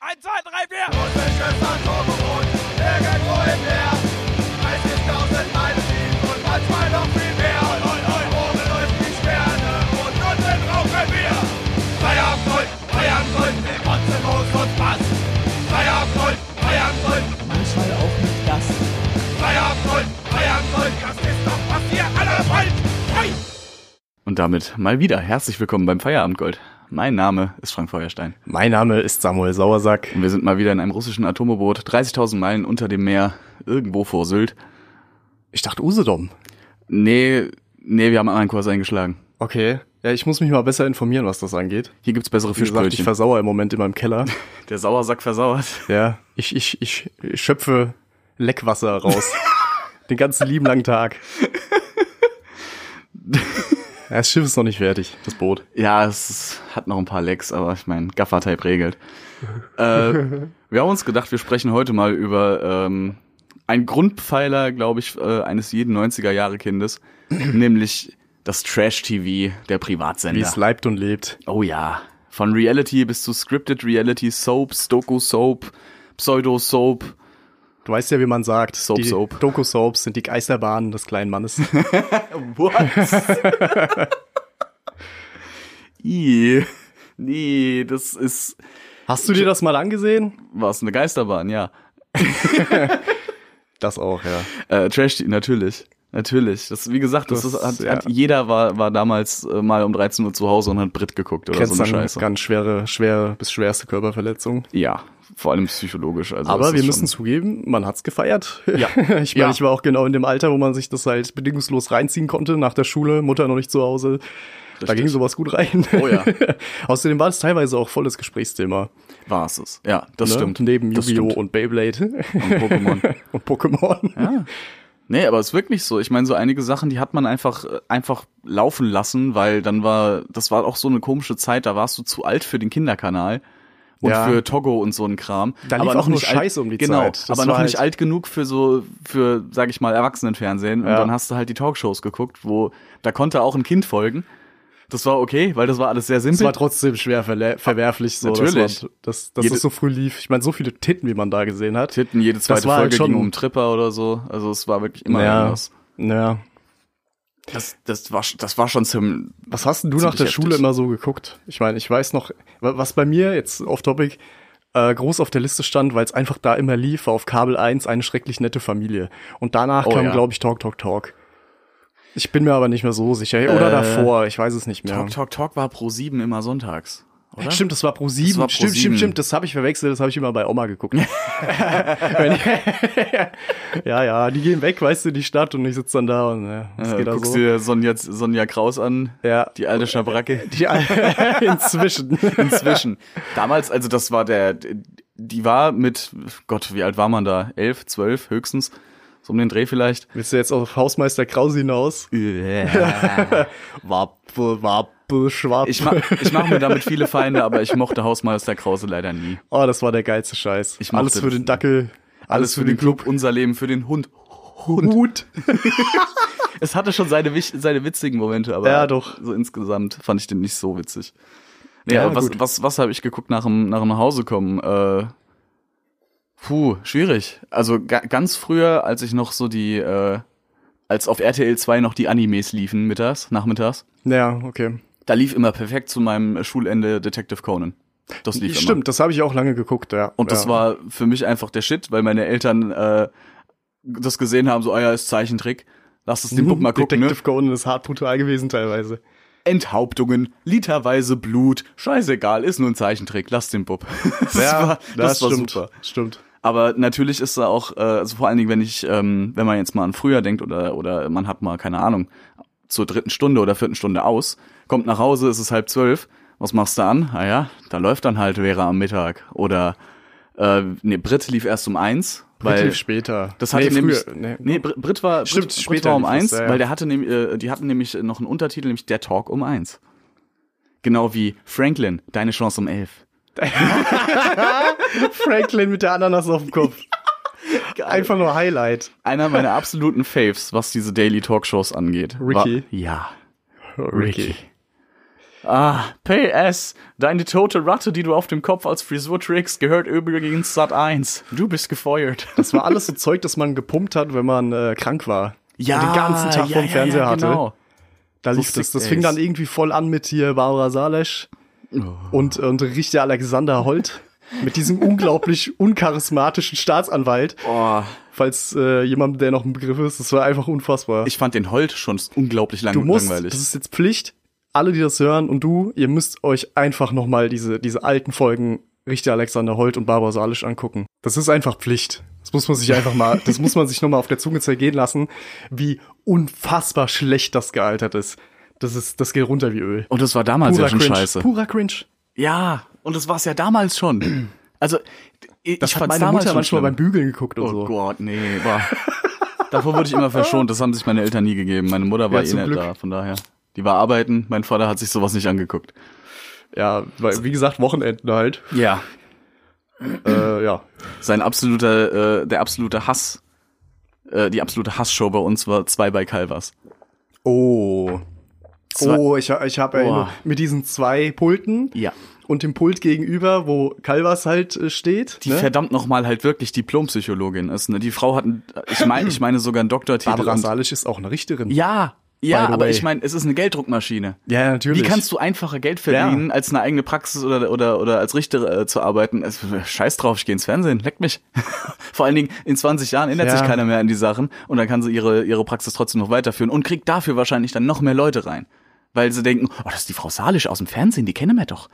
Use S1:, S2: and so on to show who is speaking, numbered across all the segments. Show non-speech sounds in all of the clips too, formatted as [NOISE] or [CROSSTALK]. S1: 1, 2, 3, 4.
S2: Und mich öfter Turbo-Rot, irgendwo im Meer. 30.000 Meilen tief und manchmal noch viel mehr. Oi, oi, oben läuft die Sterne und unten rauchen wir. Feierabend, Feierabend, der ganze Haus und Spaß. Feierabend, Feierabend,
S3: Manchmal auch nicht das.
S2: Feierabend, Feierabend, das ist doch, was ihr alle wollt. Hey!
S4: Und damit mal wieder herzlich willkommen beim Feierabendgold. Mein Name ist Frank Feuerstein.
S5: Mein Name ist Samuel Sauersack.
S4: Und wir sind mal wieder in einem russischen Atomboot, 30.000 Meilen unter dem Meer, irgendwo vor Sylt.
S5: Ich dachte Usedom.
S4: Nee, nee, wir haben einen anderen Kurs eingeschlagen.
S5: Okay. Ja, ich muss mich mal besser informieren, was das angeht.
S4: Hier gibt's bessere
S5: Wie gesagt, ich
S4: Fischbrötchen.
S5: versauere im Moment in
S4: [LAUGHS]
S5: meinem Keller.
S4: Der Sauersack versauert.
S5: Ja, ich, ich, ich, ich schöpfe Leckwasser
S4: [LAUGHS]
S5: raus. Den ganzen lieben langen Tag. Ja, das Schiff ist noch nicht fertig, das Boot.
S4: [LAUGHS] Ja, es ist- hat noch ein paar Lecks, aber ich meine, Gaffertape
S5: [LAUGHS]
S4: regelt. äh, wir haben uns gedacht, wir sprechen heute mal über ähm, einen Grundpfeiler, glaube ich, äh, eines jeden 90er-Jahre-Kindes, [CLEARS THROAT] nämlich das Trash-TV der Privatsender.
S5: Wie es leibt und lebt.
S4: Oh ja. Von Reality bis zu Scripted Reality, Soaps, Doku-Soap, Pseudo-Soap.
S5: Du weißt ja, wie man sagt.
S4: Soap,
S5: die
S4: Soap.
S5: Doku-Soaps sind die Geisterbahnen des kleinen Mannes.
S4: [LAUGHS] What? Ih, [LAUGHS] nee, das ist,
S5: Hast du dir das mal angesehen?
S4: was, eine Geisterbahn, ja.
S5: Das auch, ja.
S4: Äh, Trash, TV, natürlich. Natürlich. Das, wie gesagt, das,
S5: Das,
S4: ist, hat,
S5: ja.
S4: hat, jeder war, war damals äh, mal um 13 Uhr zu Hause und hat Brit geguckt oder
S5: Kennst
S4: so eine
S5: dann
S4: Scheiße.
S5: ganz schwere, schwere bis schwerste Körperverletzung.
S4: Ja, vor allem psychologisch. Also das
S5: Aber
S4: ist
S5: wir müssen
S4: schon-
S5: zugeben, man hat's gefeiert.
S4: Ja.
S5: [LAUGHS] ich meine,
S4: Ja.
S5: ich war auch genau in dem Alter, wo man sich das halt bedingungslos reinziehen konnte, nach der Schule, Mutter noch nicht zu Hause. Da
S4: Richtig.
S5: ging sowas gut rein.
S4: Oh ja.
S5: [LAUGHS] Außerdem war es teilweise auch volles Gesprächsthema.
S4: War es es. Ja, das
S5: ne?
S4: stimmt.
S5: Neben
S4: Das
S5: Yu-Gi-Oh!
S4: stimmt.
S5: und Beyblade [LAUGHS]
S4: und Pokémon. [LAUGHS]
S5: und Pokémon.
S4: Ja. Nee, aber es ist wirklich so. Ich meine, so einige Sachen, die hat man einfach, äh, einfach laufen lassen, weil dann war, das war auch so eine komische Zeit, da warst du zu alt für den Kinderkanal und
S5: Ja.
S4: für Togo und so ein Kram.
S5: Da lief
S4: aber
S5: auch nur
S4: nicht alt-
S5: Scheiße um die
S4: genau,
S5: Zeit. Das
S4: aber noch
S5: war
S4: nicht
S5: halt-
S4: alt genug für so, für, sag ich mal, Erwachsenenfernsehen. Und
S5: Ja.
S4: dann hast du halt die Talkshows geguckt, wo, da konnte auch ein Kind folgen. Das war okay, weil das war alles sehr
S5: Es
S4: simpel.
S5: war trotzdem schwer verle- verwerflich, so,
S4: Ah, Natürlich.
S5: dass, man, dass, dass
S4: Jede-
S5: das so früh lief. Ich meine, so viele Titten, wie man da gesehen hat.
S4: Titten, jede
S5: Das
S4: zweite
S5: war halt
S4: Folge
S5: schon-
S4: ging um Tripper oder so. Also es war wirklich immer
S5: ja,
S4: anders.
S5: ja.
S4: Das, das war, sch- das war schon zum,
S5: Was hast denn du nach
S4: Ziemlich
S5: der
S4: heftig.
S5: Schule immer so geguckt? Ich meine, ich weiß noch, wa- was bei mir jetzt off topic äh, groß auf der Liste stand, weil es einfach da immer lief, war auf Kabel 1 eine schrecklich nette Familie. Und danach
S4: Oh
S5: kam,
S4: ja.
S5: glaube ich, Talk, Talk, Talk. Ich bin mir aber nicht mehr so sicher. Oder
S4: Äh,
S5: davor, ich weiß es nicht mehr.
S4: Talk Talk Talk war pro 7 immer sonntags. Oder?
S5: Stimmt, das war pro
S4: Das war
S5: 7.
S4: Pro
S5: Stimmt,
S4: Sieben.
S5: stimmt, stimmt. Das habe ich verwechselt. Das habe ich immer bei
S4: [LAUGHS]
S5: Oma geguckt. Wenn- [LAUGHS] ja, ja, die gehen weg, weißt du, in die Stadt und ich sitze dann da und ja, was
S4: Äh,
S5: geht da
S4: guckst
S5: so?
S4: dir Sonja, Sonja Kraus an,
S5: Ja.
S4: die [LAUGHS] alte Schabracke.
S5: [LAUGHS] Die, [LAUGHS]
S4: [LAUGHS]
S5: inzwischen.
S4: Inzwischen. Damals, also das war der, die war mit, Gott, wie alt war man da? Elf, zwölf höchstens, so um den Dreh vielleicht.
S5: Willst du jetzt auf Hausmeister Krause hinaus? Wappe, wappe, schwappe.
S4: Ich, ma, ich mache mir damit viele Feinde, aber ich mochte Hausmeister Krause leider nie.
S5: oh, das war der geilste Scheiß.
S4: Ich mochte
S5: alles für
S4: das.
S5: den Dackel, alles,
S4: Alles für den Club, unser Leben, für den Hund. Hund.
S5: Hut.
S4: [LAUGHS] Es hatte schon seine, wich- seine witzigen Momente, aber
S5: Ja, doch.
S4: so insgesamt fand ich den nicht so witzig. Nee,
S5: Ja,
S4: aber was,
S5: gut.
S4: was, was habe ich geguckt nach dem, nach dem Nachhausekommen? Äh, puh, schwierig. Also ga, ganz früher, als ich noch so die, äh, als auf RTL 2 noch die Animes liefen, mittags, nachmittags,
S5: Ja, okay.
S4: da lief immer perfekt zu meinem Schulende Detective Conan. Das lief immer.
S5: Stimmt, das habe ich auch lange geguckt, ja.
S4: Und das
S5: ja.
S4: war für mich einfach der Shit, weil meine Eltern äh, das gesehen haben, so, ah ja, ist Zeichentrick. Lass es den Bub mal gucken, ne?
S5: Mhm. Detective Conan ist hart brutal gewesen teilweise.
S4: Enthauptungen, literweise Blut, scheißegal, ist nur ein Zeichentrick, lass den Bub. [LAUGHS] Das war, das war
S5: stimmt.
S4: super.
S5: Stimmt.
S4: Aber natürlich ist da auch, äh, also vor allen Dingen, wenn ich, ähm, wenn man jetzt mal an früher denkt oder, oder man hat mal, keine Ahnung, zur dritten Stunde oder vierten Stunde aus, kommt nach Hause, ist es halb zwölf, was machst du an? Ah ja, da läuft dann halt Vera am Mittag. Oder, äh, nee, Britt lief erst um eins.
S5: Weil
S4: weil
S5: später.
S4: das hatte
S5: Nee,
S4: nämlich.
S5: früher,
S4: Nee,
S5: nee.
S4: Br- Britt war,
S5: Stimmt,
S4: Britt, Britt
S5: später
S4: war um
S5: lief
S4: eins,
S5: das, ja, ja.
S4: weil der hatte, nämlich, äh, die hatten nämlich noch einen Untertitel, nämlich Der Talk um eins. Genau wie Franklin, deine Chance um elf.
S5: Franklin mit der Ananas auf
S4: [LAUGHS]
S5: dem Kopf. Einfach nur Highlight.
S4: Einer
S5: [LAUGHS]
S4: meiner absoluten Faves, was diese Daily Talk Shows angeht.
S5: Ricky?
S4: War, ja, Ricky. Ah, PS, deine tote Ratte, die du auf dem Kopf als Frisur trägst, gehört übrigens Sat 1. Du bist
S5: [LAUGHS]
S4: gefeuert.
S5: Das war alles so Zeug, das man gepumpt hat, wenn man äh, krank war. Und den ganzen Tag
S4: ja,
S5: vom
S4: ja,
S5: Fernseher
S4: ja,
S5: hatte.
S4: Genau.
S5: Da lief
S4: Sick
S5: das. Das
S4: Days.
S5: fing dann irgendwie voll an mit hier Barbara Salesch
S4: Oh.
S5: und, und Richter Alexander Holt. Mit
S4: [LAUGHS]
S5: diesem unglaublich uncharismatischen Staatsanwalt.
S4: Boah.
S5: Falls äh, jemand, der noch ein Begriff ist, das war einfach unfassbar.
S4: Ich fand den Holt schon unglaublich lang
S5: du musst,
S4: langweilig.
S5: das ist jetzt Pflicht, alle, die das hören und du, ihr müsst euch einfach nochmal diese, diese alten Folgen Richter Alexander Holt und Barbara Salisch angucken. Das ist einfach Pflicht. Das muss man sich einfach mal, das muss man sich nochmal auf der Zunge zergehen lassen, wie unfassbar schlecht das gealtert ist. Das ist, das geht runter wie Öl.
S4: und das war damals Ah, ja schon
S5: Cringe.
S4: scheiße.
S5: Purer Cringe.
S4: Ja, und das war es ja damals [CLEARS THROAT] schon. Also, ich
S5: Das
S4: ich
S5: hat
S4: fand's
S5: meine
S4: damals
S5: Mutter
S4: schon
S5: manchmal
S4: schlimm.
S5: beim Bügeln geguckt und
S4: Oh
S5: so.
S4: Gott, nee. Boah. [LAUGHS] Davor wurde ich immer verschont. Das haben sich meine Eltern nie gegeben. Meine Mutter war
S5: Ja,
S4: eh
S5: zum
S4: nicht
S5: Glück.
S4: da, von daher. Die war arbeiten. Mein Vater hat sich sowas nicht angeguckt.
S5: Ja, weil, wie gesagt, Wochenenden halt.
S4: Ja. Hm.
S5: äh, ja.
S4: Sein absoluter, äh, der absolute Hass, äh, die absolute Hassshow bei uns war zwei bei Calvas.
S5: Oh. Oh, ich, ich habe Erinnerung. Mit diesen zwei Pulten.
S4: Ja.
S5: Und dem Pult gegenüber, wo Calvas halt äh, steht.
S4: Die
S5: ne?
S4: verdammt nochmal halt wirklich Diplompsychologin ist. Ne? Die Frau hat, einen, ich meine, ich meine sogar einen Doktortitel.
S5: Barbara
S4: und-
S5: Salisch ist auch eine Richterin.
S4: ja, ja,
S5: By the
S4: aber
S5: way.
S4: ich meine, es ist eine Gelddruckmaschine.
S5: ja natürlich.
S4: Wie kannst du einfacher Geld verdienen, als eine eigene Praxis oder, oder, oder als Richter äh, zu arbeiten? Es, scheiß drauf, ich gehe ins Fernsehen, leck mich. [LAUGHS] Vor allen Dingen, in 20 Jahren ändert
S5: Ja.
S4: sich keiner mehr an die Sachen und dann kann sie ihre, ihre Praxis trotzdem noch weiterführen und kriegt dafür wahrscheinlich dann noch mehr Leute rein. Weil sie denken, oh, das ist die Frau Salisch aus dem Fernsehen, die kennen wir doch.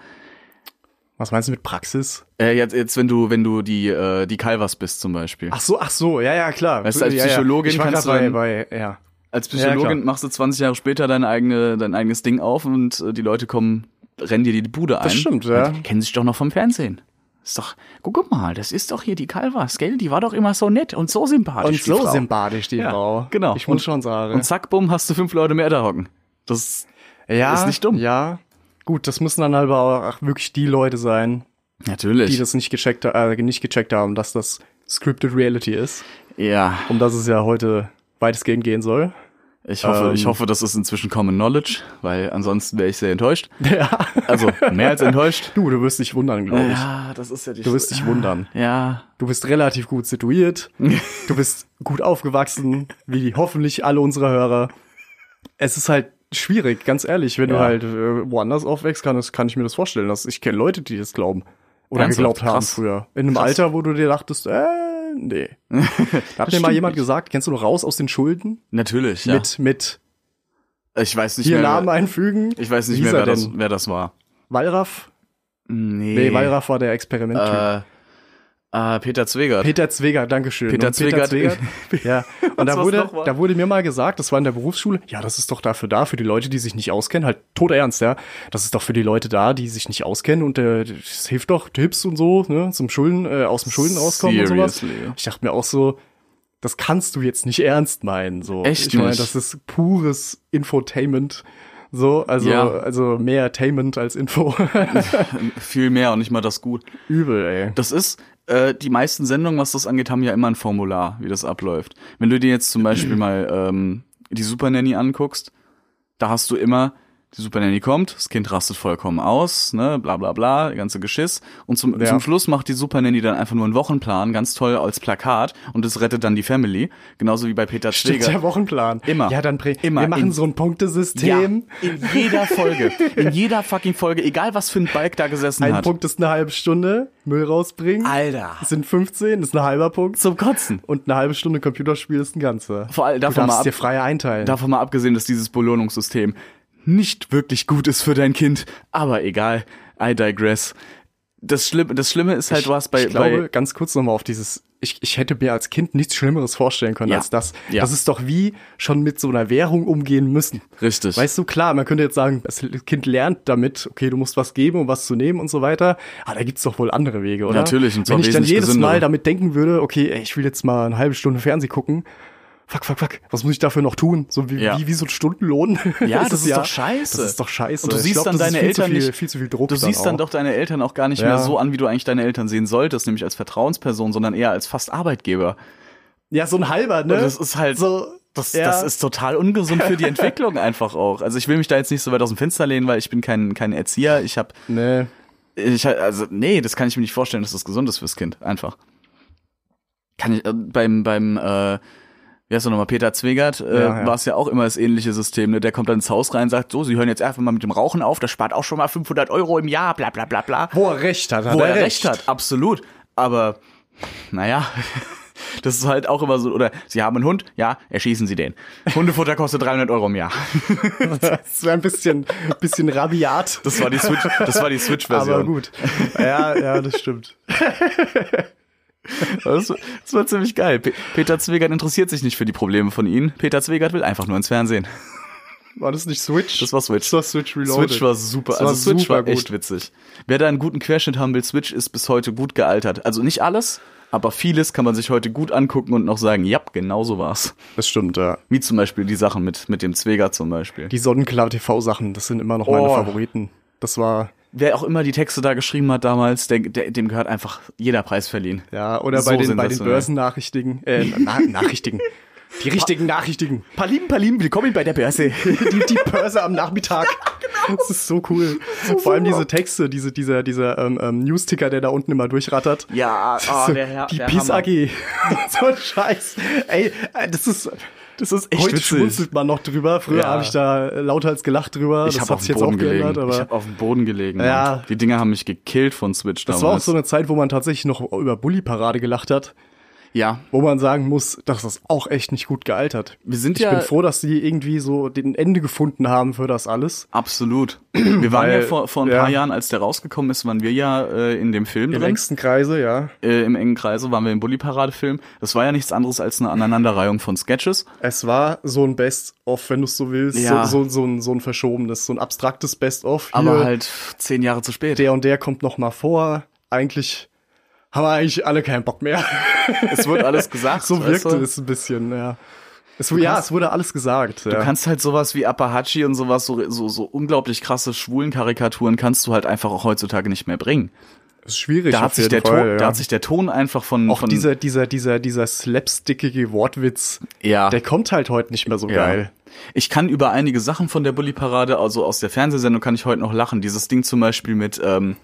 S5: Was meinst du mit Praxis?
S4: Äh, jetzt, jetzt, wenn du, wenn du die, äh, die Calvas bist zum Beispiel.
S5: Ach so, ach so, ja, ja, klar.
S4: Weißt du, als
S5: ja, ja.
S4: Psychologin
S5: ich war
S4: kannst
S5: grad
S4: du
S5: bei, bei, ja.
S4: Als
S5: Ja, klar.
S4: Psychologin machst du 20 Jahre später dein, eigene, dein eigenes Ding auf und äh, die Leute kommen, rennen dir die Bude ein.
S5: stimmt, ja.
S4: Und kennen sich doch noch vom Fernsehen. Ist doch, guck mal, das ist doch hier die Calvas, gell? Die war doch immer so nett und so sympathisch.
S5: Und
S4: die
S5: so
S4: Frau.
S5: sympathisch, die
S4: Ja,
S5: Frau.
S4: genau.
S5: Ich muss
S4: Und-
S5: schon sagen.
S4: Und zack, bumm, hast du fünf Leute mehr da hocken. Das,
S5: ja,
S4: ist nicht dumm.
S5: Ja. Gut, das müssen dann halt aber auch wirklich die Leute sein,
S4: natürlich.
S5: die das nicht gecheckt, äh, nicht gecheckt haben, dass das Scripted Reality ist,
S4: ja,
S5: um das es ja heute weitestgehend gehen soll.
S4: ich hoffe,
S5: Ähm.
S4: ich hoffe, das ist inzwischen Common Knowledge, weil ansonsten wäre ich sehr enttäuscht. Ja.
S5: [LAUGHS]
S4: Also, mehr als enttäuscht.
S5: Du, du wirst dich wundern, glaube ich.
S4: Ja, das ist ja die
S5: Du wirst dich wundern.
S4: Ja,
S5: Du bist relativ gut situiert. Du bist gut aufgewachsen, wie die, hoffentlich alle unsere Hörer. Es ist halt schwierig, ganz ehrlich. Wenn du
S4: Ja.
S5: halt äh, woanders aufwächst, kann, das, kann ich mir das vorstellen. Dass ich kenne Leute, die das glauben. Oder
S4: Ernsthaft?
S5: geglaubt haben
S4: Krass.
S5: früher. In einem Alter, wo du dir dachtest, äh, nee. da hat mir
S4: stimmt
S5: mal jemand
S4: nicht.
S5: gesagt, kennst du noch raus aus den Schulden?
S4: natürlich, ja.
S5: Mit, mit
S4: ich weiß nicht
S5: hier
S4: mehr.
S5: Namen einfügen.
S4: Ich weiß nicht
S5: Wie
S4: mehr,
S5: hieß
S4: wer
S5: er
S4: das,
S5: denn?
S4: wer das war.
S5: Wallraff?
S4: Nee,
S5: Nee, Wallraff war der Experimenttyp.
S4: äh, äh, Peter Zwegert.
S5: Peter Zweger, Dankeschön.
S4: Peter
S5: Und
S4: Zwegert- [LAUGHS]
S5: Zwegert- ja. Und da
S4: was
S5: wurde,
S4: noch war.
S5: da wurde mir mal gesagt, das war in der Berufsschule, ja, das ist doch dafür da, für die Leute, die sich nicht auskennen, halt tot ernst, ja. Das ist doch für die Leute da, die sich nicht auskennen und äh, das hilft doch Tipps und so, ne, zum Schulden, äh, aus dem Schulden rauskommen und sowas.
S4: Seriously.
S5: Ich dachte mir auch so, das kannst du jetzt nicht ernst meinen, so.
S4: Echt
S5: ich meine,
S4: nicht?
S5: das ist pures Infotainment. So, also,
S4: Ja.
S5: also mehr Tainment als Info. [LAUGHS]
S4: Viel mehr und nicht mal das gut.
S5: Übel, ey.
S4: Das ist, äh, die meisten Sendungen, was das angeht, haben ja immer ein Formular, wie das abläuft. Wenn du dir jetzt zum
S5: [CLEARS THROAT]
S4: Beispiel mal ähm, die Super Nanny anguckst, da hast du immer, die Super Nanny kommt, das Kind rastet vollkommen aus, ne, bla bla bla, der ganze Geschiss. Und zum,
S5: Ja.
S4: zum Schluss macht die Super Nanny dann einfach nur einen Wochenplan, ganz toll als Plakat und das rettet dann die Family. Genauso wie bei Peter
S5: Stimmt,
S4: Schläger.
S5: der Wochenplan.
S4: Immer.
S5: Ja, dann prä-
S4: Immer.
S5: Wir machen
S4: In-
S5: so ein Punktesystem.
S4: Ja, in jeder Folge. In jeder fucking Folge, egal was für ein Bike da gesessen
S5: Ein
S4: hat.
S5: Punkt ist eine halbe Stunde, Müll rausbringen.
S4: Alter.
S5: Das sind 15, das ist ein halber Punkt.
S4: Zum Kotzen.
S5: Und eine halbe Stunde Computerspiel ist ein ganzer.
S4: Vor allem
S5: du
S4: davon
S5: darfst
S4: mal ab-
S5: dir frei einteilen.
S4: Davon mal abgesehen, dass dieses Belohnungssystem nicht wirklich gut ist für dein Kind. Aber egal, I digress. Das Schlimme, das Schlimme ist halt, du hast bei,
S5: ich glaube,
S4: bei
S5: ganz kurz nochmal auf dieses, ich, ich hätte mir als Kind nichts Schlimmeres vorstellen können
S4: Ja.
S5: als das.
S4: Ja.
S5: Das ist doch wie schon mit so einer Währung umgehen müssen.
S4: Richtig.
S5: Weißt du, klar, man könnte jetzt sagen, das Kind lernt damit, okay, du musst was geben, um was zu nehmen und so weiter. Aber da gibt's doch wohl andere Wege, oder?
S4: Natürlich, und zwar
S5: Wenn ich dann
S4: wesentlich
S5: jedes
S4: gesündere.
S5: Mal damit denken würde, okay, ey, ich will jetzt mal eine halbe Stunde Fernsehen gucken. Fuck, fuck, fuck. Was muss ich dafür noch tun? So wie,
S4: Ja.
S5: wie, wie so ein Stundenlohn. [LAUGHS]
S4: Ja, das, ist
S5: ja-
S4: doch scheiße.
S5: Das ist doch scheiße.
S4: Und du
S5: Ich
S4: siehst
S5: glaub,
S4: dann
S5: das ist
S4: deine
S5: viel zu
S4: Eltern
S5: viel,
S4: nicht.
S5: Viel zu viel Druck.
S4: du siehst dann,
S5: auch.
S4: doch deine Eltern auch gar nicht
S5: Ja.
S4: mehr so an, wie du eigentlich deine Eltern sehen solltest, nämlich als Vertrauensperson, sondern eher als fast Arbeitgeber.
S5: Ja, so ein halber, ne?
S4: Und das ist halt-
S5: So,
S4: das,
S5: Ja.
S4: das ist total ungesund für die Entwicklung einfach auch. Also ich will mich da jetzt nicht so weit aus dem Fenster lehnen, weil ich bin kein, kein Erzieher. Ich habe,
S5: Nee.
S4: ich, hab- also nee, das kann ich mir nicht vorstellen, dass das gesund ist fürs Kind. Einfach. Kann ich, äh, beim, beim, äh, wie heißt er nochmal, Peter Zwegert, äh,
S5: Ja, ja.
S4: war es ja auch immer das ähnliche System. Ne? Der kommt dann ins Haus rein sagt, so, Sie hören jetzt einfach mal mit dem Rauchen auf, das spart auch schon mal 500 Euro im Jahr, bla bla bla bla
S5: Wo er recht hat, hat
S4: wo er recht hat, absolut. Aber naja, [LAUGHS] das ist halt auch immer so, oder sie haben einen Hund, ja, erschießen sie den. Hundefutter kostet 300 Euro im Jahr.
S5: [LAUGHS] Das wäre ein bisschen, bisschen rabiat.
S4: Das war die Switch, das war die Switch-Version.
S5: aber gut. Ja, ja, das stimmt.
S4: Das, das war ziemlich geil. Pe- Peter Zwegert interessiert sich nicht für die Probleme von ihnen. Peter Zwegert will einfach nur ins Fernsehen.
S5: War das nicht Switch?
S4: Das war Switch.
S5: Das war Switch Reloaded.
S4: Switch war super.
S5: Das
S4: also
S5: war
S4: Switch
S5: super
S4: war
S5: gut.
S4: echt witzig. Wer da einen guten Querschnitt haben will, Switch ist bis heute gut gealtert. Also nicht alles, aber vieles kann man sich heute gut angucken und noch sagen, ja, genau so war's.
S5: Das stimmt, ja.
S4: Wie zum Beispiel die Sachen mit, mit dem Zweger zum Beispiel.
S5: Die Sonnenklar TV-Sachen, das sind immer noch meine
S4: Oh.
S5: Favoriten. Das war,
S4: Wer auch immer die Texte da geschrieben hat damals, der, der, dem gehört einfach jeder Preis verliehen.
S5: ja, oder bei
S4: So
S5: den, bei den
S4: sensationell.
S5: Börsennachrichtigen, äh, Na Nachrichtigen. Die richtigen Nachrichtigen.
S4: Palim, Palim, willkommen bei der Börse.
S5: [LAUGHS] Die, die Börse am
S4: [LAUGHS]
S5: Nachmittag. genau. Das ist so cool. Vor allem diese Texte, diese, dieser, dieser ähm, ähm, News-Ticker, der da unten immer durchrattert. [LAUGHS]
S4: Ja,
S5: Das ist
S4: oh,
S5: so,
S4: der Herr.
S5: Die
S4: der
S5: PIS
S4: Hammer.
S5: AG. [LAUGHS] so ein Scheiß. Ey, äh, das ist.
S4: Das ist echt
S5: Heute
S4: witzig.
S5: schmunzelt man noch drüber. Früher
S4: Ja.
S5: habe ich da äh, lauter als gelacht drüber.
S4: Ich
S5: das
S4: habe
S5: hat
S4: auf
S5: sich
S4: dem
S5: jetzt auch
S4: Boden gelegen.
S5: geändert,
S4: Ich
S5: aber.
S4: habe auf dem Boden gelegen.
S5: Ja.
S4: Mann. Die Dinger haben mich gekillt von Switch
S5: Das war auch
S4: damals.
S5: so eine Zeit, wo man tatsächlich noch über Bully-Parade gelacht hat,
S4: ja,
S5: wo man sagen muss, dass das auch echt nicht gut gealtert.
S4: Wir sind
S5: ich
S4: ja-
S5: bin froh, dass die irgendwie so den Ende gefunden haben für das alles. [CLEARS THROAT]
S4: absolut. Wir waren
S5: Weil-
S4: ja vor, vor ein
S5: ja.
S4: paar Jahren, als der rausgekommen ist, waren wir ja äh, in dem Film
S5: Im
S4: drin.
S5: engsten Kreise, ja.
S4: Äh, Im engen Kreise waren wir im Bully-Parade-Film. Das war ja nichts anderes als eine Aneinanderreihung von Sketches.
S5: Es war so ein Best-of, wenn du es so willst.
S4: Ja.
S5: So, so, so, ein, so ein verschobenes, so ein abstraktes Best-of.
S4: Aber
S5: Hier,
S4: halt zehn Jahre zu spät.
S5: Der und der kommt noch mal vor. Eigentlich haben wir eigentlich alle keinen Bock mehr.
S4: es wird
S5: [LAUGHS]
S4: alles gesagt.
S5: So
S4: weißt
S5: wirkte
S4: du?
S5: es ein bisschen, ja. Es, wu- ja,
S4: kannst-
S5: es wurde alles gesagt.
S4: Du
S5: ja.
S4: kannst halt sowas wie Apache und sowas, so, so, so unglaublich krasse schwulen Karikaturen kannst du halt einfach auch heutzutage nicht mehr bringen.
S5: es ist schwierig.
S4: Da
S5: auf
S4: hat, sich der
S5: jeden Fall,
S4: Ton,
S5: ja.
S4: da hat sich der Ton einfach von,
S5: auch
S4: von
S5: dieser, dieser, dieser, dieser slapstickige Wortwitz,
S4: ja,
S5: der kommt halt heute nicht mehr so geil.
S4: Ich kann über einige Sachen von der Bully Parade, also aus der Fernsehsendung, kann ich heute noch lachen. Dieses Ding zum Beispiel mit, ähm,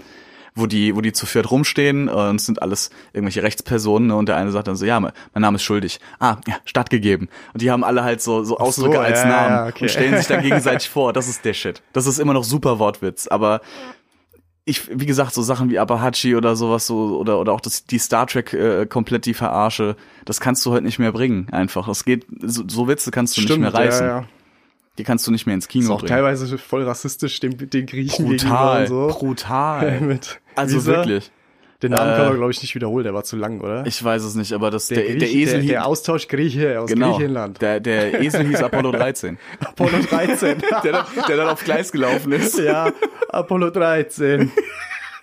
S4: wo die, wo die zu viert rumstehen äh, und es sind alles irgendwelche Rechtspersonen ne, und der eine sagt dann so, ja, mein mein Name ist schuldig. Ah, ja, stattgegeben. Und die haben alle halt so, so Ausdrücke als
S5: ja,
S4: Namen
S5: ja, okay.
S4: und stellen
S5: [LAUGHS]
S4: sich dann gegenseitig vor. Das ist der Shit. Das ist immer noch super Wortwitz, aber ich, wie gesagt, so Sachen wie Apache oder sowas so, oder, oder auch das, die Star Trek äh, komplett die Verarsche, das kannst du heute nicht mehr bringen, einfach. Das geht, so, so Witze kannst du nicht mehr reißen.
S5: ja, ja.
S4: Die kannst du nicht mehr ins
S5: Ist
S4: Kino
S5: auch
S4: bringen.
S5: teilweise voll rassistisch den, den Griechen
S4: Brutal,
S5: gegenüber und so.
S4: brutal.
S5: [LAUGHS] Mit
S4: Also
S5: dieser-
S4: wirklich.
S5: Den Namen kann man,
S4: Äh,
S5: glaube ich, nicht wiederholen, der war zu lang, oder?
S4: Ich weiß es nicht, aber das, der, der,
S5: Griech-
S4: Esel
S5: der,
S4: hieß,
S5: der Austausch Grieche aus
S4: genau,
S5: Griechenland.
S4: der, der Esel hieß Apollo
S5: [LAUGHS]
S4: 13,
S5: Apollo
S4: [LAUGHS]
S5: 13.
S4: der, dann- der dann auf Gleis gelaufen ist.
S5: [LAUGHS] ja, Apollo 13.
S4: [LAUGHS]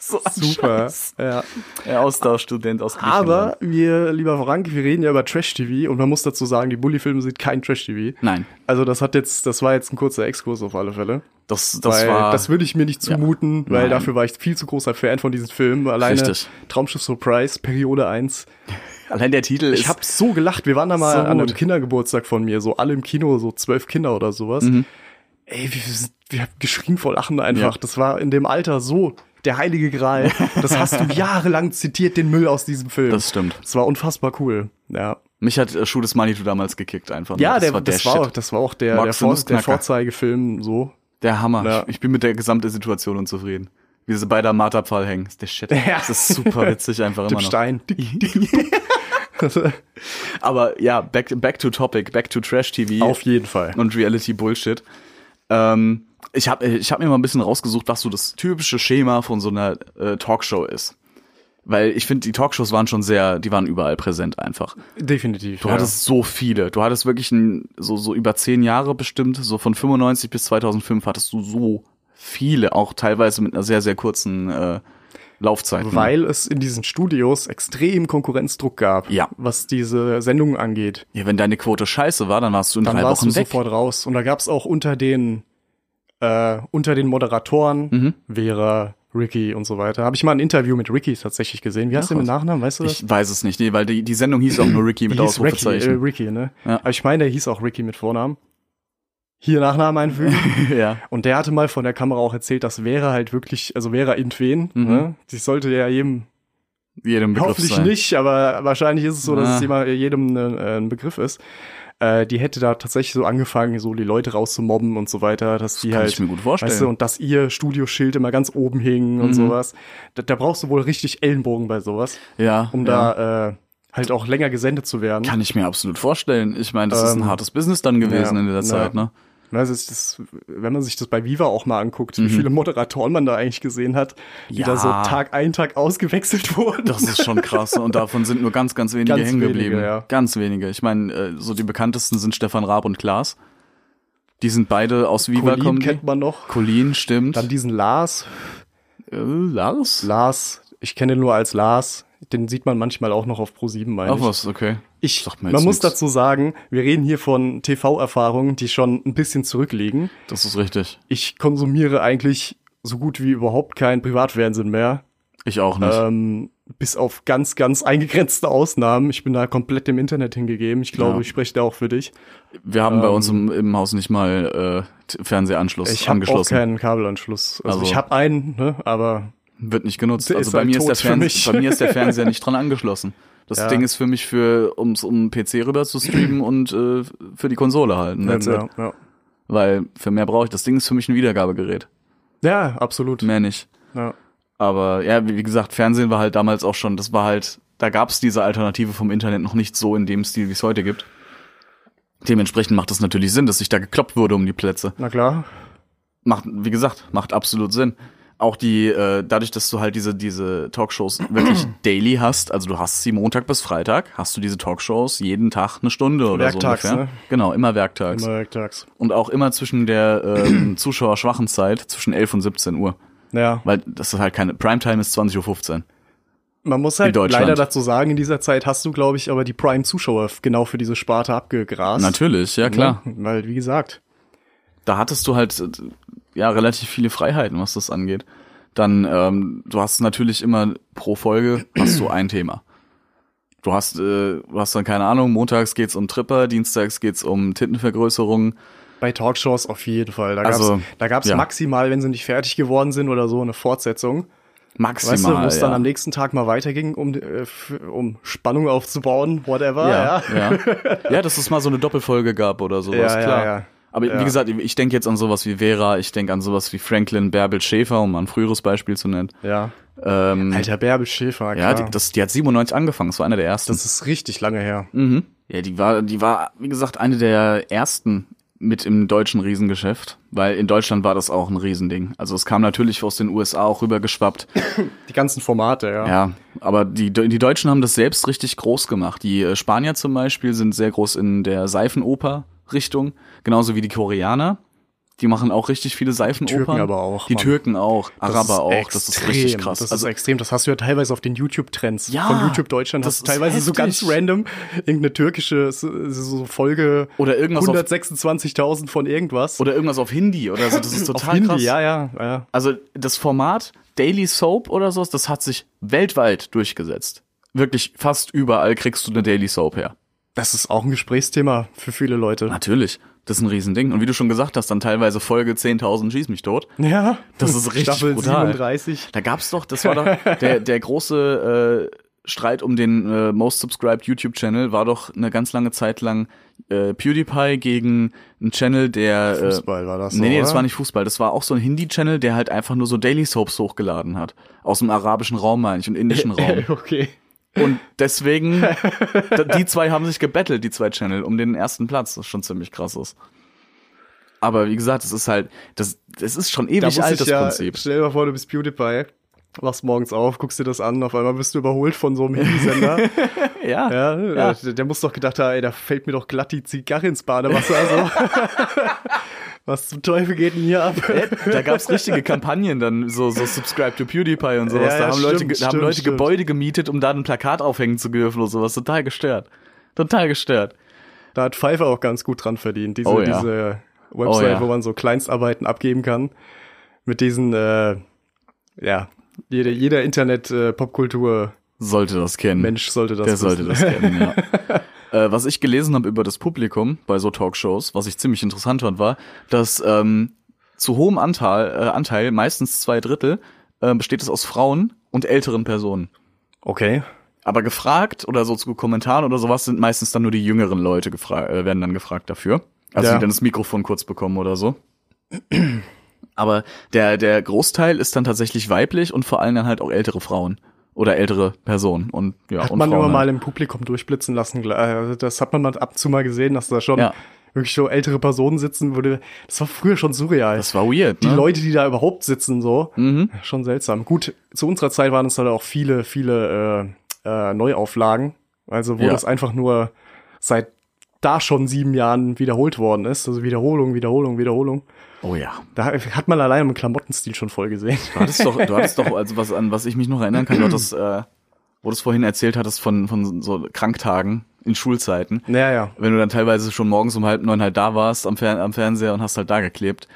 S4: So ein
S5: Super.
S4: Scheiß.
S5: Ja.
S4: [LAUGHS] Der Austauschstudent aus Griechenland.
S5: Aber wir, lieber Frank, wir reden ja über Trash-TV und man muss dazu sagen, die Bully-Filme sind kein Trash-TV.
S4: Nein.
S5: Also das hat jetzt, das war jetzt ein kurzer Exkurs auf alle Fälle.
S4: das, das
S5: weil
S4: war,
S5: das würde ich mir nicht zumuten, weil
S4: Nein.
S5: dafür war ich viel zu großer Fan von diesen Filmen. Alleine
S4: Richtig.
S5: Traumschiff Surprise, Periode 1.
S4: allein der Titel
S5: Ich
S4: ist,
S5: hab so gelacht. Wir waren da mal
S4: So
S5: an einem
S4: gut.
S5: Kindergeburtstag von mir, so alle im Kino, so zwölf Kinder oder sowas. Ey, wir, sind- wir haben geschrien vor Lachen einfach.
S4: Mhm. Ja.
S5: Das war in dem Alter so der heilige Gral. Das
S4: [LAUGHS]
S5: hast du jahrelang zitiert, den Müll aus diesem Film.
S4: Das stimmt.
S5: Das war unfassbar cool. Ja.
S4: mich hat äh, Schuh des Manitou damals gekickt einfach. nur.
S5: Ja,
S4: das
S5: der,
S4: war der
S5: das, war auch,
S4: Shit.
S5: das war auch der,
S4: Max
S5: der,
S4: und
S5: Vor, der
S4: Nussknacker.
S5: Vorzeigefilm so.
S4: Der Hammer.
S5: Ja.
S4: Ich, ich bin mit der gesamten Situation unzufrieden. Wie sie beide am Marterpfahl hängen, ist der Shit.
S5: [LAUGHS] Ja.
S4: Das ist super witzig einfach
S5: Dem
S4: immer noch.
S5: Stein.
S4: [LAUGHS] Aber ja, back, back to topic, back to Trash TV
S5: Auf
S4: [LAUGHS]
S5: jeden Fall.
S4: und Reality Bullshit. Ähm, ich habe ich hab mir mal ein bisschen rausgesucht, was so das typische Schema von so einer äh, Talkshow ist. Weil ich finde, die Talkshows waren schon sehr, die waren überall präsent einfach.
S5: Definitiv.
S4: Du
S5: ja.
S4: hattest so viele. Du hattest wirklich ein, so, so über zehn Jahre bestimmt, so von 95 bis 2005 hattest du so viele, auch teilweise mit einer sehr, sehr kurzen äh, Laufzeit. ne?
S5: weil es in diesen Studios extrem Konkurrenzdruck gab,
S4: Ja.
S5: was diese Sendungen angeht.
S4: Ja, wenn deine Quote scheiße war, dann warst du in
S5: Dann
S4: drei
S5: warst
S4: Wochen
S5: du
S4: weg.
S5: sofort
S4: Mhm.
S5: raus. Und da gab es auch unter den äh, unter den Moderatoren Vera, Ricky und so weiter. Habe ich mal ein Interview mit Ricky tatsächlich gesehen. Wie heißt der mit Nachnamen, weißt du das?
S4: Ich weiß es nicht, nee, weil die, die Sendung hieß auch nur Ricky mit
S5: Die hieß Ricky, äh,
S4: Ausrufezeichen.
S5: Ricky, ne?
S4: Ja.
S5: Aber ich meine, der hieß auch Ricky mit Vornamen. Hier
S4: [LAUGHS]
S5: Nachnamen einfügen.
S4: ja.
S5: Und der hatte mal von der Kamera auch erzählt, das wäre halt wirklich, also wäre irgendwen,
S4: Mhm.
S5: ne? Das sollte ja jedem,
S4: Jedem Begriff
S5: hoffentlich
S4: sein.
S5: nicht, aber wahrscheinlich ist es so, dass
S4: Ah.
S5: es immer, jedem äh, ein Begriff ist. Äh, die hätte da tatsächlich so angefangen, so die Leute rauszumobben und so weiter, dass die
S4: kann
S5: halt.
S4: ich mir gut vorstellen. Mhm.
S5: Weißt du, und dass ihr Studioschild immer ganz oben hing und sowas. Da, da brauchst du wohl richtig Ellenbogen bei sowas,
S4: Ja,
S5: um
S4: ja.
S5: da hm? äh, halt auch länger gesendet zu werden.
S4: Kann ich mir absolut vorstellen. Ich meine, das ist ein hartes Business dann gewesen
S5: Ähm, ja,
S4: in der
S5: ja.
S4: Zeit, ne?
S5: Weißt du, es ist, wenn man sich das bei Viva auch mal anguckt, wie viele Moderatoren man da eigentlich gesehen hat, die
S4: Mhm. Ja.
S5: da so Tag ein, Tag ausgewechselt [LAUGHS] wurden.
S4: Das ist schon krass. Und davon sind nur ganz, ganz wenige
S5: Ganz
S4: hängen
S5: wenige,
S4: geblieben.
S5: ja.
S4: Ganz wenige. Ich meine, äh, so die bekanntesten sind Stefan Raab und Klaas. Die sind beide aus Viva
S5: Colin
S4: kommen. die.
S5: kennt man noch.
S4: Colin, stimmt.
S5: Dann diesen Lars.
S4: äh, Lars?
S5: Lars, ich kenne den nur als Lars. Den sieht man manchmal auch noch auf Pro7, meine
S4: Ach
S5: ich.
S4: was, okay.
S5: Ich,
S4: Sagt mir
S5: man
S4: jetzt
S5: muss
S4: nix.
S5: dazu sagen, wir reden hier von TV-Erfahrungen, die schon ein bisschen zurückliegen.
S4: Das ist richtig.
S5: Ich konsumiere eigentlich so gut wie überhaupt kein Privatfernsehen mehr.
S4: Ich auch nicht.
S5: Ähm, bis auf ganz, ganz eingegrenzte Ausnahmen. Ich bin da komplett dem Internet hingegeben. Ich glaube,
S4: Ja.
S5: ich spreche da auch für dich.
S4: Wir haben bei uns im, im Haus nicht mal äh, T- Fernsehanschluss
S5: ähm, Ich habe auch
S4: angeschlossen.
S5: keinen Kabelanschluss. Also,
S4: Also-
S5: ich habe einen, ne? aber
S4: Wird nicht genutzt.
S5: Der
S4: Also
S5: ist
S4: bei
S5: halt
S4: mir, ist der
S5: tot für mich.
S4: Fernseher, bei mir ist der
S5: [LAUGHS]
S4: Fernseher nicht dran angeschlossen. Das
S5: Ja.
S4: Ding ist für mich für, ums um PC rüber zu streamen und äh, für die Konsole halten.
S5: ähm, ja, ja.
S4: Weil für mehr brauche ich. Das Ding ist für mich ein Wiedergabegerät.
S5: ja, absolut.
S4: Mehr nicht.
S5: Ja.
S4: Aber ja, wie wie gesagt, Fernsehen war halt damals auch schon, das war halt, da gab es diese Alternative vom Internet noch nicht so in dem Stil, wie es heute gibt. Dementsprechend macht es natürlich Sinn, dass sich da gekloppt wurde um die Plätze.
S5: Na klar.
S4: Macht, wie gesagt, macht absolut Sinn. Auch die, äh, dadurch, dass du halt diese, diese
S5: [CLEARS THROAT]
S4: Talkshows wirklich daily hast, also du hast sie Montag bis Freitag, hast du diese Talkshows jeden Tag eine Stunde oder
S5: Werktags,
S4: so ungefähr.
S5: ne?
S4: Genau, immer werktags.
S5: Werktags.
S4: Und auch immer zwischen der
S5: [CLEARS THROAT]
S4: ähm, zuschauerschwachen Zeit, zwischen 11 und 17 Uhr.
S5: Ja.
S4: Weil das ist halt keine, Primetime ist 20.15 Uhr.
S5: Man muss halt
S4: Deutschland.
S5: leider dazu sagen, in dieser Zeit hast du, glaube ich, aber die Prime-Zuschauer f- genau für diese Sparte abgegrast.
S4: Natürlich, ja klar.
S5: Ne? Weil, wie gesagt,
S4: Da hattest du halt äh, ja relativ viele Freiheiten, was das angeht. Dann, ähm, du hast natürlich immer pro Folge hast du ein Thema. Du hast, äh, du hast dann keine Ahnung, montags geht's um Tripper, dienstags geht's um Tittenvergrößerung.
S5: bei Talkshows auf jeden Fall. Da
S4: Also,
S5: gab's, da gab's
S4: ja.
S5: maximal, wenn sie nicht fertig geworden sind oder so, eine Fortsetzung.
S4: Maximal.
S5: Weißt du, wo es dann
S4: ja.
S5: am nächsten Tag mal weiterging, um, äh, f- um Spannung aufzubauen, whatever.
S4: ja,
S5: Ja.
S4: ja. ja. dass es mal so eine Doppelfolge gab oder sowas,
S5: Ja, ja,
S4: klar.
S5: ja.
S4: Aber
S5: Ja.
S4: wie gesagt, ich denke jetzt an sowas wie Vera, ich denke an sowas wie Franklin, Bärbel Schäfer, um mal ein früheres Beispiel zu nennen.
S5: ja.
S4: Ähm,
S5: Alter Bärbel Schäfer,
S4: ja,
S5: klar.
S4: die, das, die hat 97 angefangen, das war einer der ersten.
S5: das ist richtig lange her.
S4: Mhm. Ja, die war, die war, wie gesagt, eine der ersten mit im deutschen Riesengeschäft, weil in Deutschland war das auch ein Riesending. Also es kam natürlich aus den USA auch rübergeschwappt.
S5: Die ganzen Formate, ja.
S4: Ja, aber die, die Deutschen haben das selbst richtig groß gemacht. Die äh, Spanier zum Beispiel sind sehr groß in der Seifenoper-Richtung, genauso wie die Koreaner. Die machen auch richtig viele Seifenopern.
S5: Türken aber auch,
S4: Die
S5: Mann.
S4: Türken auch,
S5: Das ist
S4: Araber auch. Das ist richtig
S5: extrem,
S4: krass.
S5: Das
S4: also
S5: ist extrem. Das hast du ja teilweise auf den YouTube-Trends
S4: Ja,
S5: von YouTube Deutschland.
S4: das
S5: hast du
S4: ist
S5: teilweise so ganz
S4: heftig.
S5: random irgendeine türkische so, so Folge
S4: Oder irgendwas auf-
S5: 126.000 von irgendwas.
S4: oder irgendwas auf Hindi oder so. Das ist
S5: auf
S4: total
S5: Hindi,
S4: krass.
S5: ja, ja, ja.
S4: Also das Format Daily Soap oder sowas, das hat sich weltweit durchgesetzt. Wirklich fast überall kriegst du eine Daily Soap her.
S5: Das ist auch ein Gesprächsthema für viele Leute.
S4: Natürlich, das ist ein Riesending. Und wie du schon gesagt hast, dann teilweise Folge 10.000 schieß mich tot.
S5: Ja,
S4: Das ist richtig
S5: Staffel
S4: brutal.
S5: 37.
S4: Da gab's doch, das war
S5: [LAUGHS]
S4: doch der, der große äh, Streit um den äh, Most Subscribed YouTube Channel war doch eine ganz lange Zeit lang äh, PewDiePie gegen einen Channel, der äh,
S5: Fußball war das so,
S4: Nee, nee, das
S5: oder?
S4: war nicht Fußball, das war auch so ein Hindi Channel, der halt einfach nur so Daily Soaps hochgeladen hat aus dem arabischen Raum, meine ich, und indischen
S5: [LAUGHS]
S4: Raum.
S5: Okay.
S4: Und
S5: [LAUGHS]
S4: deswegen, da- die zwei haben sich gebettelt, die zwei Channel, um den ersten Platz, was schon ziemlich krass ist. Aber wie gesagt, es ist halt, das, das ist schon
S5: Da
S4: ewig
S5: muss
S4: alt,
S5: ich
S4: das
S5: ja,
S4: Prinzip.
S5: stell dir mal vor, du bist PewDiePie, wachst morgens auf, guckst dir das an, auf einmal bist du überholt von so
S4: [LAUGHS]
S5: einem Handysender.
S4: Ja,
S5: Ja, äh, Der, der muss doch gedacht haben, ey, da fällt mir doch glatt die Zigarre ins Badewasser.
S4: [LAUGHS]
S5: Also. Was zum Teufel geht denn hier ab?
S4: da gab's richtige Kampagnen dann, so, so Subscribe to PewDiePie und sowas.
S5: Ja,
S4: da
S5: ja,
S4: haben
S5: stimmt,
S4: Leute, ge- da haben
S5: stimmt,
S4: Leute
S5: stimmt.
S4: Gebäude gemietet, um da ein Plakat aufhängen zu dürfen oder sowas. Total gestört. Total gestört.
S5: Da hat Pfeiffer auch ganz gut dran verdient. Diese,
S4: Oh ja.
S5: diese
S4: Oh
S5: Website,
S4: ja.
S5: wo man so Kleinstarbeiten abgeben kann. Mit diesen, äh, ja, jeder, jeder Internet-Popkultur-Mensch
S4: Sollte das kennen.
S5: sollte das
S4: Der sollte
S5: wissen.
S4: das kennen, ja. Äh, was ich gelesen habe über das Publikum bei so Talkshows, was ich ziemlich interessant fand, war, dass ähm, zu hohem Anteil, äh, Anteil meistens zwei Drittel, äh, besteht es aus Frauen und älteren Personen.
S5: [LAUGHS] Okay.
S4: Aber gefragt oder so zu Kommentaren oder sowas sind meistens dann nur die jüngeren Leute gefra- äh, werden dann gefragt dafür. Also
S5: Ja.
S4: die dann das Mikrofon kurz bekommen oder so. Aber der, der Großteil ist dann tatsächlich weiblich und vor allem dann halt auch ältere Frauen oder ältere Personen und ja
S5: Hat
S4: und
S5: man
S4: Frauen
S5: immer
S4: halt.
S5: mal im Publikum durchblitzen lassen. gl- äh, Das hat man mal ab und zu mal gesehen, dass da schon
S4: Ja.
S5: wirklich so ältere Personen sitzen würde. Das war früher schon surreal.
S4: Das war weird,
S5: die
S4: ne? Mhm.
S5: Leute, die da überhaupt sitzen, so, schon seltsam. Gut, zu unserer Zeit waren es dann auch viele, viele äh, äh, Neuauflagen. Also, wo
S4: Ja.
S5: das einfach nur seit da schon sieben Jahren wiederholt worden ist. Also Wiederholung, Wiederholung, Wiederholung.
S4: Oh ja.
S5: Da hat man allein im Klamottenstil schon voll gesehen.
S4: Du hattest doch, du hattest doch, also was, an was ich mich noch erinnern
S5: Mhm.
S4: kann, du hattest, äh, wo du es vorhin erzählt hattest von, von so Kranktagen in Schulzeiten.
S5: Naja, [LAUGHS] ja.
S4: Wenn du dann teilweise schon morgens um halb neun halt da warst am, Fer am Fernseher und hast halt da geklebt.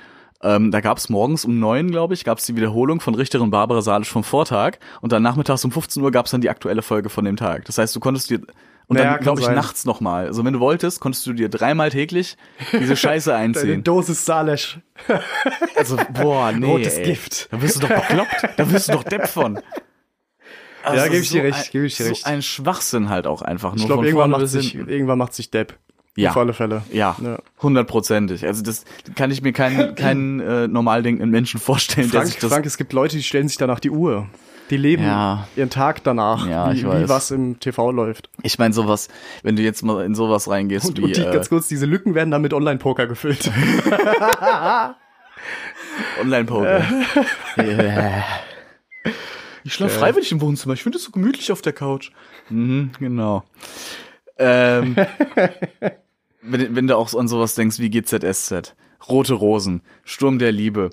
S4: Ähm, da gab's morgens um neun, glaube ich, gab's die Wiederholung von Richterin Barbara Salisch vom Vortag und dann nachmittags um 15 Uhr gab's dann die aktuelle Folge von dem Tag. Das heißt, du konntest dir und
S5: Ja,
S4: dann,
S5: kann
S4: glaube ich,
S5: sein.
S4: nachts nochmal. Also wenn du wolltest, konntest du dir dreimal täglich
S5: [LAUGHS]
S4: diese Scheiße
S5: Deine
S4: einziehen.
S5: Dosis Salesch.
S4: Also,
S5: [LAUGHS]
S4: boah, nee.
S5: Rotes
S4: ey.
S5: Gift.
S4: Da wirst du doch bekloppt. Da wirst du doch Depp von. Also,
S5: geb ich dir recht,
S4: ein-
S5: geb ich dir
S4: so
S5: recht.
S4: Ein Schwachsinn halt auch einfach. Nur
S5: Ich glaube,
S4: von
S5: irgendwann,
S4: vorne
S5: macht
S4: bis
S5: sich-
S4: hinten.
S5: irgendwann macht sich Depp.
S4: Ja.
S5: Auf alle Fälle.
S4: Ja, hundertprozentig. Also das kann ich mir
S5: [CLEARS THROAT]
S4: keinen keinen äh, normal denkenden Menschen vorstellen, der
S5: Frank,
S4: sich das.
S5: Frank, es gibt Leute, die stellen sich danach die Uhr. Die leben
S4: Ja.
S5: ihren Tag danach,
S4: Ja,
S5: wie,
S4: ich
S5: wie
S4: weiß.
S5: was im TV läuft.
S4: Ich meine sowas, wenn du jetzt mal in sowas reingehst
S5: Und,
S4: wie
S5: und die,
S4: äh,
S5: ganz kurz, diese Lücken werden dann mit Online-Poker
S4: [LAUGHS]
S5: gefüllt.
S4: Online-Poker. [LAUGHS] Ich schlafe freiwillig im Wohnzimmer. Ich finde es so gemütlich auf der Couch. Mhm, genau. Ähm, [LAUGHS] wenn, wenn du auch an sowas denkst wie GZSZ, Rote Rosen, Sturm der Liebe,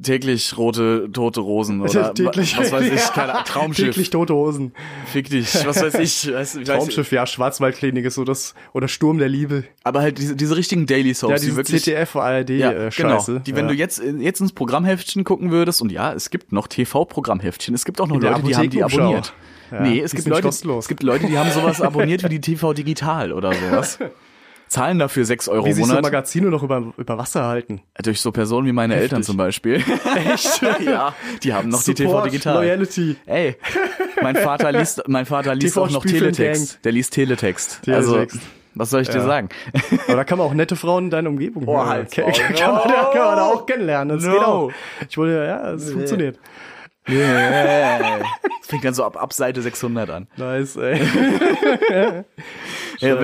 S4: täglich rote, tote [LAUGHS] Rosen oder
S5: Täglich-
S4: was weiß ich, keine [LAUGHS] Ahnung, Traumschiff,
S5: Täglich tote Hosen.
S4: fick dich, was weiß ich. Weiß, ich Weiß,
S5: Traumschiff, ja, Schwarzwaldklinik ist so das, oder Sturm der Liebe.
S4: aber halt diese, diese richtigen Daily Soaps,
S5: Ja,
S4: die
S5: diese
S4: wirklich...
S5: ZDF, ARD,
S4: Ja,
S5: äh,
S4: genau.
S5: Scheiße.
S4: Die, wenn
S5: ja.
S4: du jetzt, jetzt ins Programmheftchen gucken würdest, und ja, es gibt noch TV-Programmheftchen, es gibt auch noch
S5: der
S4: Leute, die haben die
S5: Apothekenumschau.
S4: abonniert.
S5: Ja,
S4: nee, es
S5: die
S4: gibt,
S5: sind
S4: Leute,
S5: kostenlos.
S4: es gibt Leute, die haben sowas abonniert wie die TV Digital oder
S5: [LAUGHS]
S4: sowas. Zahlen dafür 6 Euro
S5: wie
S4: im
S5: sich so
S4: Monat.
S5: Magazine noch über, über Wasser halten.
S4: durch so Personen wie meine Eltern zum Beispiel. Echt? [LAUGHS] ja, die haben noch die TV
S5: Support,
S4: Digital.
S5: Loyalty.
S4: Ey, mein Vater liest, mein Vater liest
S5: TV
S4: auch noch
S5: Spielfilm
S4: Teletext. Der liest Teletext. Also,
S5: Teletext.
S4: was soll ich dir sagen? [LAUGHS]
S5: Aber da kann man auch nette Frauen in deiner Umgebung
S4: Oh,
S5: äh,
S4: halt.
S5: ke-
S4: Oh,
S5: [LAUGHS] kann, man, da kann man auch kennenlernen. Das
S4: No.
S5: geht auch. Ich wollte, ja, es funktioniert.
S4: Yeah. Das fängt dann so ab, ab Seite 600 an.
S5: Nice, ey. [LAUGHS]
S4: Ja, wenn,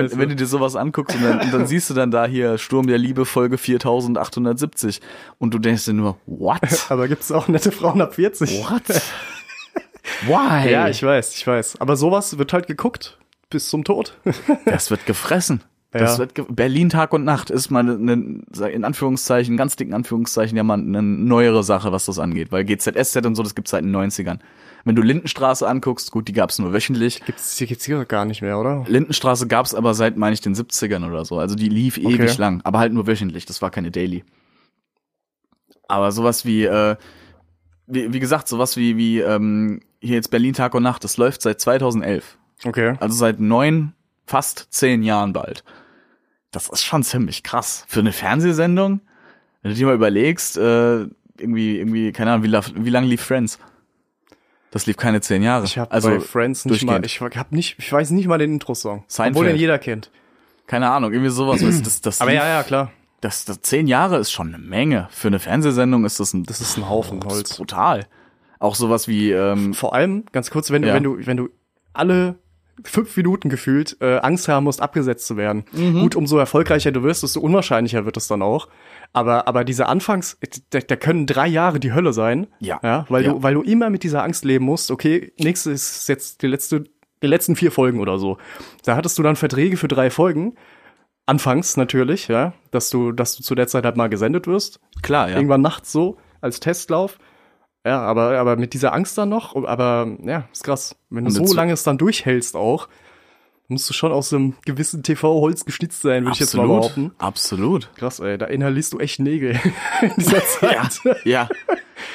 S5: Scheiße.
S4: wenn du dir sowas anguckst und dann, und dann siehst du dann da hier Sturm der Liebe Folge 4870 und du denkst dir nur, what?
S5: Aber gibt's auch nette Frauen ab 40?
S4: What? [LAUGHS] Why?
S5: Ja, ich weiß, ich weiß. Aber sowas wird halt geguckt. Bis zum Tod. [LAUGHS]
S4: das wird gefressen. Das
S5: Ja.
S4: wird ge Berlin Tag und Nacht ist mal ne, in Anführungszeichen, ganz dicken Anführungszeichen, ja mal eine neuere Sache, was das angeht. Weil GZSZ und so, das gibt's seit den 90ern. Wenn du Lindenstraße anguckst, gut, die gab's nur wöchentlich.
S5: Gibt's, die gibt's hier gar nicht mehr, oder?
S4: Lindenstraße gab's aber seit, meine ich, den 70ern oder so. Also die lief ewig lang, aber halt nur wöchentlich. Das war keine Daily. Aber sowas wie, äh, wie, wie gesagt, sowas wie, wie ähm, hier jetzt Berlin Tag und Nacht, das läuft seit 2011.
S5: Okay.
S4: Also seit neun, fast zehn Jahren bald. Das ist schon ziemlich krass. Für eine Fernsehsendung, wenn du dir mal überlegst, äh, irgendwie, irgendwie, keine Ahnung, wie, laf- wie lange lief Friends? Das lief keine zehn Jahre.
S5: Ich habe
S4: also,
S5: bei Friends nicht mal,
S4: durchgehend.
S5: ich hab nicht, ich weiß nicht mal den Intro-Song.
S4: Seinfeld.
S5: Obwohl den jeder kennt.
S4: Keine Ahnung, irgendwie sowas. Das, das, das
S5: [CLEARS THROAT] Aber
S4: lief-
S5: ja, ja, klar.
S4: Das, das zehn Jahre ist schon eine Menge. Für eine Fernsehsendung ist das ein,
S5: Das ist ein Haufen
S4: Oh, das ist
S5: Holz.
S4: brutal. Auch sowas wie, ähm,
S5: Vor allem, ganz kurz, wenn du,
S4: Ja.
S5: wenn du, wenn du alle fünf Minuten gefühlt äh, Angst haben musst, abgesetzt zu werden.
S4: Mhm.
S5: Gut, umso erfolgreicher du wirst, desto unwahrscheinlicher wird es dann auch. Aber, aber diese Anfangs, da, da können drei Jahre die Hölle sein.
S4: Ja.
S5: ja weil
S4: Ja.
S5: du, weil du immer mit dieser Angst leben musst. Okay, nächste ist jetzt die letzte, die letzten vier Folgen oder so. Da hattest du dann Verträge für drei Folgen. Anfangs natürlich, ja, dass du, dass du zu der Zeit halt mal gesendet wirst
S4: klar, ja.
S5: irgendwann nachts so als Testlauf. Ja, aber, aber mit dieser Angst dann noch, aber ja, ist krass. Wenn du
S4: Und
S5: so
S4: jetzt-
S5: lange es dann durchhältst auch, musst du schon aus einem gewissen TV-Holz geschnitzt sein, würde ich jetzt mal behaupten. [LAUGHS]
S4: Absolut.
S5: Krass, ey, da inhalierst du echt Nägel [LAUGHS] in dieser Zeit.
S4: [LAUGHS] Ja.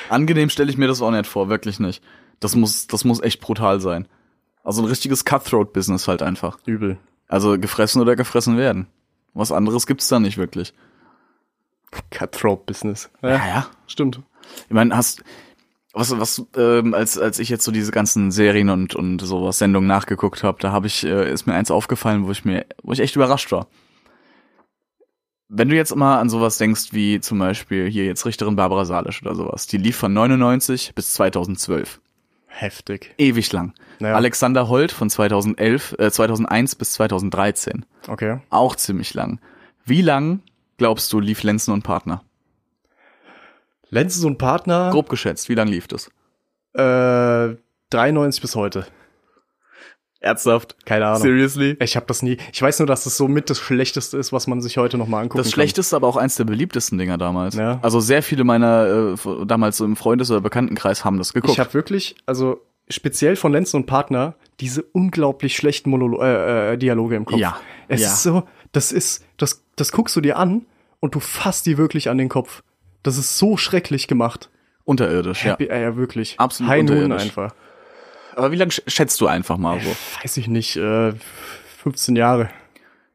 S4: Angenehm stelle ich mir das auch nicht vor, wirklich nicht. Das muss, das muss echt brutal sein. Also ein richtiges Cutthroat-Business halt einfach.
S5: Übel.
S4: Also gefressen oder gefressen werden. Was anderes gibt's da nicht wirklich.
S5: Cutthroat-Business.
S4: Ja, ja.
S5: Stimmt.
S4: Ich meine, hast was was ähm, als als ich jetzt so diese ganzen Serien und und sowas Sendungen nachgeguckt habe, da habe ich äh, ist mir eins aufgefallen, wo ich mir wo ich echt überrascht war. Wenn du jetzt mal an sowas denkst wie zum Beispiel hier jetzt Richterin Barbara Salisch oder sowas, die lief von 99 bis 2012,
S5: Heftig.
S4: ewig lang.
S5: Naja.
S4: Alexander Holt von 2011 äh, 2001 bis 2013,
S5: Okay.
S4: auch ziemlich lang. Wie lang glaubst du lief Lenzen und Partner?
S5: Lenzen und Partner,
S4: Grob geschätzt, wie lang lief das?
S5: äh, 93 bis heute.
S4: Ernsthaft?
S5: Keine Ahnung.
S4: Seriously?
S5: Ich habe das nie. Ich weiß nur, dass das so mit das Schlechteste ist, was man sich heute noch mal angucken
S4: Das
S5: kann.
S4: schlechteste, aber auch eins der beliebtesten Dinger damals.
S5: Ja.
S4: Also sehr viele meiner äh, damals so im Freundes- oder Bekanntenkreis haben das geguckt.
S5: Ich habe wirklich, also speziell von Lenz und Partner, diese unglaublich schlechten Monolo äh, äh, Dialoge im Kopf.
S4: Ja,
S5: Es
S4: ja.
S5: ist so, das ist, das, das guckst du dir an und du fasst dir wirklich an den Kopf. Das ist so schrecklich gemacht.
S4: Unterirdisch, ja.
S5: Happy, äh, ja. ja, wirklich.
S4: Absolut
S5: Hein Huhn
S4: unterirdisch.
S5: einfach.
S4: Aber wie lange sch- schätzt du einfach mal so?
S5: Weiß ich nicht, äh, 15 Jahre.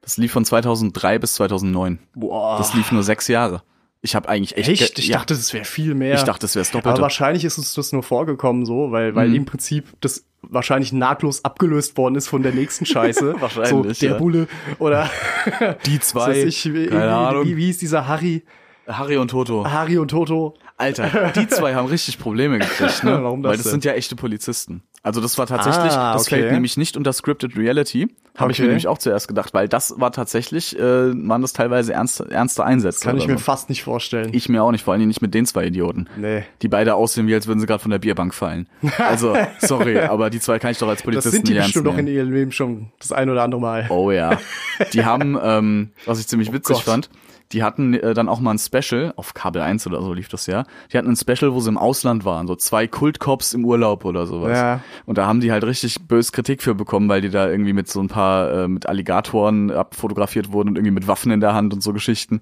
S4: Das lief von 2003 bis 2009.
S5: Boah.
S4: Das lief nur sechs Jahre. Ich habe eigentlich echt...
S5: Ah. Echt?
S4: ge-
S5: Ich
S4: ja,
S5: dachte, das wäre viel mehr.
S4: Ich dachte, das wär's Mhm. Doppelte.
S5: Aber wahrscheinlich ist uns das nur vorgekommen so, weil, weil im Prinzip das wahrscheinlich nahtlos abgelöst worden ist von der
S4: [LAUGHS]
S5: nächsten Scheiße.
S4: Wahrscheinlich,
S5: So, der
S4: ja.
S5: Bulle oder
S4: [LAUGHS] die
S5: was weiß
S4: zwei,
S5: ich, wie,
S4: keine Ahnung,
S5: wie, wie hieß dieser Harry,
S4: Harry und Toto.
S5: Harry und Toto.
S4: Alter, die zwei haben richtig Probleme gekriegt, ne?
S5: [LAUGHS] Warum das
S4: Weil das
S5: denn?
S4: sind ja echte Polizisten. Also das war tatsächlich,
S5: Ah,
S4: das
S5: okay.
S4: fällt nämlich nicht unter Scripted Reality, habe ich mir
S5: Okay.
S4: nämlich auch zuerst gedacht, weil das war tatsächlich, äh, waren das teilweise ernst, ernste Einsätze.
S5: Kann ich
S4: oder
S5: mir
S4: so.
S5: fast nicht vorstellen.
S4: Ich mir auch nicht, vor allen Dingen nicht mit den zwei Idioten.
S5: Nee.
S4: Die beide aussehen, wie als würden sie gerade von der Bierbank
S5: [LAUGHS]
S4: fallen. Also, sorry, aber die zwei kann ich doch als
S5: das
S4: Polizisten
S5: sind die
S4: nicht ernst
S5: bestimmt doch in E-
S4: nehmen.
S5: ihrem Leben schon das ein oder andere Mal.
S4: Oh ja.
S5: [LAUGHS]
S4: Die haben, ähm, was ich ziemlich witzig
S5: Oh Gott.
S4: fand, die hatten äh, dann auch mal ein Special, auf Kabel 1 oder so lief das ja, die hatten ein Special, wo sie im Ausland waren, so zwei Kultcops im Urlaub oder sowas.
S5: Ja.
S4: Und da haben die halt richtig bös Kritik für bekommen, weil die da irgendwie mit so ein paar, äh, mit Alligatoren abfotografiert wurden und irgendwie mit Waffen in der Hand und so Geschichten.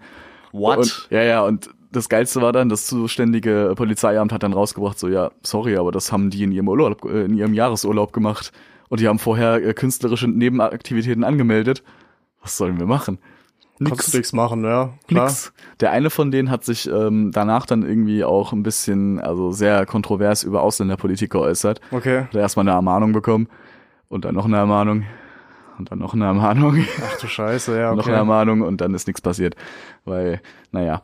S5: What?
S4: Und, ja, ja, und das Geilste war dann, das zuständige Polizeiamt hat dann rausgebracht, so, ja, sorry, aber das haben die in ihrem Urlaub, äh, in ihrem Jahresurlaub gemacht. Und die haben vorher äh, künstlerische Nebenaktivitäten angemeldet. Was sollen wir machen?
S5: Kannst du nichts machen, ja. Klar.
S4: Nix. Der eine von denen hat sich ähm, danach dann irgendwie auch ein bisschen, also sehr kontrovers über Ausländerpolitik geäußert.
S5: Okay.
S4: Hat er erstmal eine Ermahnung bekommen und dann noch eine Ermahnung und dann noch eine Ermahnung. [LAUGHS]
S5: Ach du Scheiße, ja, okay.
S4: noch eine Ermahnung und dann ist nichts passiert, weil naja.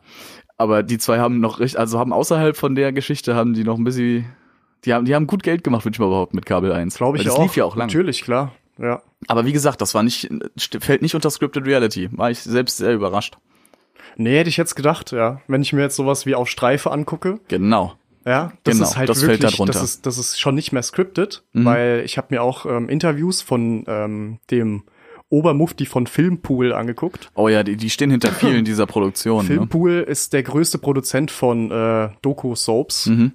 S4: Aber die zwei haben noch richtig, also haben außerhalb von der Geschichte haben die noch ein bisschen, die haben die haben gut Geld gemacht, würde ich mal behaupten mit Kabel 1.
S5: Glaube ich
S4: Weil das
S5: auch.
S4: lief ja auch lang.
S5: Natürlich, klar. Ja.
S4: Aber wie gesagt, das war nicht st- fällt nicht unter scripted reality. War ich selbst sehr überrascht.
S5: Nee, hätte ich jetzt gedacht, ja. Wenn ich mir jetzt sowas wie auf Streife angucke,
S4: Genau.
S5: Ja, das
S4: Genau,
S5: ist halt
S4: das fällt
S5: wirklich,
S4: da drunter. Mhm.
S5: Das, ist, das ist schon nicht mehr scripted, weil ich habe mir auch ähm, Interviews von ähm, dem Obermufti von Filmpool angeguckt.
S4: Oh ja, die, die stehen hinter
S5: [LAUGHS]
S4: vielen dieser Produktionen. Ne?
S5: Filmpool ist der größte Produzent von äh, Doku-Soaps,
S4: Mhm.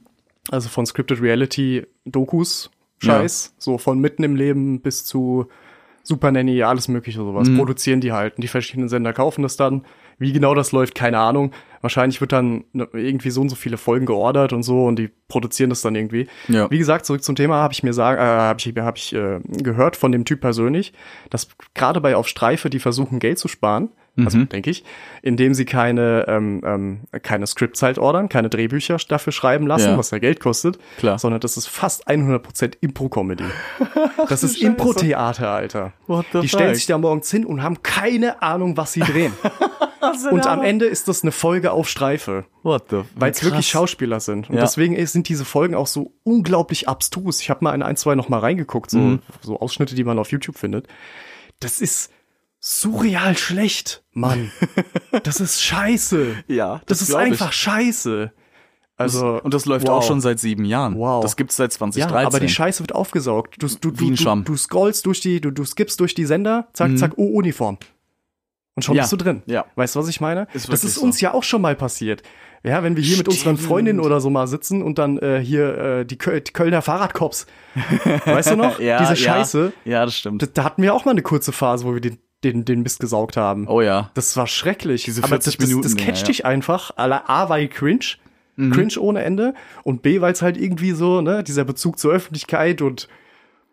S5: also von Scripted Reality-Dokus, Scheiß, so von Mitten im Leben bis zu Super Nanny, alles mögliche sowas.
S4: Mhm.
S5: Produzieren die halt und die verschiedenen Sender kaufen das dann. Wie genau das läuft, keine Ahnung. Wahrscheinlich wird dann ne- irgendwie so und so viele Folgen geordert und so und die produzieren das dann irgendwie.
S4: Ja.
S5: Wie gesagt, zurück zum Thema habe ich mir sagen, äh, habe ich, hab ich äh, gehört von dem Typ persönlich, dass gerade bei auf Streife die versuchen Geld zu sparen, also
S4: Mhm.
S5: denke ich, indem sie keine ähm, ähm, keine Scripts halt ordern, keine Drehbücher dafür schreiben lassen,
S4: Ja.
S5: was ja Geld kostet,
S4: Klar.
S5: sondern das ist fast 100% Impro-Comedy.
S4: [LAUGHS]
S5: Das ist Impro-Theater, Alter.
S4: What the
S5: die stellen
S4: fuck?
S5: sich da morgens hin und haben keine Ahnung, was
S4: [LAUGHS]
S5: sie drehen.
S4: Genau.
S5: und am Ende ist das eine Folge auf Streife,
S4: What the?
S5: weil es
S4: Krass.
S5: wirklich Schauspieler sind. Und
S4: Ja.
S5: deswegen ist- sind diese Folgen auch so unglaublich abstrus. Ich habe mal in ein, zwei noch mal reingeguckt, so,
S4: Mhm.
S5: so Ausschnitte, die man auf YouTube findet. Das ist surreal schlecht,
S4: [LAUGHS]
S5: Mann. das ist scheiße.
S4: Ja,
S5: Das,
S4: das
S5: ist
S4: glaub ich.
S5: einfach scheiße. Also,
S4: und das läuft
S5: wow.
S4: auch schon seit sieben Jahren.
S5: Wow.
S4: Das gibt's seit 2013.
S5: Ja, aber die Scheiße wird aufgesaugt. Du, du,
S4: Wie
S5: du,
S4: ein
S5: du,
S4: Schwamm. Mhm.
S5: du scrollst durch die, du, du skippst durch die Sender, zack, zack, oh, Uniform. Und schon
S4: Ja.
S5: bist du drin.
S4: Ja.
S5: Weißt du, was ich meine?
S4: Ist
S5: das
S4: wirklich
S5: ist uns
S4: so.
S5: ja auch schon mal passiert. Ja, wenn wir hier mit unseren
S4: Stimmt.
S5: Freundinnen oder so mal sitzen und dann äh, hier äh, die, Köl die Kölner Fahrradcops. Weißt du
S4: [LAUGHS]
S5: noch?
S4: Ja,
S5: Diese
S4: ja.
S5: Scheiße.
S4: Ja, das stimmt.
S5: Da, da hatten wir auch mal eine kurze Phase, wo wir den, den, den Mist gesaugt haben.
S4: oh ja.
S5: Das war schrecklich.
S4: Diese
S5: Aber
S4: 40
S5: das, das,
S4: Minuten
S5: das
S4: Dinger,
S5: catcht
S4: ja. Mhm.
S5: dich einfach. A, la- A, weil cringe. Cringe ohne Ende. Und B, weil es halt irgendwie so, ne, dieser Bezug zur Öffentlichkeit und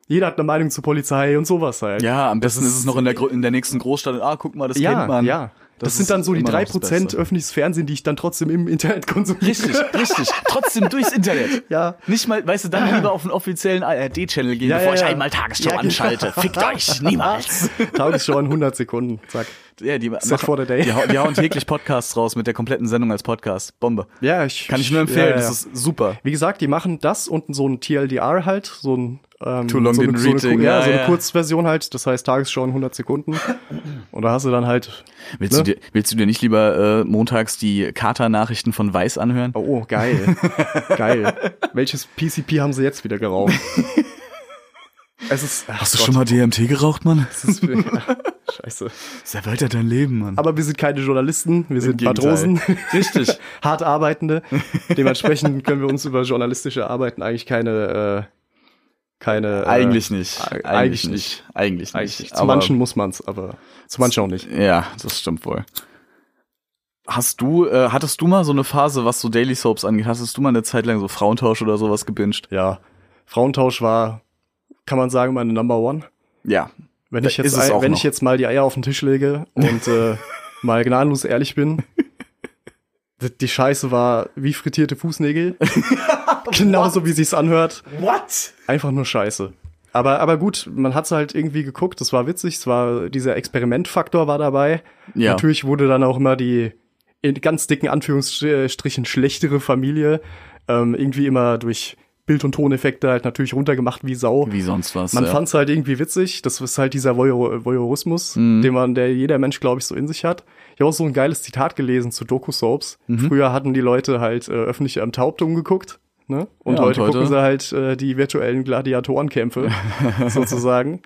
S5: jeder hat eine Meinung zur Polizei und sowas halt.
S4: Ja, am besten ist,
S5: ist-
S4: es noch in der, Gro- in der nächsten Großstadt. Ah, guck mal, das kennt
S5: ja,
S4: man.
S5: ja. Das, sind
S4: ist
S5: dann so die
S4: immer noch
S5: drei
S4: das
S5: Prozent
S4: Beste.
S5: öffentliches Fernsehen, die ich dann trotzdem im Internet [LAUGHS] konsumiere.
S4: Richtig, richtig. Trotzdem durchs Internet.
S5: [LAUGHS] Ja.
S4: Nicht mal, weißt du,
S5: [LAUGHS]
S4: dann lieber auf den offiziellen ARD-Channel gehen,
S5: Ja,
S4: bevor
S5: ja,
S4: ich
S5: ja.
S4: einmal Tagesschau
S5: Ja, genau.
S4: anschalte. Fickt euch,
S5: [LAUGHS]
S4: niemals.
S5: Tagesschau in 100 Sekunden. Zack.
S4: Ja, die,
S5: Set for the day.
S4: Die, hau- die hauen täglich Podcasts raus mit der kompletten Sendung als Podcast. Bombe.
S5: Ja, ich
S4: Kann ich nur empfehlen,
S5: ja, ja.
S4: das ist super.
S5: Wie gesagt, die machen das und so ein TLDR halt, so ein ähm,
S4: Too long
S5: so eine,
S4: didn't
S5: so eine,
S4: read thing,
S5: ja,
S4: ja,
S5: so eine
S4: ja.
S5: Kurzversion halt, das heißt Tagesschau in 100 Sekunden. Und da hast du dann halt
S4: Willst,
S5: Ne?
S4: du, dir, willst du dir nicht lieber äh, montags die Kater-Nachrichten von Weiß anhören?
S5: Oh, oh,
S4: [LAUGHS]
S5: geil. geil. Welches PCP haben sie jetzt
S4: [LAUGHS]
S5: wieder geraucht? es ist ach Gott,
S4: mal DMT geraucht, Mann?
S5: es ist ja, Scheiße.
S4: Das erweitert dein Leben, Mann.
S5: Aber wir sind keine Journalisten, wir sind
S4: Gegenteil.
S5: Matrosen,
S4: [LAUGHS] Richtig.
S5: hart arbeitende. Dementsprechend können wir uns über journalistische Arbeiten eigentlich keine äh, keine äh,
S4: Eigentlich nicht.
S5: Eigentlich
S4: Eigentlich nicht. Eigentlich nicht.
S5: eigentlich nicht. Zu
S4: Aber-
S5: manchen muss man's, aber zu manchen auch nicht.
S4: Ja, das stimmt wohl. Hast du, äh, hattest du mal so eine Phase, was so Daily Soaps angeht? Hattest du mal eine Zeit lang so Frauentausch oder sowas gebinged?
S5: Ja. Frauentausch war kann man sagen, meine Number One.
S4: Ja.
S5: Wenn ich jetzt,
S4: ist es
S5: ein-
S4: auch
S5: wenn
S4: noch.
S5: ich jetzt mal die Eier auf den Tisch lege
S4: [LAUGHS]
S5: und äh, mal gnadenlos ehrlich bin, d- die Scheiße war wie
S4: [LAUGHS]
S5: frittierte Fußnägel. Genauso wie sich's anhört.
S4: What?
S5: Einfach nur Scheiße. Aber, aber gut, man hat's halt irgendwie geguckt, das war witzig, es war, dieser Experimentfaktor war dabei.
S4: Ja.
S5: Natürlich wurde dann auch immer die in ganz dicken Anführungsstrichen schlechtere Familie ähm, irgendwie immer durch Bild- und Toneffekte halt natürlich runtergemacht wie Sau.
S4: Wie sonst was. äh?
S5: Man
S4: ja.
S5: fand's halt irgendwie witzig. Das ist halt dieser Voyeur Voyeurismus,
S4: Mhm.
S5: den man, der jeder Mensch, glaube ich, so in sich hat. Ich habe auch so ein geiles Zitat gelesen zu Doku-Soaps.
S4: Mhm.
S5: Früher hatten die Leute halt äh, öffentlich am Taubtum geguckt. Ne? Und,
S4: Ja, und
S5: heute
S4: heute?
S5: gucken sie halt äh, die virtuellen
S4: [LAUGHS]
S5: Gladiatorenkämpfe sozusagen.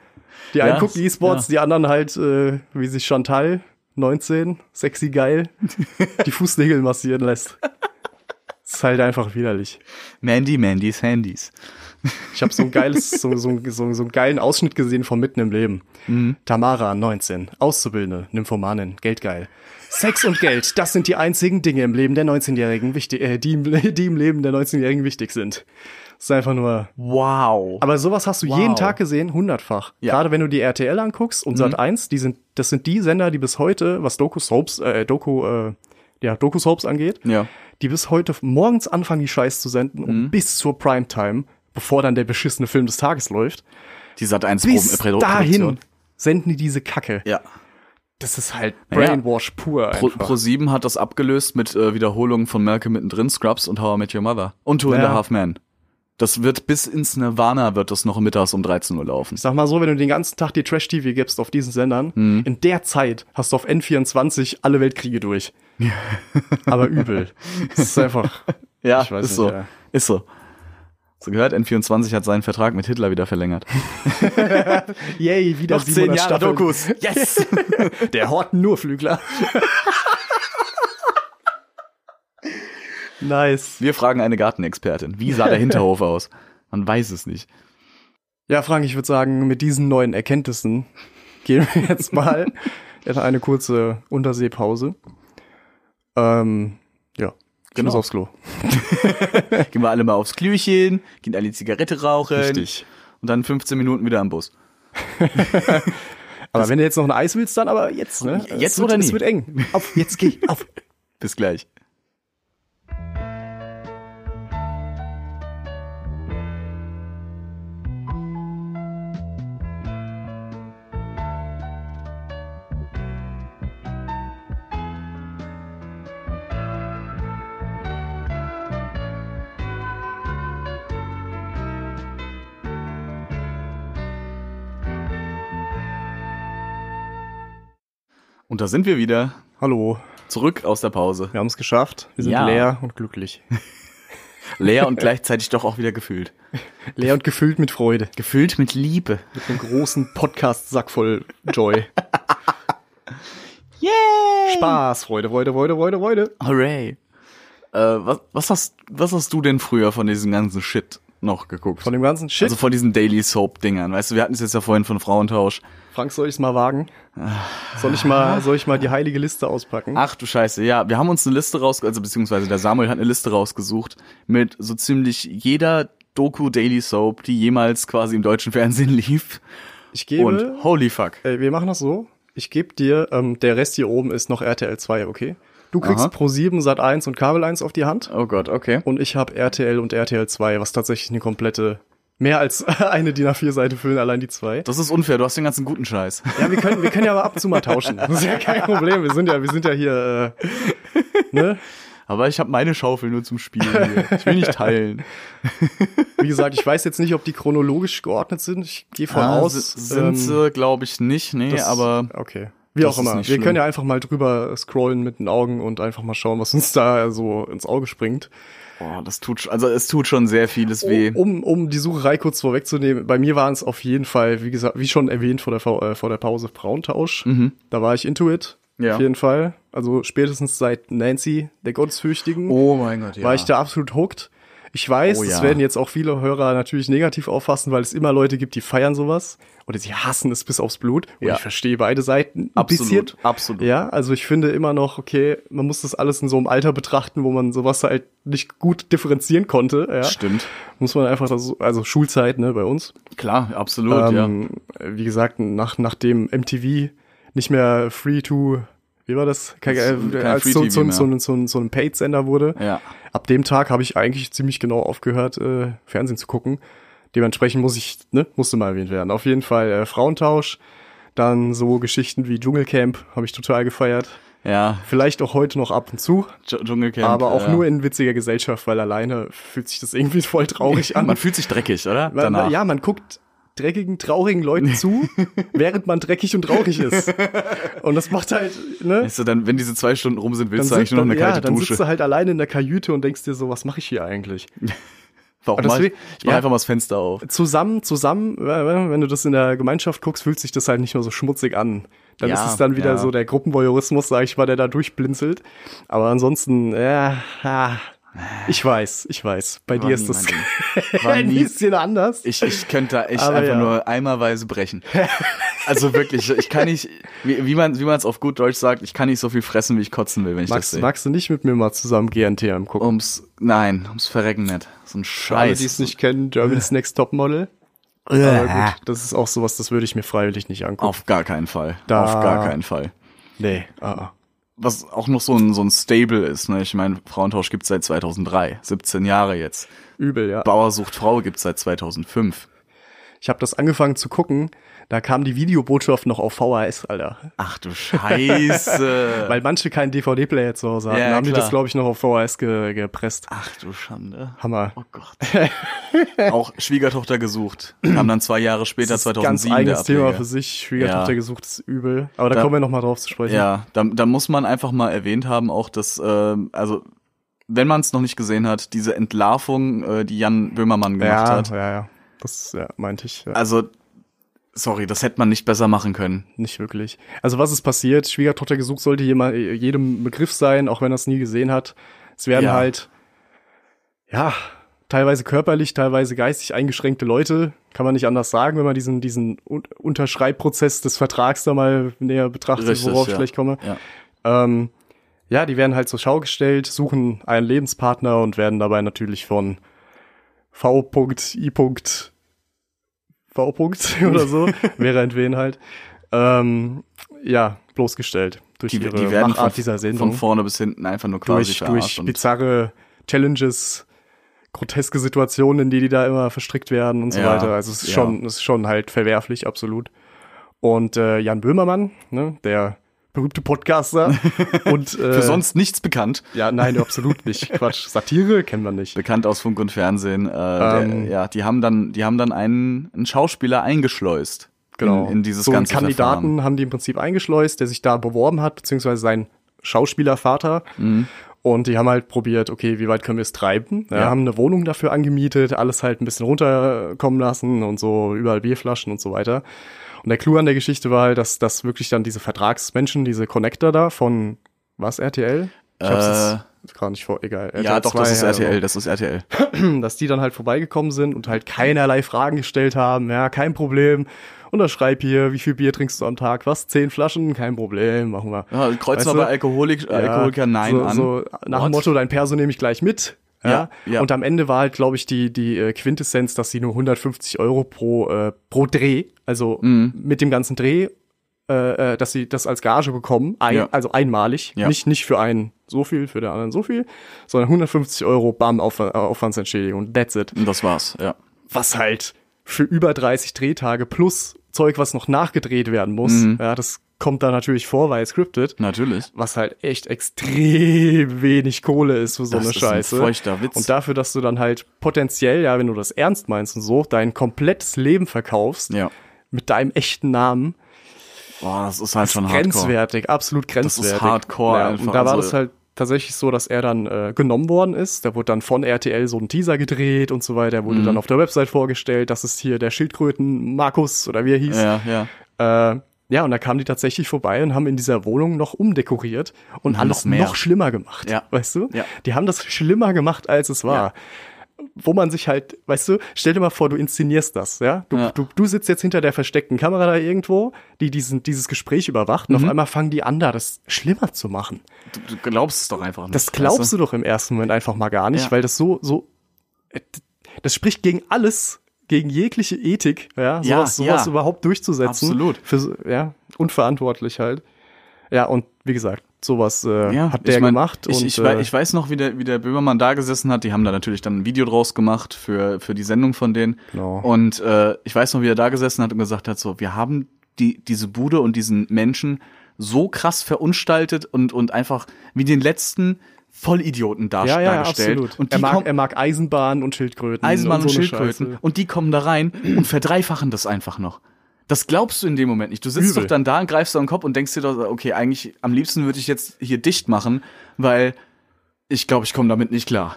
S5: Die
S4: Ja,
S5: einen gucken E-Sports,
S4: ja.
S5: die anderen halt, äh, wie sich Chantal, 19,
S4: [LAUGHS]
S5: sexy geil, die Fußnägel massieren lässt. Das ist halt einfach widerlich.
S4: Mandy, Mandys, Handys.
S5: Ich habe so ein geiles, so, so, so, so einen geilen Ausschnitt gesehen von Mitten im Leben. Tamara, 19, Auszubildende, Nymphomanin, geldgeil. Sex und Geld, das sind die einzigen Dinge im Leben der 19-Jährigen wichtig, äh, die, im- [LAUGHS] die im Leben der 19-Jährigen wichtig sind. Das ist einfach nur.
S4: Wow.
S5: Aber sowas hast du
S4: Wow.
S5: jeden Tag gesehen, hundertfach.
S4: Ja. Mhm.
S5: Gerade wenn du die RTL anguckst und Sat 1, die sind, das sind die Sender, die bis heute, was Doku-Soaps, äh, Doku, äh, ja, Doku-Soaps angeht,
S4: Ja. Mhm.
S5: die bis heute morgens anfangen, die Scheiß zu senden und bis zur Primetime, bevor dann der beschissene Film des Tages läuft,
S4: Die Sat 1
S5: bis dahin senden die diese Kacke.
S4: Ja.
S5: Das ist halt
S4: Naja.
S5: Brainwash pur
S4: Pro,
S5: einfach.
S4: Pro7 hat das abgelöst mit äh, Wiederholungen von Malcolm mittendrin, Scrubs und How I Met Your Mother. Und Two and
S5: Ja.
S4: a Half Men. Das wird bis ins Nirvana wird das noch mittags um 13 Uhr laufen.
S5: ich sag mal so, wenn du den ganzen Tag die Trash-TV gibst auf diesen Sendern, in der Zeit hast du auf N24 alle Weltkriege durch. Aber übel. Das ist einfach.
S4: Ja,
S5: Ich weiß
S4: ist
S5: nicht,
S4: so.
S5: ja.
S4: Ist so. So gehört, N24 hat seinen Vertrag mit Hitler wieder verlängert.
S5: Yay, wieder 700 Staffeln.
S4: Yes!
S5: [LAUGHS] Der Horten nur Flügler. [LAUGHS] nice.
S4: Wir fragen eine Gartenexpertin. Wie sah der Hinterhof aus? Man weiß es nicht.
S5: Ja, Frank, ich würde sagen, mit diesen neuen Erkenntnissen gehen wir jetzt mal in eine kurze Unterseepause. Ähm, ja, ich
S4: Genau.
S5: muss aufs Klo.
S4: Gehen wir alle mal aufs Klüchen, gehen alle eine Zigarette rauchen.
S5: Richtig.
S4: Und dann 15 Minuten wieder am Bus.
S5: Aber wenn du jetzt noch ein Eis willst, dann aber jetzt, ne?
S4: Jetzt
S5: Es wird,
S4: oder nie?
S5: Es wird eng. Auf, jetzt geh, auf.
S4: Bis gleich. Und da sind wir wieder.
S5: [LAUGHS] Hallo,
S4: Zurück aus der Pause.
S5: wir haben es geschafft. Wir sind
S4: Ja.
S5: leer und glücklich.
S4: Leer und gleichzeitig doch auch wieder gefüllt.
S5: [LAUGHS] Leer und gefüllt mit Freude.
S4: Gefüllt mit Liebe.
S5: [LAUGHS] Mit einem großen Podcast-Sack voll Joy.
S4: Yay!
S5: Spaß, Freude, Freude, Freude, Freude, Freude.
S4: Hooray. Äh, was, was, hast, was hast du denn früher von diesem ganzen Shit noch geguckt?
S5: Von dem ganzen Shit.
S4: also von diesen Daily Soap-Dingern. Weißt du, wir hatten es jetzt ja vorhin von Frauentausch.
S5: Frank, soll ich es mal wagen? Soll ich mal, soll ich mal die heilige Liste auspacken?
S4: Ach du Scheiße, ja, wir haben uns eine Liste raus, also beziehungsweise der Samuel hat eine Liste rausgesucht mit so ziemlich jeder Doku Daily Soap, die jemals quasi im deutschen Fernsehen lief.
S5: Ich gebe.
S4: Und holy fuck.
S5: Äh, wir machen das so. Ich gebe dir, ähm, der Rest hier oben ist noch RTL 2, okay? Du kriegst
S4: Aha.
S5: Pro7, Sat 1 und Kabel 1 auf die Hand.
S4: Oh Gott, okay.
S5: Und ich habe RTL und RTL 2, was tatsächlich eine komplette, mehr als [LAUGHS] eine DIN A4-Seite füllen, allein die zwei.
S4: Das ist unfair, du hast den ganzen guten Scheiß.
S5: Ja, wir können, wir können ja aber ab und zu mal tauschen. Das ist ja kein Problem. Wir sind ja, wir sind ja hier, äh, ne?
S4: Aber ich habe meine Schaufel nur zum Spielen hier. Ich will nicht teilen.
S5: Wie gesagt, ich weiß jetzt nicht, ob die chronologisch geordnet sind. Ich gehe von aus.
S4: sind
S5: ähm,
S4: sie, glaube ich, nicht. Nee,
S5: das-
S4: aber
S5: Okay. Wie
S4: das ist
S5: auch immer. Wir
S4: nicht schlimm.
S5: können ja einfach mal drüber scrollen mit den Augen und einfach mal schauen, was uns da so ins Auge springt.
S4: boah, das tut sch- also es tut schon sehr vieles weh.
S5: Um, um die Sucherei kurz vorwegzunehmen, bei mir waren es auf jeden Fall, wie gesagt, wie schon erwähnt vor der, Fa- äh, vor der Pause, Frauentausch. Da war ich into it.
S4: Mhm. Ja.
S5: Auf jeden Fall. Also spätestens seit Nancy, der Gottesfürchtigen,
S4: Oh mein Gott, ja.
S5: war ich da absolut hooked. Ich weiß,
S4: Oh
S5: das
S4: ja.
S5: werden jetzt auch viele Hörer natürlich negativ auffassen, weil es immer Leute gibt, die feiern sowas oder sie hassen es bis aufs Blut. Und
S4: Ja.
S5: ich verstehe beide Seiten ein
S4: Absolut,
S5: bisschen.
S4: absolut.
S5: Ja, also ich finde immer noch, okay, man muss das alles in so einem Alter betrachten, wo man sowas halt nicht gut differenzieren konnte. Ja
S4: Stimmt.
S5: muss man einfach, so- also Schulzeit, ne, bei uns.
S4: Klar, absolut, ja.
S5: ähm, Wie gesagt, nach, nachdem MTV nicht mehr free to, wie war das? Kein,
S4: Kein
S5: äh, als so,
S4: Free-TV
S5: so,
S4: mehr.
S5: so, so, so ein Paid-Sender wurde.
S4: Ja.
S5: Ab dem Tag habe ich eigentlich ziemlich genau aufgehört, äh, Fernsehen zu gucken. Dementsprechend muss ich, ne, musste mal erwähnt werden. Auf jeden Fall äh, Frauentausch, dann so Geschichten wie Dschungelcamp habe ich total gefeiert.
S4: Ja,
S5: Vielleicht auch heute noch ab und zu,
S4: Dsch- Dschungelcamp.
S5: aber auch
S4: ja.
S5: nur in witziger Gesellschaft, weil alleine fühlt sich das irgendwie [LAUGHS] voll traurig an.
S4: Oh, Man fühlt sich dreckig, oder?
S5: Man,
S4: Danach.
S5: ja, man guckt dreckigen,
S4: [LAUGHS]
S5: traurigen Leuten zu, während man dreckig und traurig ist. Und das macht halt, ne?
S4: Weißt du, dann, wenn diese zwei Stunden rum sind, willst du eigentlich
S5: sitzt-
S4: nur noch eine
S5: ja,
S4: kalte
S5: dann
S4: Dusche.
S5: sitzt du halt alleine in der Kajüte und denkst dir so, was mache ich hier eigentlich?
S4: Warum
S5: Und
S4: mach ich,
S5: deswegen-
S4: ich mach
S5: ja.
S4: einfach mal das Fenster auf.
S5: Zusammen, zusammen, äh, wenn du das in der Gemeinschaft guckst, fühlt sich das halt nicht mehr so schmutzig an. Dann
S4: Ja,
S5: ist es dann wieder
S4: ja.
S5: so der Gruppenvoyeurismus, sag ich mal, der da durchblinzelt. Aber ansonsten, ja, ah, ich weiß, ich weiß. Bei
S4: War
S5: dir ist
S4: nie
S5: das
S4: mein
S5: [LAUGHS]
S4: Ding. War
S5: ein
S4: nie-
S5: bisschen anders.
S4: Ich, ich könnte da echt
S5: Aber
S4: einfach
S5: ja.
S4: nur eimerweise brechen. [LAUGHS] Also wirklich, ich kann nicht, wie, wie man wie man es auf gut Deutsch sagt, ich kann nicht so viel fressen, wie ich kotzen will, wenn ich das
S5: Magst,
S4: sehe.
S5: magst du nicht mit mir mal zusammen GNTM gucken?
S4: Ums, nein, ums Verrecken nicht. So ein
S5: Für alle, die es
S4: Um Scheiß. Äh.
S5: nicht kennen, Germany's Next Top Model. Aber gut, das ist auch sowas, das würde ich mir freiwillig nicht angucken.
S4: Auf gar keinen Fall.
S5: Da-
S4: Auf gar keinen Fall.
S5: Nee. Ah, ah.
S4: Was auch noch so ein, so ein Stable ist, ne? Ich meine, Frauentausch gibt's seit 2003, 17 Jahre jetzt.
S5: Übel, ja.
S4: Bauer sucht Frau gibt's seit 2005.
S5: Ich habe das angefangen zu gucken, da kam die Videobotschaft noch auf VHS, Alter.
S4: Ach du Scheiße.
S5: [LAUGHS] Weil manche keinen DVD-Player zu Hause hatten,
S4: Äh. Ja, ja,
S5: haben die
S4: klar.
S5: das, glaube ich, noch auf VHS ge gepresst.
S4: Ach du Schande.
S5: Hammer.
S4: Oh
S5: [LAUGHS]
S4: Gott. Auch Schwiegertochter gesucht. Kam dann zwei Jahre später,
S5: Das ist
S4: 2007.
S5: ganz
S4: der
S5: eigenes Thema
S4: Ableger.
S5: für sich. Schwiegertochter
S4: Ja.
S5: gesucht ist übel. Aber da,
S4: Da-
S5: kommen wir noch mal drauf zu sprechen.
S4: Ja, da, da muss man einfach mal erwähnt haben, auch dass, ähm, also wenn man es noch nicht gesehen hat, diese Entlarvung, äh, die Jan Böhmermann gemacht
S5: ja,
S4: hat.
S5: ja, ja. Das ja, meinte ich. Ja.
S4: Also, sorry, das hätte man nicht besser machen können.
S5: Nicht wirklich. Also was ist passiert? Schwiegertochter gesucht sollte jemand, jedem Begriff sein, auch wenn er es nie gesehen hat. Es werden
S4: Ja.
S5: halt, ja, teilweise körperlich, teilweise geistig eingeschränkte Leute. Kann man nicht anders sagen, wenn man diesen, diesen Un- Unterschreibprozess des Vertrags da mal näher betrachtet, worauf ich
S4: ja.
S5: gleich komme.
S4: Ja.
S5: Ähm, ja, die werden halt zur Schau gestellt, suchen einen Lebenspartner und werden dabei natürlich von V. I. V. [LAUGHS]
S4: [LAUGHS]
S5: oder so, wäre entwen halt, ähm, ja, bloßgestellt durch
S4: Die,
S5: ihre
S4: die werden
S5: Machart
S4: von,
S5: dieser
S4: von
S5: Sendung.
S4: vorne bis hinten einfach nur quasi
S5: durch,
S4: verarscht.
S5: durch
S4: und-
S5: bizarre Challenges, groteske Situationen, in die die da immer verstrickt werden und so
S4: Ja,
S5: weiter. Also es ist
S4: ja.
S5: schon, es ist schon halt verwerflich, absolut. Und äh, Jan Böhmermann, ne, der berühmte Podcaster
S4: [LAUGHS]
S5: und äh,
S4: für sonst nichts bekannt.
S5: ja, nein, absolut nicht. Quatsch. Satire kennen wir nicht.
S4: bekannt aus Funk und Fernsehen. Äh,
S5: Ähm.
S4: der, ja, die haben dann, die haben dann einen, einen Schauspieler eingeschleust. In, in dieses
S5: Genau. so einen
S4: ganze
S5: Kandidaten
S4: Verfahren. Mhm.
S5: haben die im Prinzip eingeschleust, der sich da beworben hat, beziehungsweise sein Schauspielervater. Und die haben halt probiert, okay, wie weit können wir es treiben? Ja,
S4: Ja.
S5: Haben eine Wohnung dafür angemietet, alles halt ein bisschen runterkommen lassen und so, überall Bierflaschen und so weiter. Und der Clou an der Geschichte war halt, dass, dass wirklich dann diese Vertragsmenschen, diese Connector da von, was, RTL? Ich hab's jetzt gerade nicht vor, egal.
S4: Äh. Ja, doch, das
S5: 2,
S4: ist
S5: also
S4: RTL, das ist RTL.
S5: dass die dann halt vorbeigekommen sind und halt keinerlei Fragen gestellt haben. Ja, kein Problem. Unterschreib hier, wie viel Bier trinkst du am Tag? Was? Zehn Flaschen? Kein Problem, machen wir.
S4: Ja, kreuzen
S5: Weißt
S4: aber
S5: du?
S4: Alkoholik, äh, Alkoholiker Nein
S5: so,
S4: an.
S5: So nach dem
S4: What?
S5: Motto, dein Perso nehme ich gleich mit. Ja,
S4: Ja, ja.
S5: Und am Ende war halt, glaube ich, die, die äh, Quintessenz, dass sie nur 150 Euro pro, äh, pro Dreh, also
S4: Mhm.
S5: mit dem ganzen Dreh, äh, äh, dass sie das als Gage bekommen, ein,
S4: Ja.
S5: also einmalig,
S4: Ja.
S5: nicht, nicht für einen so viel, für den anderen so viel, sondern 150 Euro, bam, Auf, äh, Aufwandsentschädigung, that's it
S4: Und das war's, ja.
S5: was halt für über 30 Drehtage plus Zeug, was noch nachgedreht werden muss,
S4: Mhm.
S5: ja, das kommt da natürlich vor, weil es scripted,
S4: Natürlich.
S5: was halt echt extrem wenig Kohle ist für so
S4: Das
S5: eine
S4: ist ein
S5: Scheiße.
S4: feuchter Witz.
S5: Und dafür, dass du dann halt potenziell, ja, wenn du das ernst meinst und so, dein komplettes Leben verkaufst
S4: Ja.
S5: mit deinem echten Namen,
S4: Boah, das ist halt schon hardcore.
S5: grenzwertig, absolut grenzwertig.
S4: hardcore
S5: Ja,
S4: einfach,
S5: Und da war
S4: also-
S5: das halt tatsächlich so, dass er dann äh, genommen worden ist. Da wurde dann von RTL so ein Teaser gedreht und so weiter. Er
S4: Mhm.
S5: wurde dann auf der Website vorgestellt, das ist hier der Schildkröten Markus oder wie er hieß.
S4: Ja, ja.
S5: Äh, ja, und da kamen die tatsächlich vorbei und haben in dieser Wohnung noch umdekoriert und
S4: haben
S5: alles
S4: Mhm. noch mehr.
S5: noch schlimmer gemacht.
S4: Ja.
S5: Weißt du?
S4: Ja.
S5: Die haben das schlimmer gemacht, als es war. Wo man sich halt, weißt du, stell dir mal vor, du inszenierst das, ja? Du,
S4: Ja.
S5: du, du sitzt jetzt hinter der versteckten Kamera da irgendwo, die diesen, dieses Gespräch überwacht
S4: Mhm.
S5: und auf einmal fangen die an, da das schlimmer zu machen.
S4: Du, du glaubst es doch einfach nicht.
S5: Das glaubst
S4: weißt
S5: du doch im ersten Moment einfach mal gar nicht,
S4: Also. Ja.
S5: weil das so, so, äh, das spricht gegen alles, gegen jegliche Ethik,
S4: Ja,
S5: ja, sowas, sowas
S4: ja.
S5: überhaupt durchzusetzen.
S4: Absolut.
S5: Für, so- ja, unverantwortlich halt. Ja, und wie gesagt, sowas äh,
S4: Ja,
S5: hat der
S4: ich mein,
S5: gemacht.
S4: Ich,
S5: und,
S4: ich,
S5: äh,
S4: wei- ich weiß noch, wie der, wie der Böhmermann da gesessen hat. Die haben da natürlich dann ein Video draus gemacht für, für die Sendung von denen.
S5: Genau.
S4: Und äh, ich weiß noch, wie er da gesessen hat und gesagt hat, so, wir haben die, diese Bude und diesen Menschen so krass verunstaltet und, und einfach wie den letzten Vollidioten dar
S5: ja, ja,
S4: dargestellt.
S5: absolut.
S4: Und die
S5: er, mag,
S4: kommen-
S5: er mag Eisenbahn und Schildkröten.
S4: Eisenbahn und,
S5: so eine
S4: Schildkröten.
S5: Scheiße.
S4: Und die kommen da rein und verdreifachen das einfach noch. Das glaubst du in dem Moment nicht. Du sitzt
S5: Übel.
S4: doch dann da und greifst an den Kopf und denkst dir doch, okay, eigentlich am liebsten würde ich jetzt hier dicht machen, weil ich glaube, ich komme damit nicht klar.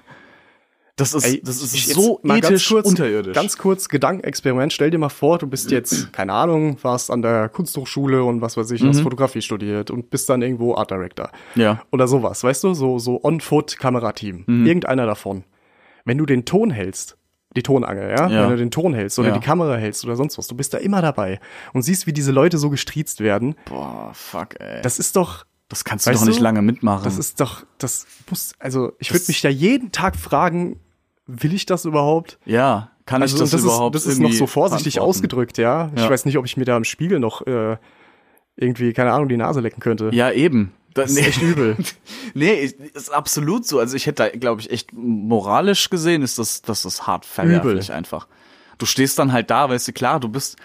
S4: Das ist,
S5: Ey,
S4: das ist
S5: ich- jetzt
S4: so
S5: mal ganz
S4: ethisch
S5: kurz,
S4: unterirdisch.
S5: Ganz kurz Gedankenexperiment. Stell dir mal vor, du
S4: [CLEARS THROAT]
S5: bist jetzt, keine Ahnung, warst an der Kunsthochschule und was weiß ich, hast Fotografie studiert und bist dann irgendwo Art Director.
S4: Mhm. Ja. Mhm.
S5: Oder sowas, weißt du? So, so On-Foot-Kamerateam. Irgendeiner davon. Wenn du den Ton hältst, die Tonangel, ja?
S4: Ja.
S5: Wenn du den Ton hältst oder
S4: Ja.
S5: die Kamera hältst oder sonst was, du bist da immer dabei und siehst, wie diese Leute so gestriezt werden.
S4: Boah, fuck, ey. Das,
S5: Das ist doch,
S4: kannst du
S5: weißt
S4: doch nicht
S5: du,
S4: lange mitmachen.
S5: das ist doch, das muss, also ich würde mich da jeden Tag fragen, will ich das überhaupt?
S4: ja, kann
S5: Also
S4: ich das,
S5: das,
S4: überhaupt
S5: ist, das ist noch
S4: irgendwie
S5: so vorsichtig
S4: verantworten?
S5: ausgedrückt, ja. Ich
S4: Ja.
S5: weiß nicht, ob ich mir da im Spiegel noch äh, irgendwie, keine Ahnung, die Nase lecken könnte.
S4: Ja, eben.
S5: Das ist echt übel.
S4: [LAUGHS] Nee, ich, ist absolut so. Also ich hätte da, glaube ich, echt moralisch gesehen, ist das, das ist hart verwerflich
S5: Übel.
S4: einfach. Du stehst dann halt da, weißt du, klar, du bist,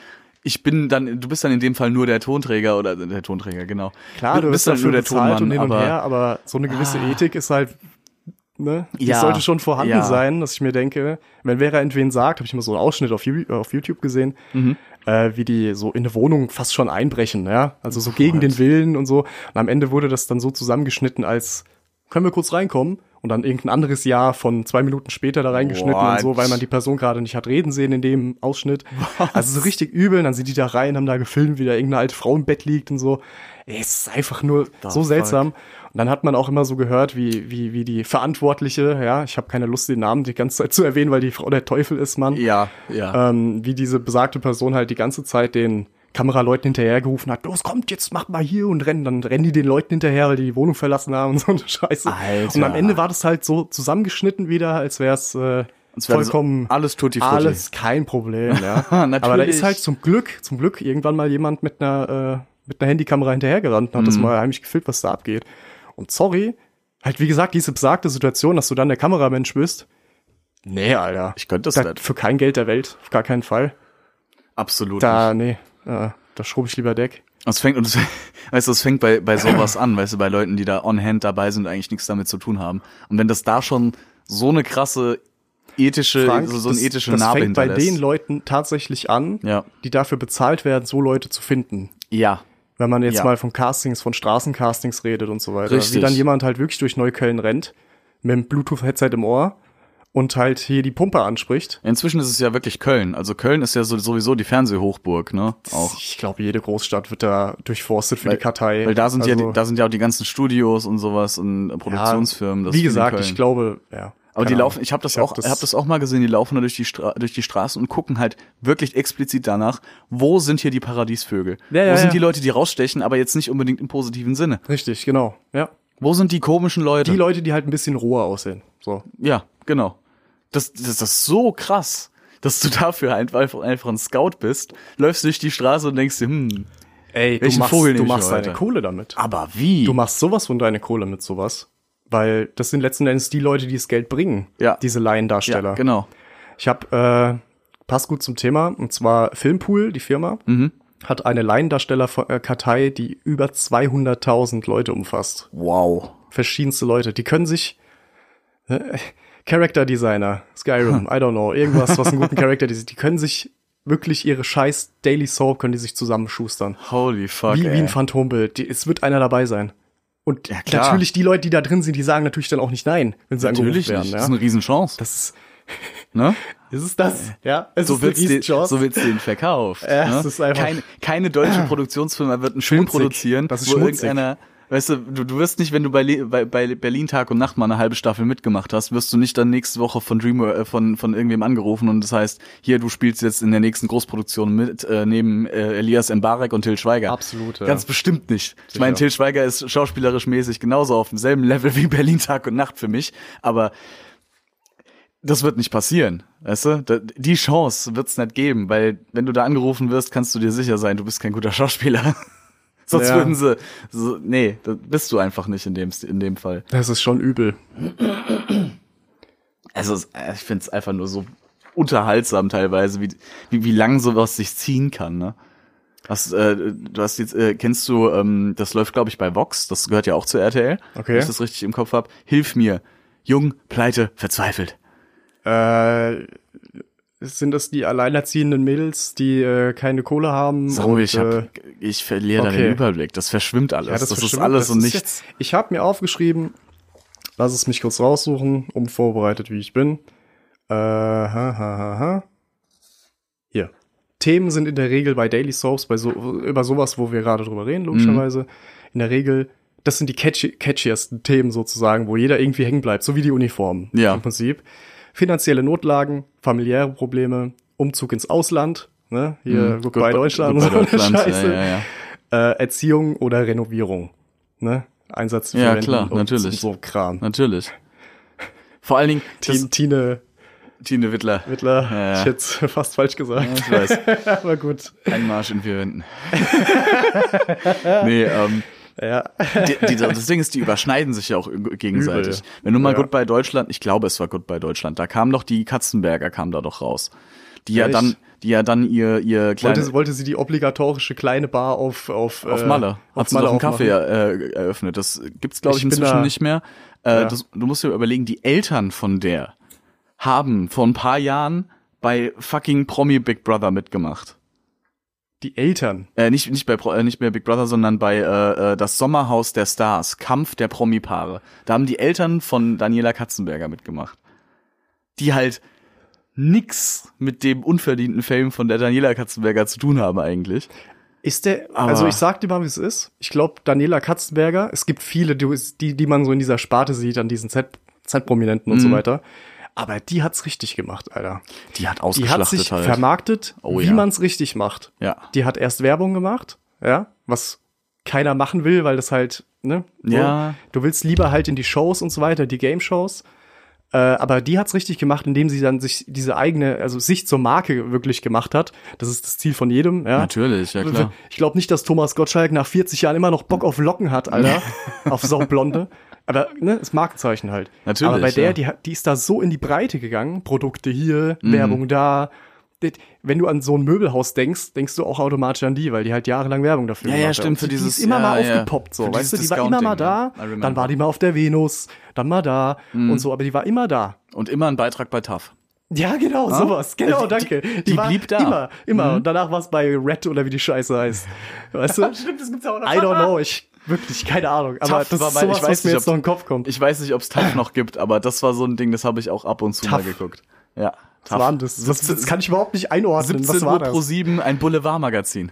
S4: ich bin dann, du bist dann in dem Fall nur der Tonträger oder der Tonträger, genau.
S5: Klar, du bist
S4: dann
S5: dafür bezahlt und hin und
S4: aber Ah.
S5: her, aber so eine gewisse Ethik ist halt, ne, die
S4: Ja,
S5: sollte schon vorhanden
S4: ja.
S5: sein, dass ich mir denke, wenn Vera entwen sagt, habe ich mal so einen Ausschnitt auf, Ju- auf YouTube gesehen,
S4: Mhm.
S5: äh, wie die so in eine Wohnung fast schon einbrechen, ja, also so gegen den Willen und so. Und am Ende wurde das dann so zusammengeschnitten als, können wir kurz reinkommen? Und dann irgendein anderes Jahr von zwei Minuten später da reingeschnitten und so,
S4: What?
S5: weil man die Person gerade nicht hat reden sehen in dem Ausschnitt. Also so richtig übel. Und dann sind die da rein, haben da gefilmt, wie da irgendeine alte Frau im Bett liegt und so. Ey, es ist einfach nur so
S4: fuck.
S5: seltsam. Und dann hat man auch immer so gehört, wie, wie, wie die Verantwortliche, ja, ich habe keine Lust, den Namen die ganze Zeit zu erwähnen, weil die Frau der Teufel ist, Mann.
S4: Ja, ja.
S5: Ähm, wie diese besagte Person halt die ganze Zeit den Kameraleuten hinterhergerufen hat, los kommt, jetzt macht mal hier und rennen. Dann rennen die den Leuten hinterher, weil die die Wohnung verlassen haben und so eine Scheiße.
S4: Alter.
S5: Und am Ende war das halt so zusammengeschnitten wieder, als wär's äh,
S4: Als wär das
S5: vollkommen
S4: alles tutti frutti.
S5: Alles kein Problem,
S4: [LAUGHS]
S5: ja.
S4: Natürlich.
S5: Aber da ist halt zum Glück, zum Glück irgendwann mal jemand mit einer, äh, mit einer Handykamera hinterhergerannt und hat
S4: Mhm.
S5: das mal heimlich gefilmt, was da abgeht. Und sorry, halt wie gesagt, diese besagte Situation, dass du dann der Kameramensch bist. Nee, Alter.
S4: Ich könnte das
S5: Da-
S4: nicht.
S5: Für kein Geld der Welt, auf gar keinen Fall.
S4: Absolut.
S5: Da, nee, äh, da schrub ich lieber Deck.
S4: Es fängt, und es, [LAUGHS] weißt du, es fängt bei, bei sowas an, weißt du, bei Leuten, die da on hand dabei sind und eigentlich nichts damit zu tun haben. Und wenn das da schon so eine krasse ethische, Äh, so, so eine
S5: das,
S4: ethische
S5: das
S4: Narbe
S5: fängt bei
S4: hinterlässt.
S5: den Leuten tatsächlich an,
S4: Ja.
S5: die dafür bezahlt werden, so Leute zu finden.
S4: ja,
S5: Wenn man jetzt
S4: Ja.
S5: mal von Castings, von Straßencastings redet und so weiter.
S4: Richtig.
S5: Wie dann jemand halt wirklich durch Neukölln rennt, mit einem Bluetooth-Headset im Ohr und halt hier die Pumpe anspricht.
S4: Inzwischen ist es ja wirklich Köln. Also Köln ist ja so, sowieso die Fernsehhochburg, ne? Auch.
S5: Ich glaube, jede Großstadt wird da durchforstet für
S4: Weil-
S5: die Kartei.
S4: Weil da sind ja
S5: Also,
S4: die, da sind ja auch die ganzen Studios und sowas und äh, Produktionsfirmen. das
S5: Wie
S4: ist viel in
S5: gesagt,
S4: Köln.
S5: ich glaube, ja.
S4: Aber die
S5: Keine
S4: laufen,
S5: Ahnung.
S4: ich habe das
S5: Ich hab
S4: auch,
S5: das-
S4: ich hab das auch mal gesehen, die laufen da durch die, Stra durch die Straßen und gucken halt wirklich explizit danach, wo sind hier die Paradiesvögel?
S5: Ja, ja,
S4: wo sind
S5: ja.
S4: die Leute, die rausstechen, aber jetzt nicht unbedingt im positiven Sinne?
S5: Richtig, genau. Ja.
S4: Wo sind die komischen Leute?
S5: Die Leute, die halt ein bisschen roher aussehen. So.
S4: ja, genau. Das, das, das ist so krass, dass du dafür ein- einfach, einfach ein Scout bist, läufst durch die Straße und denkst dir, hm,
S5: Ey,
S4: welchen
S5: du machst,
S4: Vogel
S5: du
S4: nehme ich
S5: machst deine
S4: heute?
S5: Kohle damit.
S4: aber wie?
S5: Ah, Du machst sowas von deine Kohle mit sowas. Weil das sind letzten Endes die Leute, die das Geld bringen.
S4: Ja.
S5: Diese Laiendarsteller.
S4: ja, genau.
S5: Ich habe, äh, passt gut zum Thema, und zwar Filmpool, die Firma,
S4: Mhm.
S5: hat eine Laiendarsteller-Kartei, die über 200.000 Leute umfasst.
S4: Wow.
S5: Verschiedenste Leute. Die können sich äh, Character Designer,
S4: Hm.
S5: Skyrim, I don't know, irgendwas, was einen guten Character Design, die können sich wirklich ihre scheiß Daily Soap, können die sich zusammenschustern.
S4: Holy fuck.
S5: Wie, wie
S4: ey.
S5: ein Phantombild. Die, es wird einer dabei sein. Und
S4: Ja, klar.
S5: natürlich die Leute, die da drin sind, die sagen natürlich dann auch nicht nein, wenn sie
S4: Natürlich
S5: angerufen werden.
S4: nicht. Das ist
S5: Ja?
S4: eine Riesenchance.
S5: Das ist,
S4: ne?
S5: ist es das? Ja, es
S4: so
S5: ist eine
S4: wird's den,
S5: Riesenchance.
S4: so wird's den verkauft.
S5: Ja,
S4: ne?
S5: es ist einfach-
S4: keine, keine
S5: [CLEARS THROAT]
S4: deutsche Produktionsfirma wird einen Film
S5: Schmutzig.
S4: produzieren,
S5: Das ist
S4: wo
S5: schmutzig.
S4: irgendeiner, weißt du, du, du wirst nicht, wenn du bei, Le- bei, bei Berlin Tag und Nacht mal eine halbe Staffel mitgemacht hast, wirst du nicht dann nächste Woche von Dream äh, von von irgendwem angerufen und das heißt, hier du spielst jetzt in der nächsten Großproduktion mit äh, neben äh, Elias Mbarek und Till Schweiger.
S5: Absolut, ja.
S4: Ganz bestimmt nicht. Ich meine, Till Schweiger ist schauspielerisch mäßig genauso auf demselben Level wie Berlin Tag und Nacht für mich, aber das wird nicht passieren. Weißt du? Da- Die Chance wird's nicht geben, weil wenn du da angerufen wirst, kannst du dir sicher sein, du bist kein guter [LAUGHS] Schauspieler. Sonst
S5: Ja.
S4: würden sie. So, nee, das bist du einfach nicht in dem, in dem Fall.
S5: Das ist schon übel.
S4: Also es- äh, ich find's einfach nur so unterhaltsam teilweise, wie, wie, wie lang sowas sich ziehen kann, ne? Was, äh, du hast jetzt, äh, kennst du, ähm, das läuft, glaube ich, bei Vox, das gehört ja auch zu RTL,
S5: Okay.
S4: wenn ich das richtig im Kopf hab. Hilf mir. Jung, pleite, verzweifelt.
S5: Äh, sind das die alleinerziehenden Mädels, die äh, keine Kohle haben?
S4: Sag ruhig, ich,
S5: und, äh,
S4: hab, ich verliere da
S5: okay.
S4: den Überblick. Das verschwimmt alles.
S5: ja,
S4: das
S5: verschwimmt-
S4: ist alles
S5: das
S4: und
S5: ist
S4: nichts.
S5: jetzt- Ich habe mir aufgeschrieben, lass es mich kurz raussuchen, unvorbereitet wie ich bin. Äh, ha, ha, ha, ha. Hier. Themen sind in der Regel bei Daily Soaps, bei so, über sowas, wo wir gerade drüber reden, logischerweise,
S4: Mhm.
S5: in der Regel, das sind die catchy, catchiesten Themen sozusagen, wo jeder irgendwie hängen bleibt, so wie die Uniform
S4: Ja.
S5: im Prinzip. Finanzielle Notlagen, familiäre Probleme, Umzug ins Ausland, ne? Hier,
S4: Gut
S5: goodbye
S4: bei-
S5: Deutschland,
S4: gut bei
S5: so eine
S4: Mhm. Deutschland, ja,
S5: [LAUGHS] Scheiße
S4: ja, ja.
S5: äh, Erziehung oder Renovierung. Ne? Einsatz für
S4: Ja,
S5: Renten
S4: klar,
S5: und
S4: natürlich.
S5: so Kram.
S4: Natürlich. Vor allen Dingen
S5: Tine, Tine
S4: das- Tine Wittler.
S5: Wittler,
S4: Ja,
S5: hab
S4: ja. also-
S5: ich jetzt [LAUGHS] fast falsch gesagt.
S4: Ich weiß.
S5: [LAUGHS] Aber gut.
S4: Ein Marsch in vier
S5: [LAUGHS]
S4: Wänden. nee, ähm,
S5: Ja.
S4: die, die, das Ding ist, die überschneiden sich ja auch gegenseitig.
S5: Übel.
S4: Wenn du mal
S5: Ja.
S4: Goodbye Deutschland, ich glaube, es war Goodbye Deutschland, da kam doch die Katzenberger, kam da doch raus. Die ja
S5: Echt?
S4: dann, die ja dann ihr, ihr kleines.
S5: Wollte, sie- wollte sie die obligatorische kleine Bar auf auf,
S4: Auf
S5: äh,
S4: Malle.
S5: auf
S4: Hat sie doch
S5: Malle
S4: einen Kaffee
S5: aufmachen?
S4: äh, eröffnet. Das gibt's, glaube ich,
S5: Ich bin
S4: inzwischen
S5: da-
S4: nicht mehr. Äh,
S5: Ja.
S4: das, du musst dir überlegen, die Eltern von der haben vor ein paar Jahren bei fucking Promi Big Brother mitgemacht.
S5: Die Eltern.
S4: Äh, nicht, nicht, bei, Pro- äh, nicht mehr Big Brother, sondern bei äh, äh, das Sommerhaus der Stars, Kampf der Promi-Paare. Da haben die Eltern von Daniela Katzenberger mitgemacht. Die halt nix mit dem unverdienten Fame von der Daniela Katzenberger zu tun haben eigentlich.
S5: Ist der,
S4: Aber-
S5: also ich sag dir mal, wie es ist. Ich glaube, Daniela Katzenberger, es gibt viele, die, die die man so in dieser Sparte sieht, an diesen Z- Z-Prominenten
S4: Mhm.
S5: und so weiter. Aber die hat's richtig gemacht, Alter.
S4: Die hat
S5: Die
S4: ausgeschlachtet
S5: hat sich
S4: halt.
S5: vermarktet,
S4: Oh
S5: wie
S4: ja.
S5: man's richtig macht.
S4: Ja.
S5: Die hat erst Werbung gemacht, ja, was keiner machen will, weil das halt, ne? so.
S4: Ja.
S5: Du willst lieber halt in die Shows und so weiter, die Game Shows. Äh, aber die hat's richtig gemacht, indem sie dann sich diese eigene, also sich zur Marke wirklich gemacht hat. Das ist das Ziel von jedem, ja.
S4: Natürlich, ja klar.
S5: Ich glaube nicht, dass Thomas Gottschalk nach 40 Jahren immer noch Bock auf Locken hat, Alter. [LAUGHS] auf Saublonde. Aber, ne, ist Markenzeichen halt.
S4: Natürlich,
S5: Aber bei der,
S4: ja. Mhm.
S5: die, hat- die ist da so in die Breite gegangen. Produkte hier, Werbung da. Das- Wenn du an so ein Möbelhaus denkst, denkst du auch automatisch an die, weil die halt jahrelang Werbung dafür
S4: Ja, ja,
S5: gemacht hat.
S4: stimmt,
S5: Und
S4: für
S5: die,
S4: dieses-
S5: Die ist immer
S4: ja,
S5: mal
S4: ja.
S5: aufgepoppt, so,
S4: Für
S5: weißt du? Die
S4: dieses
S5: war immer mal da,
S4: Discounting, ja. I remember. Mhm.
S5: dann war die mal auf der Venus, dann mal da und so, aber die war immer da.
S4: Und immer ein Beitrag bei TAF.
S5: Ja, genau,
S4: Ah?
S5: sowas. Genau,
S4: Die-
S5: danke.
S4: die blieb da. Mhm.
S5: Immer, immer. Und danach war es bei Red oder wie die Scheiße heißt.
S4: [LAUGHS]
S5: Weißt du?
S1: Stimmt, das gibt's auch noch.
S5: I don't know, ich wirklich keine Ahnung, aber
S4: Tough
S5: das
S4: war
S5: ist
S4: bei-
S5: sowas,
S4: ich weiß
S5: was mir
S4: nicht,
S5: jetzt
S4: ob's-
S5: noch in den Kopf kommt.
S4: Ich weiß nicht, ob es
S5: [LAUGHS]
S4: TAF noch gibt, aber das war so ein Ding, das habe ich auch ab und zu
S5: Tough.
S4: mal geguckt. Ja,
S5: was war denn das? Das, das kann ich überhaupt nicht einordnen.
S4: 17
S5: was war
S4: Uhr
S5: das?
S4: pro 7, ein Boulevardmagazin.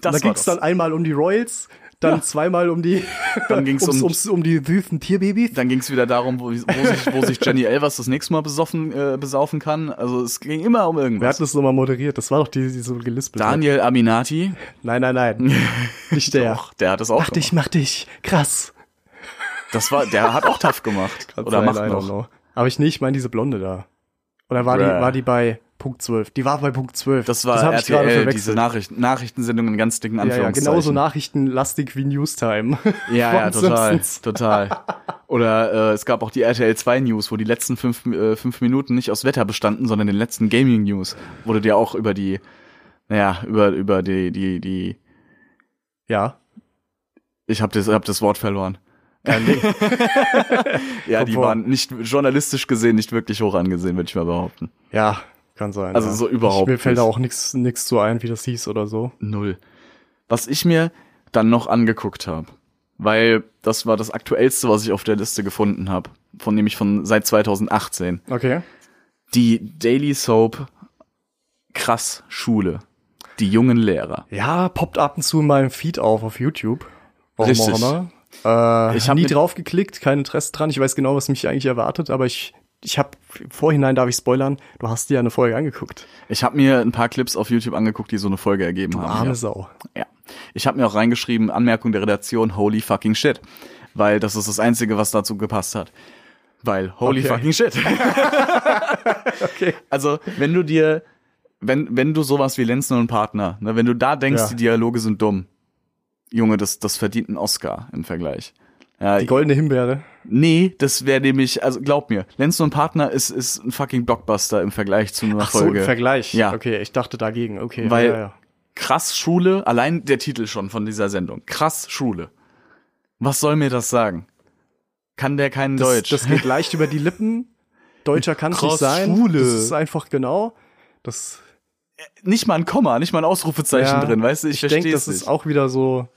S4: Das
S5: da
S4: war
S5: ging es
S4: das.
S5: dann einmal um die Royals, dann zweimal um die
S4: [LAUGHS] Dann ging's
S5: [LAUGHS] ums,
S4: um-
S5: ums, um die süßen Tierbabys.
S4: Dann ging es wieder darum, wo, wo, sich, wo sich Jenny Elvers das nächste Mal besoffen, äh, besaufen kann. Also es ging immer um
S5: Wer hat
S4: irgendwas.
S5: das nochmal moderiert? Das war doch die, die so gelispelt hat.
S4: Daniel Aminati,
S5: Nein,
S4: [LAUGHS]
S5: nein, nein. Nicht der.
S4: doch, der hat das auch
S5: Mach dich, mach dich. Krass.
S4: gemacht. Das war, der hat auch TAF gemacht. Oder
S5: Nein,
S4: macht
S5: I don't
S4: noch.
S5: know. Aber ich nicht, ich meine diese Blonde da. Oder war die,
S4: Bruh.
S5: war die bei Punkt 12? Die war bei Punkt 12.
S4: Das war
S5: hab ich gerade
S4: RTL, diese
S5: verwechselt.
S4: Nachricht, Nachrichtensendung in ganz dicken
S5: Ja, genau ja,
S4: Anführungszeichen.
S5: genauso nachrichtenlastig wie Newstime.
S4: Ja,
S5: [LAUGHS] Von
S4: ja, total,
S5: Simpsons.
S4: total.
S5: [LAUGHS]
S4: Oder äh, es gab auch die RTL 2 News, wo die letzten fünf, äh, fünf Minuten nicht aus Wetter bestanden, sondern den letzten Gaming News, wo du dir auch über die, naja, über, über die, die, die,
S5: Ja.
S4: ich habe das, hab das Wort verloren. Äh,
S5: [LAUGHS]
S4: ja, die
S5: Komfort.
S4: waren nicht journalistisch gesehen nicht wirklich hoch angesehen, würde ich mal behaupten.
S5: Ja, kann sein.
S4: Also
S5: ja.
S4: so überhaupt
S5: Mir fällt da
S4: nicht.
S5: auch nichts nix zu ein, wie das hieß oder so.
S4: Null. Was ich mir dann noch angeguckt habe, weil das war das aktuellste, was ich auf der Liste gefunden habe, von nämlich von seit 2018.
S5: Okay.
S4: Die Daily Soap krass Schule. Die jungen Lehrer.
S5: Ja, poppt ab und zu in meinem Feed auf auf YouTube. Warum
S4: Richtig.
S5: auch immer. Äh, ich
S4: Ich
S5: habe
S4: hab
S5: nie
S4: mit-
S5: drauf geklickt, kein Interesse dran. Ich weiß genau, was mich eigentlich erwartet, aber ich ich habe vorhinein darf ich spoilern. Du hast dir ja eine Folge angeguckt.
S4: Ich habe mir ein paar Clips auf YouTube angeguckt, die so eine Folge ergeben haben.
S5: Arme
S4: Oh, ja.
S5: Sau.
S4: Ja. Ich habe mir auch reingeschrieben, Anmerkung der Redaktion, holy fucking shit. Weil das ist das Einzige, was dazu gepasst hat. Weil, holy
S5: Okay.
S4: fucking
S5: [LAUGHS]
S4: shit. Also, wenn du dir, wenn, wenn du sowas wie Lenzen und Partner, ne, wenn du da denkst,
S5: Ja.
S4: die Dialoge sind dumm, Junge, das, das verdient einen Oscar im Vergleich. Ja,
S5: Die goldene Himbeere.
S4: nee, das wäre nämlich, also glaub mir, Lenzen und Partner ist, ist ein fucking Blockbuster im Vergleich zu einer
S5: Ach so,
S4: Folge.
S5: im Vergleich.
S4: Ja.
S5: Okay, ich dachte dagegen. Okay.
S4: Weil
S5: ja, ja.
S4: krass Schule, allein der Titel schon von dieser Sendung, krass Schule. Was soll mir das sagen? Kann der kein
S5: Das,
S4: Deutsch?
S5: das geht leicht über die Lippen. Deutscher kann es nicht
S4: Krass,
S5: sein.
S4: Schwule.
S5: Das ist einfach genau. Das
S4: [LAUGHS] nicht mal ein Komma, nicht mal ein Ausrufezeichen
S5: Ja,
S4: drin, weißt du? Ich,
S5: ich denke,
S4: verstehe
S5: das
S4: es
S5: ist
S4: nicht.
S5: auch wieder so,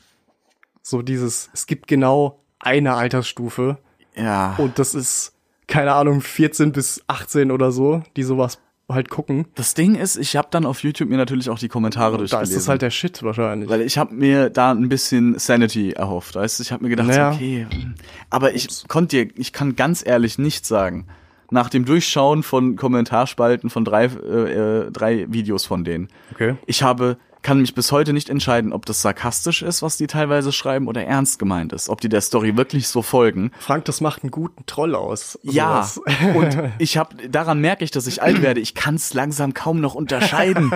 S5: so dieses, es gibt genau eine Altersstufe
S4: ja.
S5: und das ist, keine Ahnung, 14 bis 18 oder so, die sowas halt gucken.
S4: das Ding ist, ich habe dann auf YouTube mir natürlich auch die Kommentare
S5: Da
S4: durchgelesen.
S5: ist das halt der Shit wahrscheinlich.
S4: weil ich habe mir da ein bisschen Sanity erhofft, weißt du? Ich habe mir gedacht,
S5: Naja.
S4: so, okay, mm. aber ich konnte dir, ich kann ganz ehrlich nicht sagen, nach dem Durchschauen von Kommentarspalten von drei, äh, äh, drei Videos von denen,
S5: Okay.
S4: ich habe, kann mich bis heute nicht entscheiden, ob das sarkastisch ist, was die teilweise schreiben, oder ernst gemeint ist, ob die der Story wirklich so folgen.
S5: Frank, das macht einen guten Troll aus.
S4: Ja,
S5: [LAUGHS] sowas.
S4: und ich habe daran merke ich, dass ich alt werde. Ich kann es langsam kaum noch
S5: [LAUGHS]
S4: unterscheiden.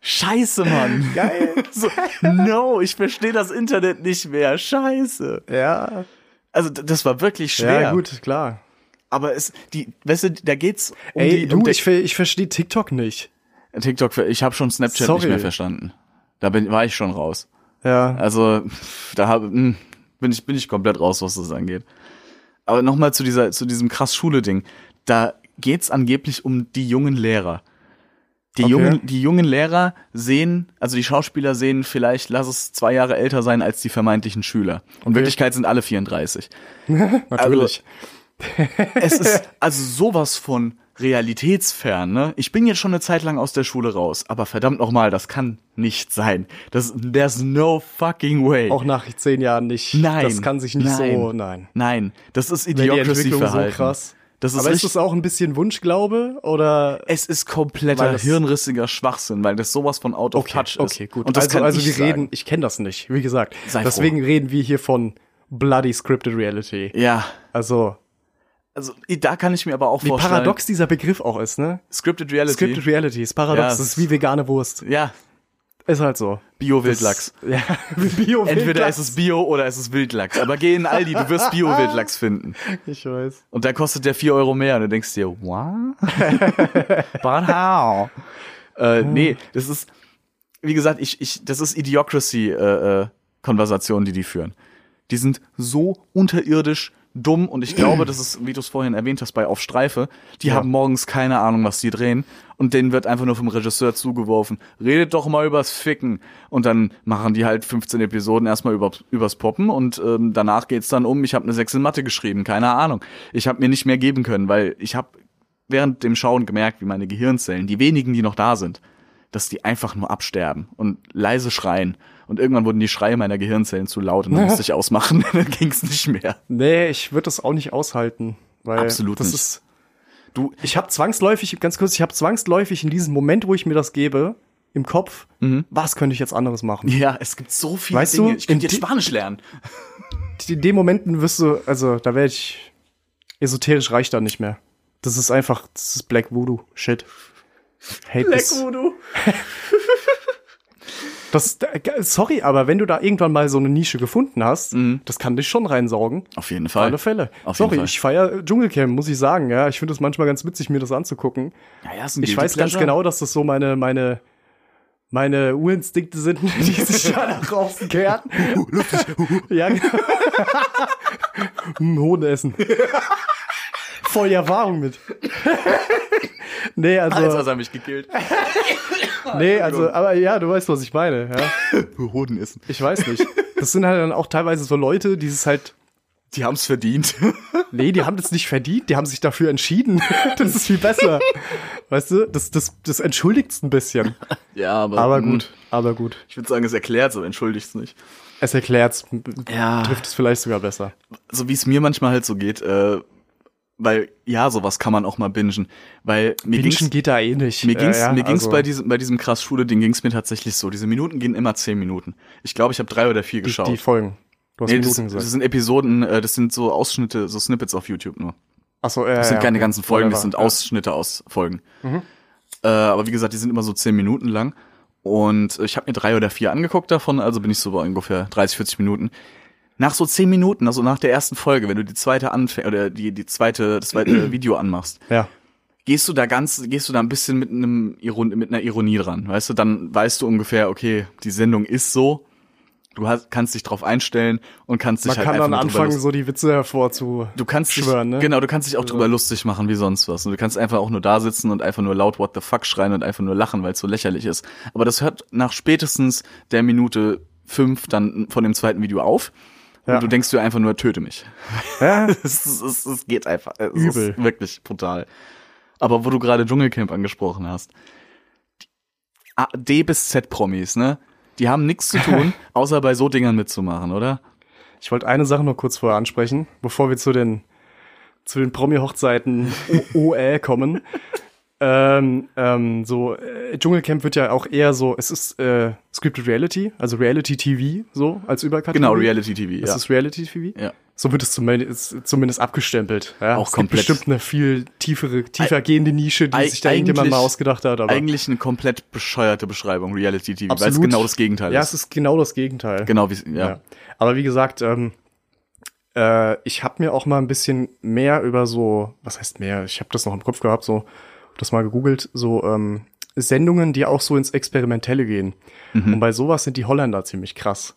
S4: Scheiße, Mann.
S5: Geil.
S4: [LAUGHS] So, no, ich verstehe das Internet nicht mehr. Scheiße.
S5: Ja.
S4: Also d- das war wirklich schwer.
S5: Ja, gut, klar.
S4: Aber es, die, weißt du, da geht's um
S5: Ey,
S4: die, um
S5: du,
S4: die-
S5: ich, ver- ich verstehe TikTok nicht.
S4: TikTok. Ich habe schon Snapchat
S5: Sorry.
S4: nicht mehr verstanden. Da bin, war ich schon raus.
S5: Ja.
S4: Also da hab, mh, bin ich bin ich komplett raus, was das angeht. Aber nochmal zu dieser zu diesem krass Schule Ding. Da geht's angeblich um die jungen Lehrer. Die
S5: Okay.
S4: jungen die jungen Lehrer sehen, also die Schauspieler sehen vielleicht, lass es zwei Jahre älter sein als die vermeintlichen Schüler. In Wirklichkeit sind alle 34.
S5: [LAUGHS]
S4: Also,
S5: Natürlich.
S4: Es
S5: [LAUGHS]
S4: ist also sowas von realitätsfern, ne? Ich bin jetzt schon eine Zeit lang aus der Schule raus, aber verdammt nochmal, das kann nicht sein. Das, there's no fucking way.
S5: Auch nach zehn Jahren nicht.
S4: äh, Nein.
S5: Das kann sich nicht
S4: nein,
S5: so, nein.
S4: Nein, das ist
S5: Wenn die
S4: Idiocracy-Verhalten.
S5: so krass.
S4: Das ist
S5: Aber ist
S4: richtig-
S5: das auch ein bisschen Wunschglaube oder?
S4: es ist
S5: Weil
S4: kompletter
S5: das-
S4: hirnrissiger Schwachsinn, weil das sowas von out of touch ist.
S5: okay, gut.
S4: Und das
S5: also,
S4: kann
S5: also
S4: ich
S5: wir
S4: sagen.
S5: reden, ich kenne das nicht, wie gesagt.
S4: Sei froh.
S5: Deswegen reden wir hier von bloody scripted reality.
S4: Ja,
S5: Also,
S4: also da kann ich mir aber auch
S5: wie
S4: vorstellen.
S5: paradox dieser Begriff auch ist, ne?
S4: Scripted Reality.
S5: Scripted reality ist paradox,
S4: Ja,
S5: das ist
S4: es-
S5: wie vegane Wurst.
S4: ja,
S5: Ist halt so. [LAUGHS]
S4: Bio-Wildlachs.
S5: Das- Ja, Bio
S4: Entweder ist es Bio oder es ist Wildlachs. Aber geh in Aldi, du wirst Bio-Wildlachs finden.
S5: ich weiß.
S4: Und da kostet der 4 Euro mehr. Und du denkst dir,
S5: [LAUGHS]
S4: what? But how? Äh, nee, das ist, wie gesagt, ich, ich, das ist Idiocracy-Konversationen, äh, äh, Konversationen, die die führen. Die sind so unterirdisch dumm und ich glaube, das ist, wie du es vorhin erwähnt hast, bei Auf Streife, die haben morgens keine Ahnung, was die drehen und denen wird einfach nur vom Regisseur zugeworfen, redet doch mal übers Ficken und dann machen die halt 15 Episoden erstmal über, übers Poppen und ähm, danach geht's dann um, ich habe eine 6 in Mathe geschrieben, keine Ahnung. Ich habe mir nicht mehr geben können, weil ich habe während dem Schauen gemerkt, wie meine Gehirnzellen, die wenigen, die noch da sind, dass die einfach nur absterben und leise schreien. Und irgendwann wurden die Schreie meiner Gehirnzellen zu laut und dann musste
S5: [LAUGHS]
S4: ich ausmachen. [LAUGHS] dann ging's nicht mehr.
S5: Nee, ich würde das auch nicht aushalten. Weil
S4: Absolut
S5: das
S4: nicht.
S5: ist. Du, ich habe zwangsläufig, ganz kurz, ich habe zwangsläufig in diesem Moment, wo ich mir das gebe, im Kopf,
S4: Mhm.
S5: was könnte ich jetzt anderes machen?
S4: Ja, es gibt so viele
S5: Weißt
S4: Dinge.
S5: du,
S4: ich könnte
S5: in
S4: jetzt
S5: die-
S4: Spanisch lernen.
S5: in den Momenten wirst du, also da werde ich esoterisch reich dann nicht mehr. Das ist einfach, das ist Black Voodoo. Shit. Hate this.
S4: Voodoo.
S5: [LAUGHS] Das, da- sorry, aber wenn du da irgendwann mal so eine Nische gefunden hast, das kann dich schon reinsaugen.
S4: Mhm. Auf jeden
S5: Auf
S4: Fall.
S5: alle Fälle.
S4: Auf
S5: sorry,
S4: jeden Fall.
S5: ich feiere Dschungelcamp, muss ich sagen. Ja, ich finde es manchmal ganz witzig, mir das anzugucken.
S4: Ja, ja, ist ein
S5: Ich
S4: Guilty
S5: weiß ganz
S4: Pleasure.
S5: genau, dass das so meine, meine, meine Urinstinkte sind, [LAUGHS]
S4: [LAUGHS]
S5: die sich da nach draußen kehren.
S4: Uh,
S5: ja, genau. Hm, Hoden essen. Voll Erfahrung mit. nee, also,
S4: Jetzt hat er mich gekillt.
S5: Äh. nee, also, aber ja, du weißt, was ich meine, ja.
S4: Hoden essen.
S5: Ich weiß nicht. Das sind halt dann auch teilweise so Leute, die es halt,
S4: Die haben's verdient. [LAUGHS]
S5: nee, die haben das nicht verdient, die haben sich dafür entschieden. [LAUGHS] das ist viel besser. Weißt du, das, das, das entschuldigt's ein bisschen.
S4: ja, aber,
S5: Aber
S4: mh,
S5: gut, aber gut.
S4: Ich würde sagen, es erklärt, so entschuldigt's nicht.
S5: Es erklärt's,
S4: Ja.
S5: trifft es vielleicht sogar besser.
S4: so wie es Ah. mir manchmal halt so geht, äh, weil ja, sowas kann man auch mal bingen, weil mir ging's,
S5: Menschen geht da eh nicht.
S4: mir ging's,
S5: Ja, ja,
S4: mir ging's
S5: also-
S4: bei diesem bei diesem krass Schule Ding ging's mir tatsächlich so. Diese Minuten gehen immer zehn Minuten. Ich glaube, ich habe drei oder vier geschaut.
S5: Die Folgen. Du hast
S4: nee, das,
S5: Minuten
S4: das
S5: gesagt.
S4: sind Episoden, äh, das sind so Ausschnitte, so Snippets auf YouTube nur.
S5: Achso, äh,
S4: Das sind keine ganzen Folgen, das sind
S5: Wunderbar. Mhm.
S4: Ausschnitte aus Folgen. Äh, aber wie gesagt, die sind immer so zehn Minuten lang. Und äh, ich habe mir drei oder vier angeguckt davon, also bin ich so bei ungefähr 30, 40 Minuten. Nach so zehn Minuten, also nach der ersten Folge, wenn du die zweite anfängst oder die, die zweite, das zweite
S5: [CLEARS THROAT]
S4: Video anmachst,
S5: Ja.
S4: gehst du da ganz, gehst du da ein bisschen mit einem Iron, mit einer Ironie dran, weißt du? Dann weißt du ungefähr, okay, die Sendung ist so. Du hast, kannst dich drauf einstellen und kannst dich
S5: Man
S4: halt
S5: kann
S4: einfach
S5: dann
S4: nur drüber
S5: anfangen,
S4: lustig-
S5: so die Witze hervorzu.
S4: Du kannst dich,
S5: schwören, ne?
S4: genau, du kannst dich auch drüber lustig machen wie sonst was. Und du kannst einfach auch nur da sitzen und einfach nur laut What the fuck schreien und einfach nur lachen, weil es so lächerlich ist. Aber das hört nach spätestens der Minute fünf dann von dem zweiten Video auf.
S5: Ja.
S4: Und du denkst dir einfach nur, töte mich.
S5: Ja,
S4: [LAUGHS] Es, ist- es, es geht einfach. Es
S5: Übel.
S4: Ist wirklich brutal. Aber wo du gerade Dschungelcamp angesprochen hast. die A- D bis Z Promis, ne? Die haben nichts zu
S5: [LAUGHS]
S4: tun, außer bei so Dingern mitzumachen, oder?
S5: ich wollte eine Sache noch kurz vorher ansprechen, bevor wir zu den, zu den Promi-Hochzeiten
S4: [LAUGHS]
S5: OE kommen. ähm, ähm, so, äh, Dschungelcamp wird ja auch eher so, es ist äh, Scripted Reality, also Reality TV, so als Überkategorie.
S4: Genau, Reality TV.
S5: Ist
S4: ja.
S5: Mhm. das Reality TV?
S4: Ja.
S5: So wird es zumindest, ist zumindest abgestempelt. Ja?
S4: Auch
S5: es
S4: komplett.
S5: Gibt bestimmt eine viel tiefere, tiefer gehende Nische, die
S4: Ei-
S5: sich da irgendjemand
S4: eigentlich-
S5: mal ausgedacht hat. Aber
S4: Eigentlich eine komplett bescheuerte Beschreibung, Reality TV, weil es
S5: absolut-
S4: genau das Gegenteil
S5: ja,
S4: ist.
S5: es ist genau das Gegenteil.
S4: Genau wie es- ja.
S5: Ja. Aber wie gesagt, ähm, äh, ich habe mir auch mal ein bisschen mehr über so, was heißt mehr? Ich habe das noch im Kopf gehabt, so hab das mal gegoogelt, so ähm, Sendungen, die auch so ins Experimentelle gehen. Und bei sowas sind die Holländer ziemlich krass.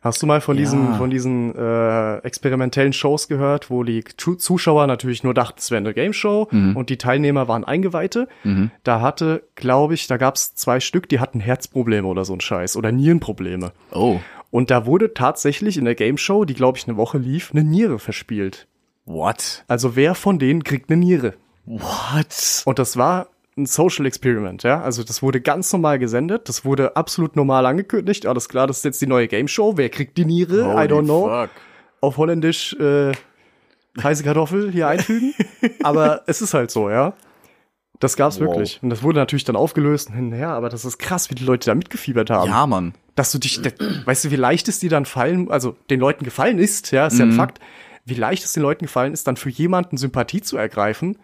S5: Hast du mal von diesen, von diesen äh, experimentellen Shows gehört, wo die Zu- Zuschauer natürlich nur dachten, es wäre eine Game Show und die Teilnehmer waren Eingeweihte? Da hatte, glaube ich, da gab es zwei Stück, die hatten Herzprobleme oder so ein Scheiß oder Nierenprobleme.
S4: Oh,
S5: Und da wurde tatsächlich in der Game Show, die glaube ich eine Woche lief, eine Niere verspielt.
S4: what?
S5: Also wer von denen kriegt eine Niere?
S4: What?
S5: Und das war ein Social Experiment, ja. Also das wurde ganz normal gesendet, das wurde absolut normal angekündigt. Alles klar, das ist jetzt die neue Game Show. Wer kriegt die Niere? I don't know.
S4: Fuck.
S5: Auf Holländisch äh, heiße Kartoffel
S4: [LAUGHS]
S5: hier einfügen. aber es ist halt so, ja. Das gab's
S4: Wow.
S5: wirklich. Und das wurde natürlich dann aufgelöst und hin und her, aber das ist krass, wie die Leute da mitgefiebert haben
S4: Ja, Mann.
S5: dass du dich, weißt du, wie leicht es dir dann fallen, also den Leuten gefallen ist, ja, ist ja ein
S4: Mhm.
S5: Fakt, wie leicht es den Leuten gefallen ist, dann für jemanden Sympathie zu ergreifen,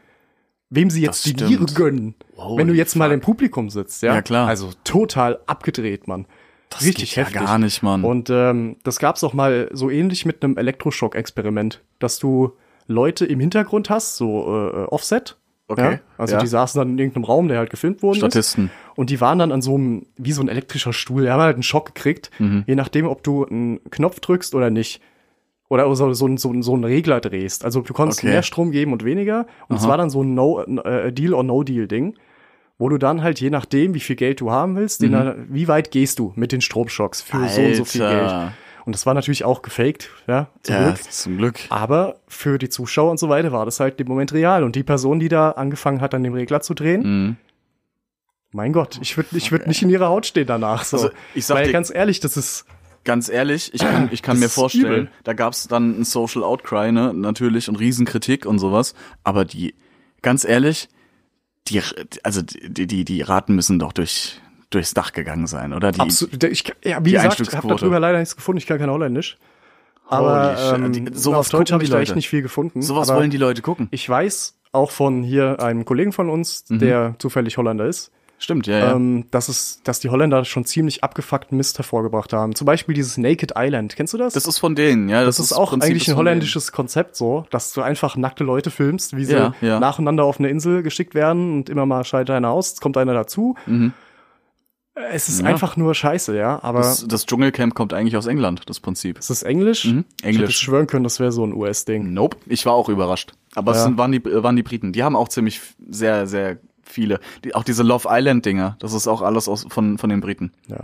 S5: wem sie jetzt
S4: Das
S5: die
S4: stimmt.
S5: Niere gönnen,
S4: Holy
S5: wenn du jetzt mal im Publikum sitzt, ja.
S4: Ja, klar.
S5: Also total abgedreht, Mann. Das Richtig
S4: geht ja gar nicht, Mann.
S5: Und ähm, das gab's auch mal so ähnlich mit einem Elektroschock-Experiment, dass du Leute im Hintergrund hast, so äh, äh, Offset.
S4: Okay,
S5: Ja? Also
S4: ja.
S5: die saßen dann in irgendeinem Raum, der halt gefilmt worden
S4: Statisten.
S5: ist. Und die waren dann an so einem, wie so ein
S4: Mhm.
S5: elektrischer Stuhl, die haben halt einen Schock gekriegt, je nachdem, ob du einen Knopf drückst oder nicht. Oder so, so, so, so einen Regler drehst. Also du konntest
S4: Okay.
S5: mehr Strom geben und weniger. Und es war dann so ein no, äh, Deal or No-Deal-Ding, wo du dann halt je nachdem, wie viel Geld du haben willst,
S4: Mhm.
S5: den dann, wie weit gehst du mit den Stromschocks für so und so viel Geld.
S4: Alter.
S5: Und das war natürlich auch gefaked, ja, zum
S4: ja,
S5: Glück.
S4: zum Glück.
S5: Aber für die Zuschauer und so weiter war das halt im Moment real. Und die Person, die da angefangen hat, an dem Regler zu
S4: Mhm.
S5: drehen, mein Gott, ich würde ich würd nicht in ihrer Haut stehen danach. So.
S4: Also, ich sag
S5: Weil
S4: dir-
S5: ganz ehrlich, das ist
S4: Ganz ehrlich, ich kann, ich kann
S5: Das
S4: mir
S5: ist
S4: vorstellen,
S5: übel.
S4: da gab's dann einen Social Outcry, ne, natürlich, und Riesenkritik und sowas. Aber die, ganz ehrlich, die, also die, die, die Raten müssen doch durch, durchs Dach gegangen sein, oder? Die,
S5: absolut. Ich, ja,
S4: die
S5: wie gesagt, ich habe
S4: Einstiegsquote.
S5: darüber leider nichts gefunden. Ich kann kein Holländisch.
S4: Holy
S5: Aber
S4: shit.
S5: ähm,
S4: Die- sowas
S5: auf Deutsch
S4: gucken
S5: habe
S4: die
S5: ich da echt
S4: Leute.
S5: nicht viel gefunden.
S4: sowas
S5: aber
S4: wollen die Leute gucken.
S5: Ich weiß auch von hier einem Kollegen von uns, der zufällig Holländer ist,
S4: Stimmt, Mhm. ja, ja.
S5: ähm, dass, es, dass die Holländer schon ziemlich abgefuckten Mist hervorgebracht haben. Zum Beispiel dieses Naked Island. Kennst du das?
S4: das ist von denen, ja. Das,
S5: Das ist
S4: im
S5: auch
S4: Prinzip
S5: eigentlich
S4: das
S5: ein
S4: von denen.
S5: holländisches Konzept so, dass du einfach nackte Leute filmst, wie sie
S4: Ja, ja.
S5: nacheinander auf eine Insel geschickt werden und immer mal schaltet einer aus, es kommt einer dazu.
S4: Mhm.
S5: Es ist
S4: Ja.
S5: einfach nur scheiße, ja, aber
S4: Das, das Dschungelcamp kommt eigentlich aus England, das Prinzip.
S5: es ist Englisch. Ich hätte
S4: Englisch. Mhm.
S5: schwören können, das wäre so ein US-Ding.
S4: Nope, ich war auch überrascht. Aber es
S5: Ja.
S4: sind, waren, die, äh, waren die Briten. Die haben auch ziemlich f- sehr, sehr viele. Die, auch diese Love Island-Dinger, das ist auch alles aus, von, von den Briten.
S5: Ja.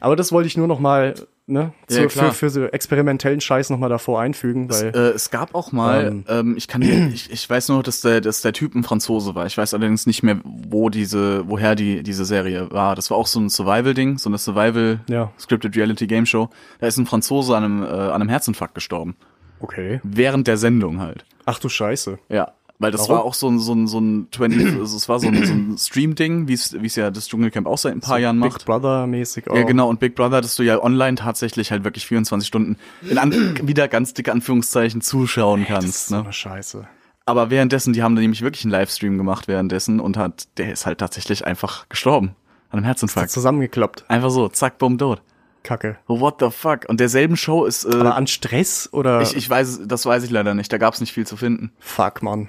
S5: Aber das wollte ich nur noch mal, ne,
S4: Ja,
S5: zu,
S4: klar.
S5: für, für so experimentellen Scheiß noch mal davor einfügen, weil
S4: Äh, es gab auch mal, ähm,
S5: Ähm.
S4: ich kann, dir- ich, ich weiß nur, dass der, dass der Typ ein Franzose war. Ich weiß allerdings nicht mehr, wo diese, woher die diese Serie war. Das war auch so ein Survival-Ding, so eine Survival
S5: Ja.
S4: Scripted Reality Game Show. Da ist ein Franzose an einem, äh, an einem Herzinfarkt gestorben
S5: okay.
S4: während der Sendung halt.
S5: Ach du Scheiße.
S4: Ja, weil das
S5: Warum?
S4: war auch so ein so ein so ein 20, also es war so ein, so ein Stream-Ding, wie es wie es ja das Dschungelcamp auch seit ein paar Jahren
S5: Big
S4: macht.
S5: Brother mäßig auch.
S4: Ja, genau. Und Big Brother, dass du ja online tatsächlich halt wirklich 24 Stunden in an, [CLEARS THROAT] wieder ganz dicke Anführungszeichen zuschauen
S5: Oh, Das ist
S4: kannst.
S5: so
S4: Ne?
S5: eine Scheiße.
S4: Aber währenddessen, die haben da nämlich wirklich einen Livestream gemacht währenddessen und hat, der ist halt tatsächlich einfach gestorben an einem
S5: Hat
S4: Herzinfarkt.
S5: zusammengeklappt.
S4: Einfach so, zack, bumm, tot.
S5: Kacke.
S4: What the fuck? Und derselben Show ist,
S5: Aber
S4: äh,
S5: an Stress oder
S4: ich, ich weiß, das weiß ich leider nicht. Da gab's nicht viel zu finden.
S5: Fuck, Mann.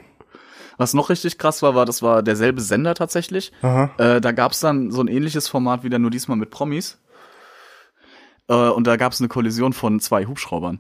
S4: Was noch richtig krass war, war, das war derselbe Sender tatsächlich.
S5: Aha.
S4: Äh, da gab's dann so ein ähnliches Format wieder, nur diesmal mit Promis. Äh, und da gab's eine Kollision von zwei Hubschraubern.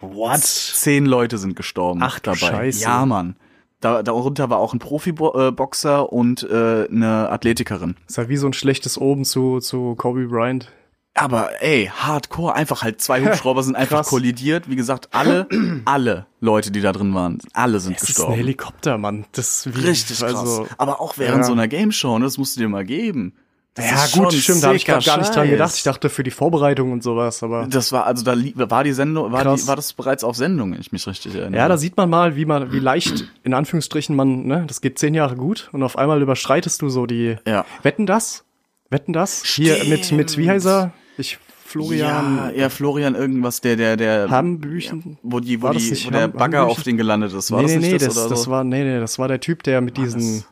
S5: What?
S4: Zehn Leute sind gestorben
S5: Ach du Scheiße.
S4: Ja, Mann. Da, darunter war auch ein Profiboxer und äh, eine Athletikerin.
S5: Ist halt wie so ein schlechtes Oben zu, zu Kobe Bryant.
S4: Aber ey, hardcore, einfach halt zwei Hubschrauber sind einfach
S5: Krass.
S4: kollidiert. Wie gesagt,
S5: [CLEARS THROAT]
S4: alle, alle Leute, die da drin waren, alle sind
S5: Das ist ein
S4: gestorben.
S5: Helikopter, Mann. Das ist wie,
S4: Richtig krass.
S5: also,
S4: Aber auch während
S5: Ja.
S4: so einer Gameshow, ne, das musst du dir mal geben. Das
S5: Ja,
S4: ist
S5: gut,
S4: schon
S5: stimmt. Da habe ich
S4: sicker
S5: grad gar nicht dran
S4: Scheiß.
S5: gedacht. Ich dachte für die Vorbereitung und sowas, aber.
S4: das war also da li- war die Sendung war, die,
S5: Krass.
S4: war das bereits auf Sendung, wenn ich mich richtig erinnere.
S5: Ja, da sieht man mal, wie man, wie leicht, in Anführungsstrichen, man, ne, das geht zehn Jahre gut und auf einmal überschreitest du so die.
S4: Ja.
S5: Wetten das? Wetten das? Hier mit, mit, wie heißt er? Ich,
S4: ja,
S5: Florian.
S4: ja, Florian irgendwas der der der
S5: Hambüchen?
S4: wo die wo,
S5: War das
S4: die,
S5: nicht
S4: wo der
S5: Ham-
S4: Bagger
S5: Hambüchen?
S4: auf den gelandet ist, war das
S5: nee,
S4: nicht
S5: nee,
S4: das,
S5: das,
S4: oder
S5: das
S4: so?
S5: war, nee, nee, das war der Typ, der mit diesen,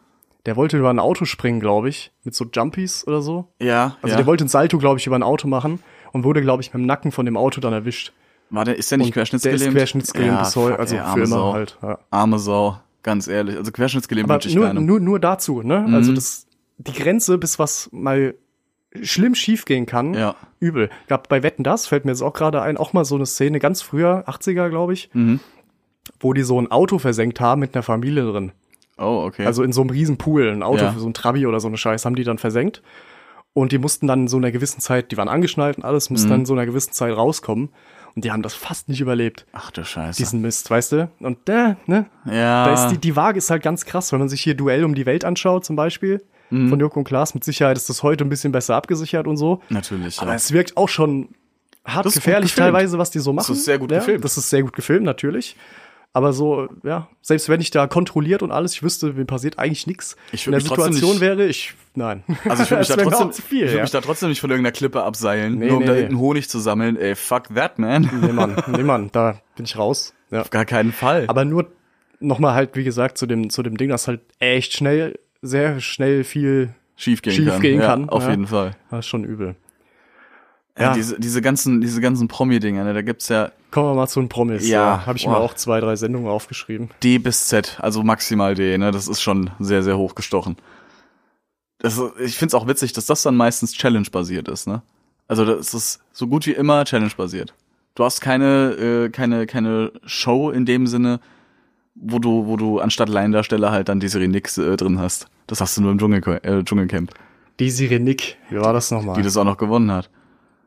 S5: der wollte über ein Auto springen, glaube ich, mit so Jumpies oder so.
S4: ja,
S5: Also
S4: ja.
S5: der wollte ein Salto, glaube ich, über ein Auto machen und wurde, glaube ich, mit dem Nacken von dem Auto dann erwischt.
S4: war der ist der nicht
S5: Und
S4: querschnittsgelähmt?
S5: Der ist querschnittsgelähmt bis
S4: fuck,
S5: heute, also
S4: ey,
S5: für
S4: arme
S5: immer
S4: Sau.
S5: halt. Ja.
S4: Arme Sau, ganz ehrlich. Also querschnittsgelähmt
S5: Aber
S4: wünsche ich Mhm.
S5: nur,
S4: keinem.
S5: nur, nur dazu, ne? Also das, die Grenze, bis was mal schlimm schief gehen kann,
S4: Ja.
S5: übel. Gab bei Wetten das, fällt mir jetzt auch gerade ein, auch mal so eine Szene, ganz früher, 80er, glaube ich,
S4: Mhm.
S5: wo die so ein Auto versenkt haben mit einer Familie drin.
S4: oh, okay.
S5: Also in so einem riesen Pool, ein Auto,
S4: Ja.
S5: so ein Trabi oder so eine Scheiß, haben die dann versenkt. Und die mussten dann in so einer gewissen Zeit, die waren angeschnallt und alles,
S4: Mhm.
S5: mussten dann in so einer gewissen Zeit rauskommen. Und die haben das fast nicht überlebt,
S4: Ach du Scheiße.
S5: diesen Mist, weißt du? Und da, ne?
S4: ja.
S5: Da ist die, die Waage ist halt ganz krass, wenn man sich hier Duell um die Welt anschaut, zum Beispiel.
S4: Mhm.
S5: Von Joko und Klaas, mit Sicherheit ist das heute ein bisschen besser abgesichert und so.
S4: Natürlich, ja.
S5: Aber es wirkt auch schon hart
S4: Das ist gut
S5: gefährlich
S4: gefilmt.
S5: teilweise, was die so machen.
S4: ist sehr gut
S5: ja,
S4: gefilmt.
S5: Das ist sehr gut gefilmt, natürlich. Aber so, ja, selbst wenn ich da kontrolliert und alles, ich wüsste, mir passiert eigentlich nichts.
S4: Ich
S5: In
S4: würd
S5: der
S4: mich trotzdem
S5: Situation
S4: nicht-
S5: wäre ich, nein.
S4: Also
S5: [LAUGHS]
S4: ich würde mich, da
S5: Das wär mir auch
S4: trotzdem,
S5: zu viel,
S4: ich würd
S5: ja.
S4: mich da trotzdem nicht von irgendeiner Klippe abseilen,
S5: Nee,
S4: nur um
S5: nee, Mhm.
S4: da
S5: nee.
S4: hinten Honig zu sammeln. Ey, fuck that, man.
S5: Nee, Mann, nee, Mann, da bin ich raus. Ja.
S4: Auf gar keinen Fall.
S5: Aber nur nochmal halt, wie gesagt, zu dem, zu dem Ding, dass halt echt schnell, sehr schnell viel
S4: schief gehen
S5: schief
S4: kann.
S5: gehen
S4: ja,
S5: kann,
S4: Auf
S5: ja.
S4: jeden Fall.
S5: Das Ah, ist schon übel.
S4: Ja.
S5: Ja.
S4: diese, diese ganzen, diese ganzen Promi-Dinger, ne, da gibt's ja
S5: Kommen wir mal zu den Promis.
S4: Ja,
S5: Habe ich
S4: boah.
S5: mir auch zwei, drei Sendungen aufgeschrieben.
S4: D bis Z, also maximal D, ne, das ist schon sehr, sehr hochgestochen. Das, ist- ich find's auch witzig, dass das dann meistens Challenge-basiert ist, ne. Also das ist so gut wie immer Challenge-basiert. Du hast keine, äh, keine, keine Show in dem Sinne, wo du, wo du anstatt Laiendarsteller halt dann diese Renix äh, drin hast. Das hast du nur im Dschungelco- äh, Dschungelcamp,
S5: Die Sirenik. Wie war das nochmal?
S4: die das auch noch gewonnen hat.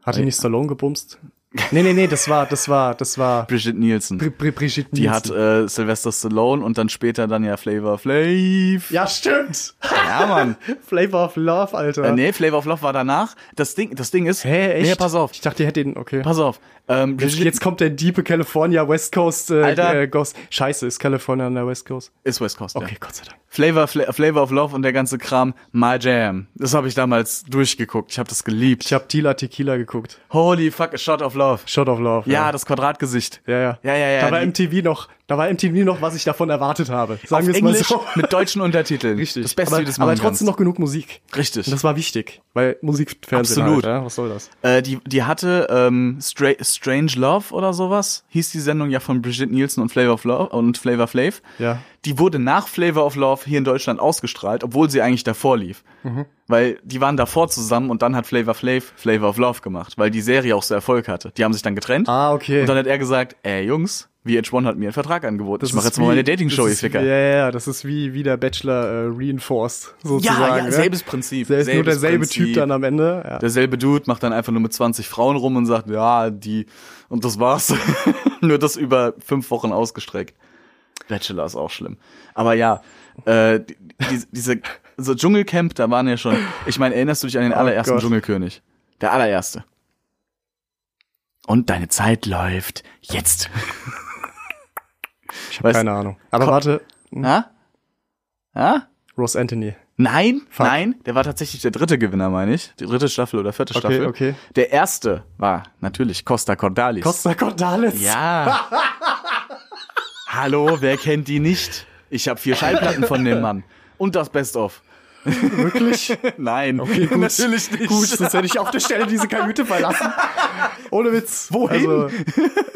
S5: Hat die nicht
S4: [LAUGHS]
S5: Stallone gebumst? Nee, nee, nee, das war, das war, das war
S4: Brigitte Nielsen.
S5: Bri Bri Brigitte
S4: die
S5: Nielsen.
S4: hat äh, Sylvester Stallone und dann später dann ja Flavor Flav.
S5: Ja, stimmt. [LAUGHS]
S4: ja Mann.
S5: Flavor of Love, Alter.
S4: Äh, nee, Flavor of Love war danach. Das Ding, das Ding ist.
S5: Hä, echt?
S4: Nee, pass auf.
S5: Ich dachte, ihr hättet den, okay.
S4: Pass auf. Ähm,
S5: Jetzt,
S4: Brigitte
S5: jetzt kommt der diepe California West Coast äh,
S4: Alter.
S5: äh, Ghost. Scheiße, ist California an der West Coast?
S4: ist West Coast.
S5: Okay,
S4: Ja.
S5: Gott sei Dank.
S4: Flavor, Fla Flavor of Love und der ganze Kram. My Jam. Das habe ich damals durchgeguckt. Ich habe das geliebt.
S5: Ich hab Tila Tequila geguckt.
S4: Holy fuck, a shot of love.
S5: Shot of Love.
S4: Ja, das Quadratgesicht.
S5: Ja, ja.
S4: Ja, ja, ja.
S5: Da war
S4: Die-
S5: MTV noch, da war MTV noch, was ich davon erwartet habe. Sagen
S4: auf
S5: wir es mal
S4: Englisch
S5: so. [LAUGHS]
S4: mit deutschen Untertiteln. Das Beste,
S5: aber,
S4: wie das machen
S5: aber trotzdem noch genug Musik.
S4: Richtig.
S5: Und das war wichtig, weil Musikfernsehen
S4: Absolut.
S5: Halt, ja? Was soll das?
S4: Äh, die, die hatte ähm, Stra Strange Love oder sowas, hieß die Sendung ja von Brigitte Nielsen und Flavor of Love und Flavor Flav.
S5: Ja.
S4: Die wurde nach Flavor of Love hier in Deutschland ausgestrahlt, obwohl sie eigentlich davor lief.
S5: Mhm.
S4: Weil die waren davor zusammen und dann hat Flavor Flav Flavor of Love gemacht, weil die Serie auch so Erfolg hatte. Die haben sich dann getrennt.
S5: Ah, okay.
S4: Und dann hat er gesagt, ey Jungs, VH1 hat mir einen Vertrag angeboten. ich mache
S5: ist
S4: jetzt mal
S5: wie-
S4: meine Dating-Show,
S5: das
S4: ihr
S5: ist-
S4: Ficker.
S5: Ja, ja, das ist wie, wie der Bachelor äh, reinforced, sozusagen.
S4: ja, selbes Prinzip,
S5: Da ist nur
S4: selbes
S5: derselbe Typ
S4: Prinzip.
S5: dann am Ende. Ja.
S4: Derselbe Dude macht dann einfach nur mit 20 Frauen rum und sagt, ja, die, und das war's. [LAUGHS] nur das über fünf Wochen ausgestreckt. Bachelor ist auch schlimm. Aber ja, äh, die, die, diese, so Dschungelcamp, da waren ja schon, ich meine, erinnerst du dich an den allerersten
S5: Oh Gott.
S4: Dschungelkönig? Der allererste. Und deine Zeit läuft jetzt.
S5: Ich habe
S4: Weißt-
S5: keine Ahnung. Aber warte,
S4: Ha? Ha?
S5: Ross Anthony.
S4: Nein,
S5: Fuck.
S4: nein, der war tatsächlich der dritte Gewinner, meine ich. Die dritte Staffel oder vierte
S5: Okay,
S4: Staffel.
S5: okay.
S4: Der erste war natürlich Costa Cordalis.
S5: Costa Cordalis.
S4: Ja. Hallo, wer kennt die nicht? Ich habe vier Schallplatten von dem Mann. Und das Best-of.
S5: Wirklich?
S4: [LAUGHS] Nein,
S5: [LAUGHS] Okay, gut.
S4: natürlich nicht.
S5: Gut, sonst hätte ich auf der Stelle diese
S4: [LAUGHS]
S5: Kajüte verlassen. Ohne Witz. Wohin?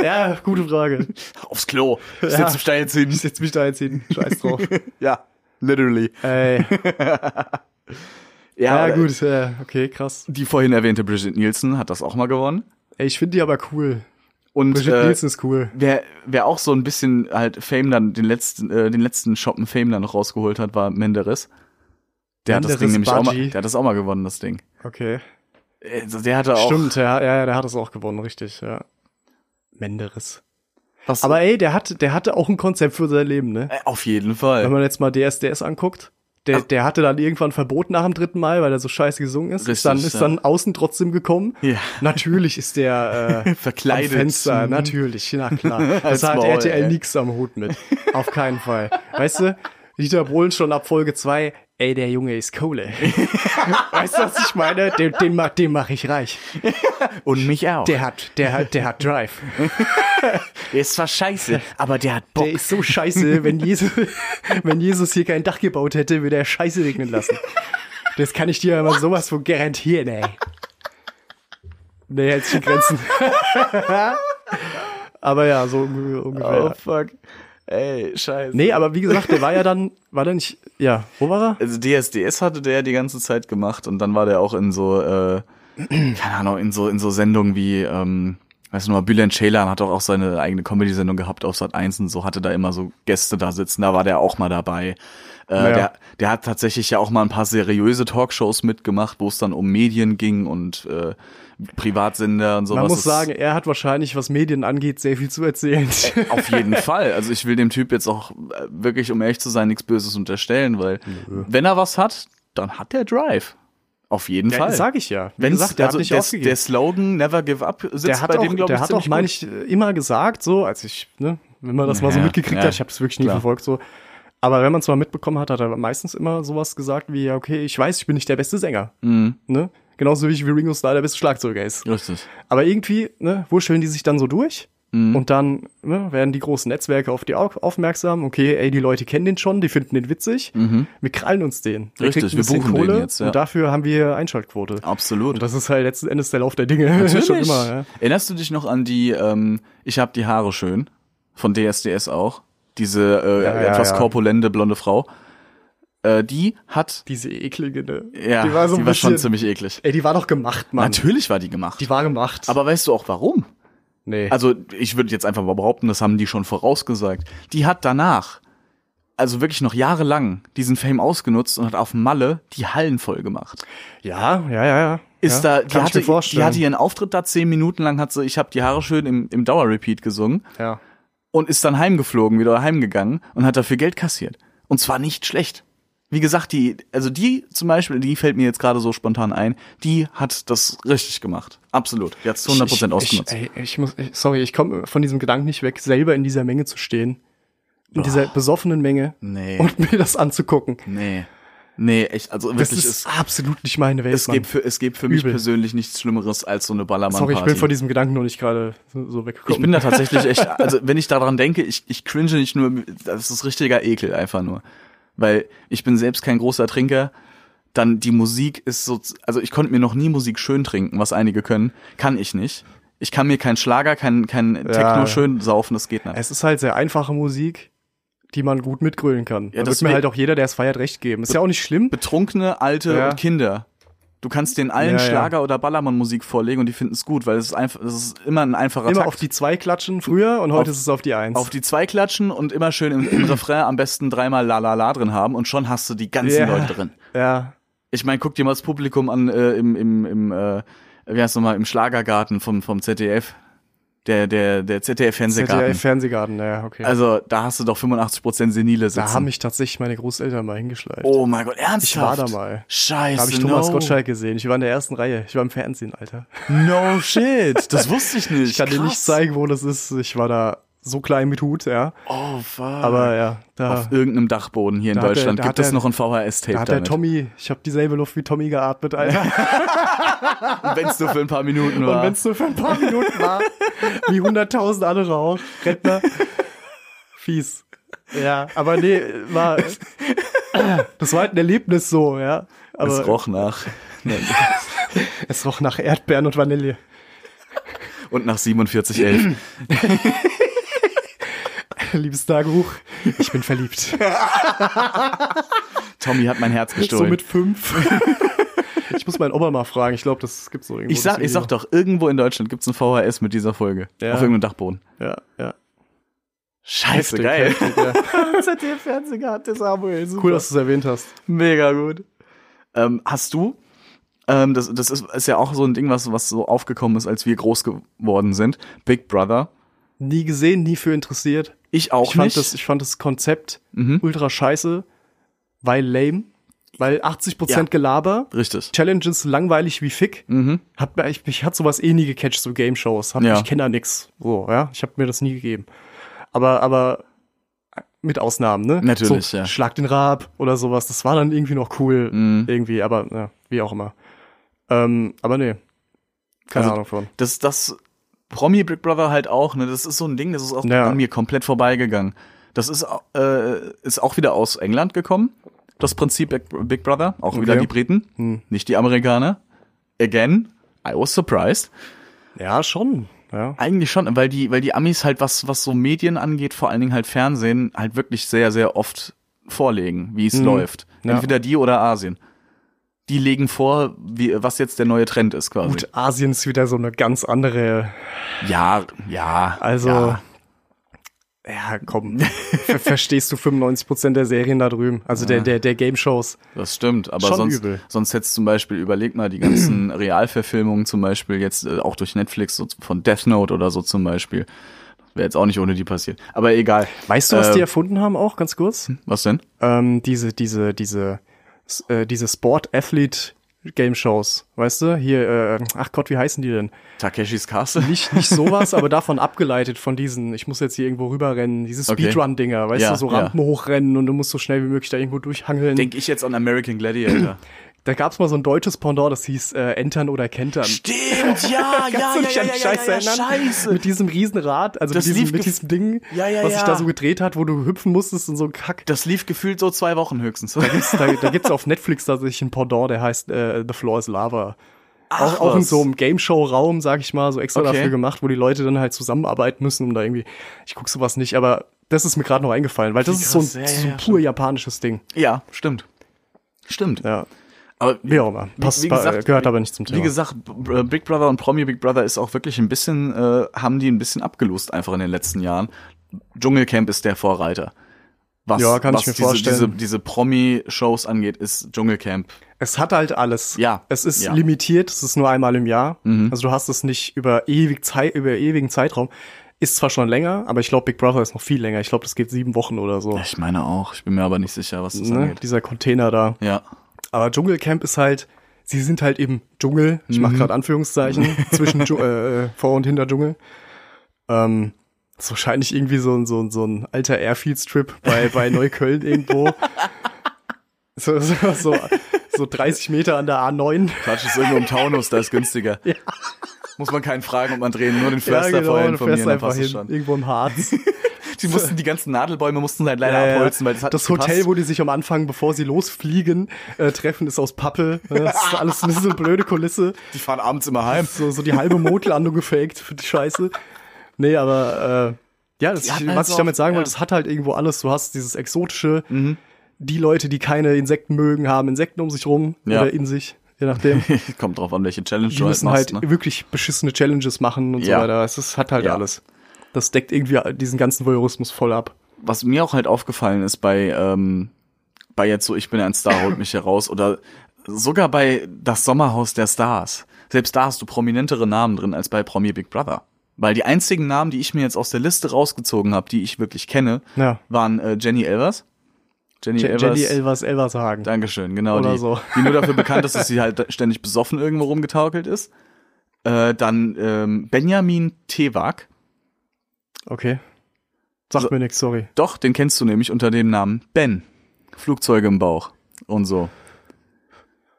S5: ja, gute Frage.
S4: Aufs Klo. Ich
S5: Ja.
S4: setz mich da jetzt hin.
S5: Ich [LAUGHS] setz mich da jetzt hin. Scheiß drauf.
S4: Ja, literally.
S5: Ey.
S4: Ja,
S5: Ja,
S4: gut.
S5: gut. Ja, okay, krass.
S4: Die vorhin erwähnte Brigitte Nielsen hat das auch mal gewonnen.
S5: Ey, ich finde die aber cool.
S4: Und
S5: Brigitte
S4: äh,
S5: Nielsen ist cool.
S4: Wer, wer auch so ein bisschen halt Fame dann, den letzten, äh, den letzten Shoppen Fame dann noch rausgeholt hat, war Menderes. Der hat das
S5: Menderes
S4: Ding nämlich auch mal,
S5: Budgie.
S4: der hat das auch mal gewonnen, das Ding.
S5: Okay.
S4: Äh, Der hatte auch.
S5: Stimmt, ja, ja, der hat es auch gewonnen, richtig, ja. Menderes.
S4: Was,
S5: Aber ey, der hat, der hatte auch ein Konzept für sein Leben, ne?
S4: äh, auf jeden Fall.
S5: Wenn man jetzt mal DSDS anguckt, der, der hatte dann irgendwann Verbot nach dem dritten Mal, weil er so scheiße gesungen ist.
S4: Richtig,
S5: ist dann, ist
S4: ja.
S5: dann außen trotzdem gekommen.
S4: Ja.
S5: Natürlich ist der
S4: [LAUGHS]
S5: äh,
S4: Verkleidet.
S5: Am Fenster,
S4: Mhm.
S5: natürlich, na
S4: [LAUGHS]
S5: klar.
S4: Als
S5: Das hat
S4: Maul,
S5: RTL
S4: ey.
S5: nix am Hut mit. Auf keinen Fall. Weißt du, Dieter Bohlen schon ab Folge 2, ey, der Junge ist
S4: [LAUGHS]
S5: Kohle. weißt du, was ich meine? Den, den, ma- den mache ich reich.
S4: Und mich auch.
S5: Der hat, der hat, der hat Drive.
S4: Der ist zwar scheiße, aber der hat
S5: Der
S4: Bock.
S5: ist so scheiße, wenn Jesus, [LAUGHS] wenn Jesus hier kein Dach gebaut hätte, würde er Scheiße regnen lassen. Das kann ich dir aber sowas von garantieren, ey. Nee, jetzt
S4: [LAUGHS]
S5: die Grenzen. aber ja, so unge- ungefähr.
S4: Oh fuck. Ey, scheiße.
S5: Nee, aber wie gesagt, der war ja dann, war der nicht, ja, wo war er?
S4: Also DSDS hatte der die ganze Zeit gemacht und dann war der auch in so, äh, keine Ahnung, in so, in so Sendungen wie, ähm, weißt du noch, mal, Bülent Ceylan hat doch auch seine eigene Comedy-Sendung gehabt auf Sat 1 und so hatte da immer so Gäste da sitzen, da war der auch mal dabei. Äh,
S5: Ja.
S4: der, der hat tatsächlich ja auch mal ein paar seriöse Talkshows mitgemacht, wo es dann um Medien ging und äh, Privatsender und sowas.
S5: Man muss
S4: Das-
S5: sagen, er hat wahrscheinlich, was Medien angeht, sehr viel zu erzählen.
S4: Auf
S5: [LAUGHS]
S4: jeden Fall. Also ich will dem Typ jetzt auch äh, wirklich, um ehrlich zu sein, nichts Böses unterstellen, weil wenn er was hat, dann hat der Drive. Auf jeden Fall.
S5: [LAUGHS] Sag ich ja. Wie
S4: Wenn's-
S5: gesagt, der
S4: also
S5: hat nicht
S4: der,
S5: aufgegeben.
S4: der Slogan Never Give Up sitzt
S5: der hat
S4: bei
S5: auch,
S4: dem, glaube ich,
S5: der hat
S4: ziemlich
S5: auch, meine
S4: gut.
S5: ich, immer gesagt, so, als ich, ne, wenn man das mal so
S4: Ja,
S5: mitgekriegt
S4: ja,
S5: hat, ich habe es wirklich nie
S4: klar.
S5: verfolgt, so. Aber wenn man es mal mitbekommen hat, hat er meistens immer sowas gesagt wie, ja, okay, ich weiß, ich bin nicht der beste Sänger.
S4: Mhm.
S5: Ne? Genauso wie ich wie Ringo Starr der beste Schlagzeuger ist.
S4: Richtig.
S5: Aber irgendwie, ne, wurscheln die sich dann so durch
S4: Mhm.
S5: und dann ne, werden die großen Netzwerke auf die au aufmerksam. Okay, ey, die Leute kennen den schon, die finden den witzig. Wir krallen uns den. Der
S4: Mhm. Richtig,
S5: kriegt ein
S4: wir
S5: bisschen
S4: buchen den
S5: Kohle
S4: jetzt, ja.
S5: Und dafür haben wir Einschaltquote.
S4: Absolut.
S5: Und das ist halt letzten Endes der Lauf der Dinge. [LAUGHS] [LAUGHS] schon immer. Ja.
S4: Erinnerst du dich noch an die ähm, Ich hab die Haare schön von DSDS auch? Diese äh,
S5: Ja, ja,
S4: etwas
S5: ja.
S4: korpulente blonde Frau. Äh, die hat,
S5: Diese eklige, ne?
S4: ja, die war,
S5: so ein
S4: schon
S5: bisschen-
S4: ziemlich eklig.
S5: Ey, die war doch gemacht, Mann.
S4: Natürlich war die gemacht.
S5: Die war gemacht.
S4: Aber weißt du auch warum?
S5: Nee.
S4: Also ich würde jetzt einfach mal behaupten, das haben die schon vorausgesagt. Die hat danach, also wirklich noch jahrelang, diesen Fame ausgenutzt und hat auf Malle die Hallen voll gemacht.
S5: ja, ja, ja, ja.
S4: Ist
S5: ja,
S4: da, die hatte, die hatte ihren Auftritt da zehn Minuten lang, hat sie, ich habe die Haare schön im, im Dauerrepeat gesungen
S5: ja.
S4: und ist dann heimgeflogen, wieder heimgegangen und hat dafür Geld kassiert. Und zwar nicht schlecht. Wie gesagt, die, also die zum Beispiel, die fällt mir jetzt gerade so spontan ein, die hat das richtig gemacht. Absolut. Die hat es 100% ausgenutzt.
S5: Ich, ey, ich muss, ich, sorry, ich komme von diesem Gedanken nicht weg, selber in dieser Menge zu stehen. In dieser besoffenen Menge.
S4: Nee.
S5: Und mir das anzugucken.
S4: nee. Nee, echt, also
S5: Das
S4: wirklich, es,
S5: ist absolut nicht meine Welt.
S4: es,
S5: Mann.
S4: gibt für, es gibt für mich
S5: Übel.
S4: persönlich nichts Schlimmeres als so eine Ballermann-Party.
S5: sorry, ich bin von diesem Gedanken noch nicht gerade so, so
S4: Ich
S5: weggekommen.
S4: bin da tatsächlich
S5: [LAUGHS]
S4: echt, also wenn ich daran denke, ich, ich cringe nicht nur, das ist richtiger Ekel einfach nur. Weil ich bin selbst kein großer Trinker. Dann die Musik ist so, also ich konnte mir noch nie Musik schön trinken, was einige können. Kann ich nicht. Ich kann mir keinen Schlager, keinen kein Techno schön saufen, das geht nicht.
S5: es ist halt sehr einfache Musik, die man gut mitgrölen kann. Ja, da wird
S4: deswegen-
S5: mir halt auch jeder, der es feiert, recht geben. Ist ja auch nicht schlimm.
S4: Betrunkene, Alte
S5: Ja.
S4: und Kinder. Du kannst denen allen
S5: Ja, ja.
S4: Schlager- oder Ballermann-Musik vorlegen und die finden es gut, weil es ist einfach, es ist immer ein einfacher
S5: Immer
S4: Takt.
S5: auf die zwei klatschen früher und heute
S4: Auf-
S5: ist es auf die eins.
S4: auf die zwei klatschen und immer schön im,
S5: [CLEARS THROAT]
S4: im Refrain am besten dreimal la la la drin haben und schon hast du die ganzen
S5: Ja.
S4: Leute drin.
S5: ja.
S4: Ich meine, guck dir mal das Publikum an äh, im im im äh, wie heißt nochmal im Schlagergarten vom vom ZDF, der der der ZDF Fernsehgarten.
S5: ZDF Fernsehgarten, ja, okay.
S4: Also da hast du doch 85 senile sitzen.
S5: da haben mich tatsächlich meine Großeltern mal hingeschleift.
S4: oh mein Gott, ernsthaft?
S5: Ich war da mal.
S4: Scheiße.
S5: Da habe ich Thomas
S4: no.
S5: Gottschalk gesehen. Ich war in der ersten Reihe. Ich war im Fernsehen, Alter.
S4: No shit, das wusste ich nicht.
S5: Ich kann dir nicht
S4: Krass.
S5: zeigen, wo das ist. Ich war da so klein mit Hut, ja.
S4: Oh fuck.
S5: Aber ja, da,
S4: auf irgendeinem Dachboden hier in
S5: Da hat der-
S4: Deutschland
S5: da
S4: gibt
S5: hat der-
S4: es noch ein
S5: da
S4: VHS-Tape
S5: hat
S4: [LAUGHS]
S5: der
S4: damit.
S5: Tommy, ich habe dieselbe Luft wie Tommy geatmet, Alter.
S4: Wenn es nur für ein paar Minuten war.
S5: Und wenn es nur für ein paar
S4: [LAUGHS]
S5: Minuten war, wie 100.000 andere auch, Rentner, fies. Ja, aber nee, war, [LAUGHS] das war halt ein Erlebnis so, ja. Aber äh,
S4: es roch nach. [LAUGHS]
S5: es roch nach Erdbeeren und Vanille.
S4: Und nach 4711.
S5: [CLEARS THROAT] Liebes Tagebuch, ich bin verliebt.
S4: Tommy hat mein Herz gestohlen.
S5: So mit fünf. ich muss meinen Opa mal fragen. Ich glaube, das gibt's so irgendwo.
S4: ich sag,
S5: das
S4: ich sag
S5: Video.
S4: doch, irgendwo in Deutschland gibt's ein VHS mit dieser Folge.
S5: Ja.
S4: Auf irgendeinem Dachboden.
S5: Ja, ja.
S4: Scheiße, geil.
S5: ja.
S4: ZDF-Fernsehgarten Samuel. Super.
S5: Cool, dass du es erwähnt hast.
S4: [LAUGHS] Mega gut. Ähm, hast du, ähm, das, das ist, ist ja auch so ein Ding, was, was so aufgekommen ist, als wir groß geworden sind. Big Brother.
S5: Nie gesehen, nie für interessiert.
S4: Ich auch
S5: ich, fand
S4: nicht. Mhm.
S5: das, ich fand das Konzept ultra scheiße, weil lame, weil 80%
S4: Ja.
S5: Gelaber,
S4: Richtig.
S5: Challenges langweilig wie Fick. Hat, mir- ich, ich hat sowas eh nie gecatcht, so Game-Shows. Hab-
S4: Ja.
S5: Ich kenne da nix. So, ja. Ich habe mir das nie gegeben. Aber, aber mit Ausnahmen, ne?
S4: Natürlich,
S5: so,
S4: ja. Mhm.
S5: Schlag den Rab oder sowas. Das war dann irgendwie noch cool. Irgendwie, aber ja, wie auch immer. Ähm, aber nee. Keine
S4: Also,
S5: Ahnung von.
S4: Das, das Promi Big Brother halt auch, ne? Das ist so ein Ding, das ist auch
S5: Ja.
S4: an mir komplett vorbeigegangen. Das ist, au- äh, ist auch wieder aus England gekommen. Das Prinzip Big, Big Brother, auch wieder
S5: Okay. Hm.
S4: die Briten, nicht die Amerikaner. Again, I was surprised.
S5: Ja, schon. Ja.
S4: Eigentlich schon, weil die, weil die Amis halt was, was so Medien angeht, vor allen Dingen halt Fernsehen, halt wirklich sehr, sehr oft vorlegen, wie es läuft.
S5: Hm. Ja.
S4: Entweder die oder Asien. Die legen vor, wie, was jetzt der neue Trend ist quasi.
S5: Gut, Asien ist wieder so eine ganz andere.
S4: Ja, ja.
S5: Also.
S4: ja.
S5: Ja. komm. Ver verstehst du 95% der Serien da drüben? Also der, der, der Game-Shows.
S4: Das stimmt, aber
S5: Schon
S4: sonst,
S5: übel.
S4: sonst hättest zum Beispiel, überleg mal, die
S5: [CLEARS THROAT]
S4: ganzen Realverfilmungen zum Beispiel, jetzt äh, auch durch Netflix, so von Death Note oder so zum Beispiel. Wäre jetzt auch nicht ohne die passiert. Aber egal.
S5: Weißt du, was
S4: Äh,
S5: die erfunden haben auch, ganz kurz?
S4: Was denn?
S5: Hm? ähm, diese, diese, diese, s- äh, diese Sport-Athlete-Game-Shows, weißt du? Hier, äh, ach Gott, wie heißen die denn?
S4: Takeshis Castle?
S5: Nicht, nicht [LAUGHS] sowas, aber davon abgeleitet von diesen, ich muss jetzt hier irgendwo rüberrennen, diese
S4: Okay.
S5: Speedrun-Dinger, weißt
S4: Ja,
S5: du, so
S4: ja.
S5: Rampen hochrennen und du musst so schnell wie möglich da irgendwo
S4: [LAUGHS]
S5: durchhangeln.
S4: Denk ich jetzt an American
S5: [CLEARS THROAT]
S4: Gladiator.
S5: da gab's mal so ein deutsches Pendant, das hieß äh, Entern oder Kentern.
S4: stimmt, [LAUGHS] ja,
S5: Kannst du dich an die Scheiße erinnern? Mit diesem Riesenrad, also
S4: Das
S5: mit diesem,
S4: lief
S5: mit
S4: ge-
S5: diesem Ding,
S4: Ja, ja,
S5: was sich
S4: ja.
S5: da so gedreht hat, wo du hüpfen musstest und so ein Kack.
S4: Das lief gefühlt so zwei Wochen höchstens.
S5: da, da gibt's auf Netflix tatsächlich einen Pendant, der heißt äh, The Floor is Lava.
S4: Ach,
S5: auch, auch in
S4: was.
S5: so einem Game-Show-Raum, sag ich mal, so extra
S4: Okay.
S5: dafür gemacht, wo die Leute dann halt zusammenarbeiten müssen, um da irgendwie. Ich guck sowas nicht, aber das ist mir gerade noch eingefallen, weil das
S4: Wie
S5: ist so ein,
S4: krass, ja, ja,
S5: so ein
S4: ja,
S5: pur japanisches Ding.
S4: ja, stimmt. Stimmt.
S5: Ja.
S4: Aber
S5: Wie auch immer. Passt,
S4: wie gesagt-
S5: äh, gehört aber nicht zum Thema.
S4: Wie gesagt, B- Big Brother und Promi Big Brother ist auch wirklich ein bisschen, äh, haben die ein bisschen abgelost einfach in den letzten Jahren. Dschungelcamp ist der Vorreiter. Was,
S5: Ja, kann ich mir
S4: diese,
S5: vorstellen.
S4: Diese, diese Promi-Shows angeht, ist Dschungelcamp.
S5: Es hat halt alles.
S4: Ja,
S5: Es ist
S4: ja. Mhm.
S5: limitiert, es ist nur einmal im Jahr. Also du hast es nicht über, ewig Zeit, über ewigen Zeitraum. Ist zwar schon länger, aber ich glaube, Big Brother ist noch viel länger. Ich glaube, das geht sieben Wochen oder so.
S4: Ich meine auch, ich bin mir aber nicht sicher, was das
S5: Ne?
S4: angeht.
S5: Dieser Container da.
S4: Ja.
S5: Aber Dschungelcamp ist halt, sie sind halt eben Dschungel. Ich
S4: Mhm.
S5: mache gerade Anführungszeichen
S4: [LAUGHS]
S5: zwischen Dschu- äh, äh, vor und hinter Dschungel. Ähm, das ist wahrscheinlich irgendwie so ein, so ein, so ein alter Airfield-Strip bei, bei Neukölln
S4: [LAUGHS]
S5: irgendwo. So, so, so, so 30 Meter an der A9.
S4: Quatsch, ist irgendwo im
S5: [LAUGHS]
S4: Taunus, da ist günstiger. Muss man keinen fragen, ob man drehen, nur den Förster vorher
S5: genau, du
S4: informieren,
S5: fährst
S4: dann
S5: einfach
S4: passt
S5: hin,
S4: es schon.
S5: irgendwo im Harz.
S4: [LAUGHS] Die mussten die ganzen Nadelbäume mussten halt leider
S5: Ja, ja.
S4: abholzen, weil das hat
S5: das
S4: nicht gepasst.
S5: Hotel, wo die sich am Anfang, bevor sie losfliegen, äh, treffen, ist aus Pappe. Das ist alles ein bisschen
S4: [LAUGHS]
S5: blöde Kulisse.
S4: die fahren abends immer heim. [LAUGHS]
S5: So, so die halbe Mondlandung gefaked für die Scheiße. Nee, aber äh, ja, das,
S4: Die hatten halt
S5: was
S4: so
S5: ich damit
S4: oft-
S5: sagen
S4: ja. Mhm.
S5: wollte, das hat halt irgendwo alles. Du hast dieses Exotische, die Leute, die keine Insekten mögen, haben Insekten um sich rum
S4: Ja.
S5: oder in sich,
S4: [LAUGHS]
S5: je nachdem.
S4: Kommt drauf an, welche Challenge
S5: Die
S4: du halt
S5: müssen
S4: machst,
S5: halt
S4: ne?
S5: wirklich beschissene Challenges machen und
S4: Ja.
S5: so weiter. Es ist, hat halt
S4: Ja.
S5: alles. Das deckt irgendwie diesen ganzen Voyeurismus voll ab.
S4: was mir auch halt aufgefallen ist bei, ähm, bei jetzt so Ich bin ein Star,
S5: [COUGHS]
S4: holt mich heraus oder sogar bei Das Sommerhaus der Stars. Selbst da hast du prominentere Namen drin als bei Promi Big Brother. Weil die einzigen Namen, die ich mir jetzt aus der Liste rausgezogen habe, die ich wirklich kenne,
S5: Ja.
S4: waren äh, Jenny Elvers. Jenny
S5: Je-
S4: Elvers.
S5: Jenny Elvers Elvers Hagen.
S4: Dankeschön, genau.
S5: Oder
S4: die,
S5: so.
S4: die nur dafür bekannt ist,
S5: [LAUGHS]
S4: dass sie halt ständig besoffen irgendwo rumgetaukelt ist. Äh, dann ähm, Benjamin Tewak.
S5: Okay. Sagt
S4: So.
S5: mir nichts, sorry.
S4: Doch, den kennst du nämlich unter dem Namen Ben. Flugzeuge im Bauch und so.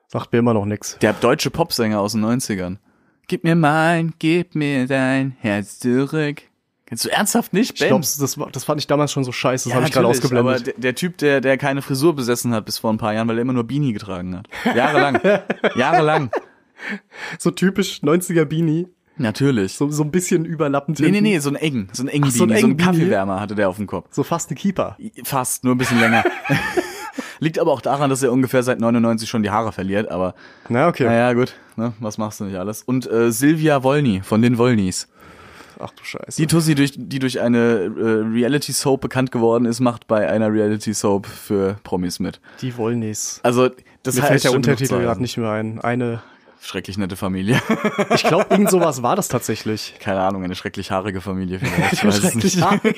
S5: Sagt mir immer noch nichts.
S4: Der deutsche Popsänger aus den 90ern. Gib mir mein, gib mir dein Herz zurück. Kennst du ernsthaft nicht, Ben?
S5: Ich glaube, das, war- das fand ich damals schon so scheiße, das
S4: Ja,
S5: habe ich gerade
S4: natürlich, Aber
S5: ausgeblendet.
S4: der, der Typ, der, der keine Frisur besessen hat bis vor ein paar Jahren, weil er immer nur Beanie getragen hat. Jahrelang.
S5: [LAUGHS]
S4: Jahrelang.
S5: So typisch 90er Beanie,
S4: Natürlich.
S5: so, so ein bisschen überlappend.
S4: nee, nee,
S5: hinten.
S4: nee, so ein engen, so ein engen
S5: Ach, so ein
S4: Beanie, so ein
S5: engen Beanie?
S4: Kaffeewärmer hatte der auf dem Kopf.
S5: So fast ein Keeper.
S4: Fast, nur ein bisschen
S5: [LAUGHS]
S4: länger. Liegt aber auch daran, dass er ungefähr seit 99 schon die Haare verliert, aber
S5: Na, okay.
S4: naja, gut, ne, was machst du nicht alles? Und äh, Silvia Wolny von den Wolnys.
S5: Ach du Scheiße.
S4: Die Tussi, durch, die durch eine äh, Reality Soap bekannt geworden ist, macht bei einer Reality Soap für Promis mit.
S5: die wollen nichts.
S4: Also, das
S5: Mir
S4: heißt
S5: fällt der
S4: schon
S5: Untertitel
S4: genug
S5: gerade
S4: zu
S5: nicht mehr ein. Eine,
S4: heißen. Schrecklich nette Familie. [LAUGHS]
S5: ich glaube, irgend sowas war das tatsächlich.
S4: Keine Ahnung, eine schrecklich haarige Familie vielleicht.
S5: [LAUGHS]
S4: Ich weiß es nicht.
S5: Schrecklich.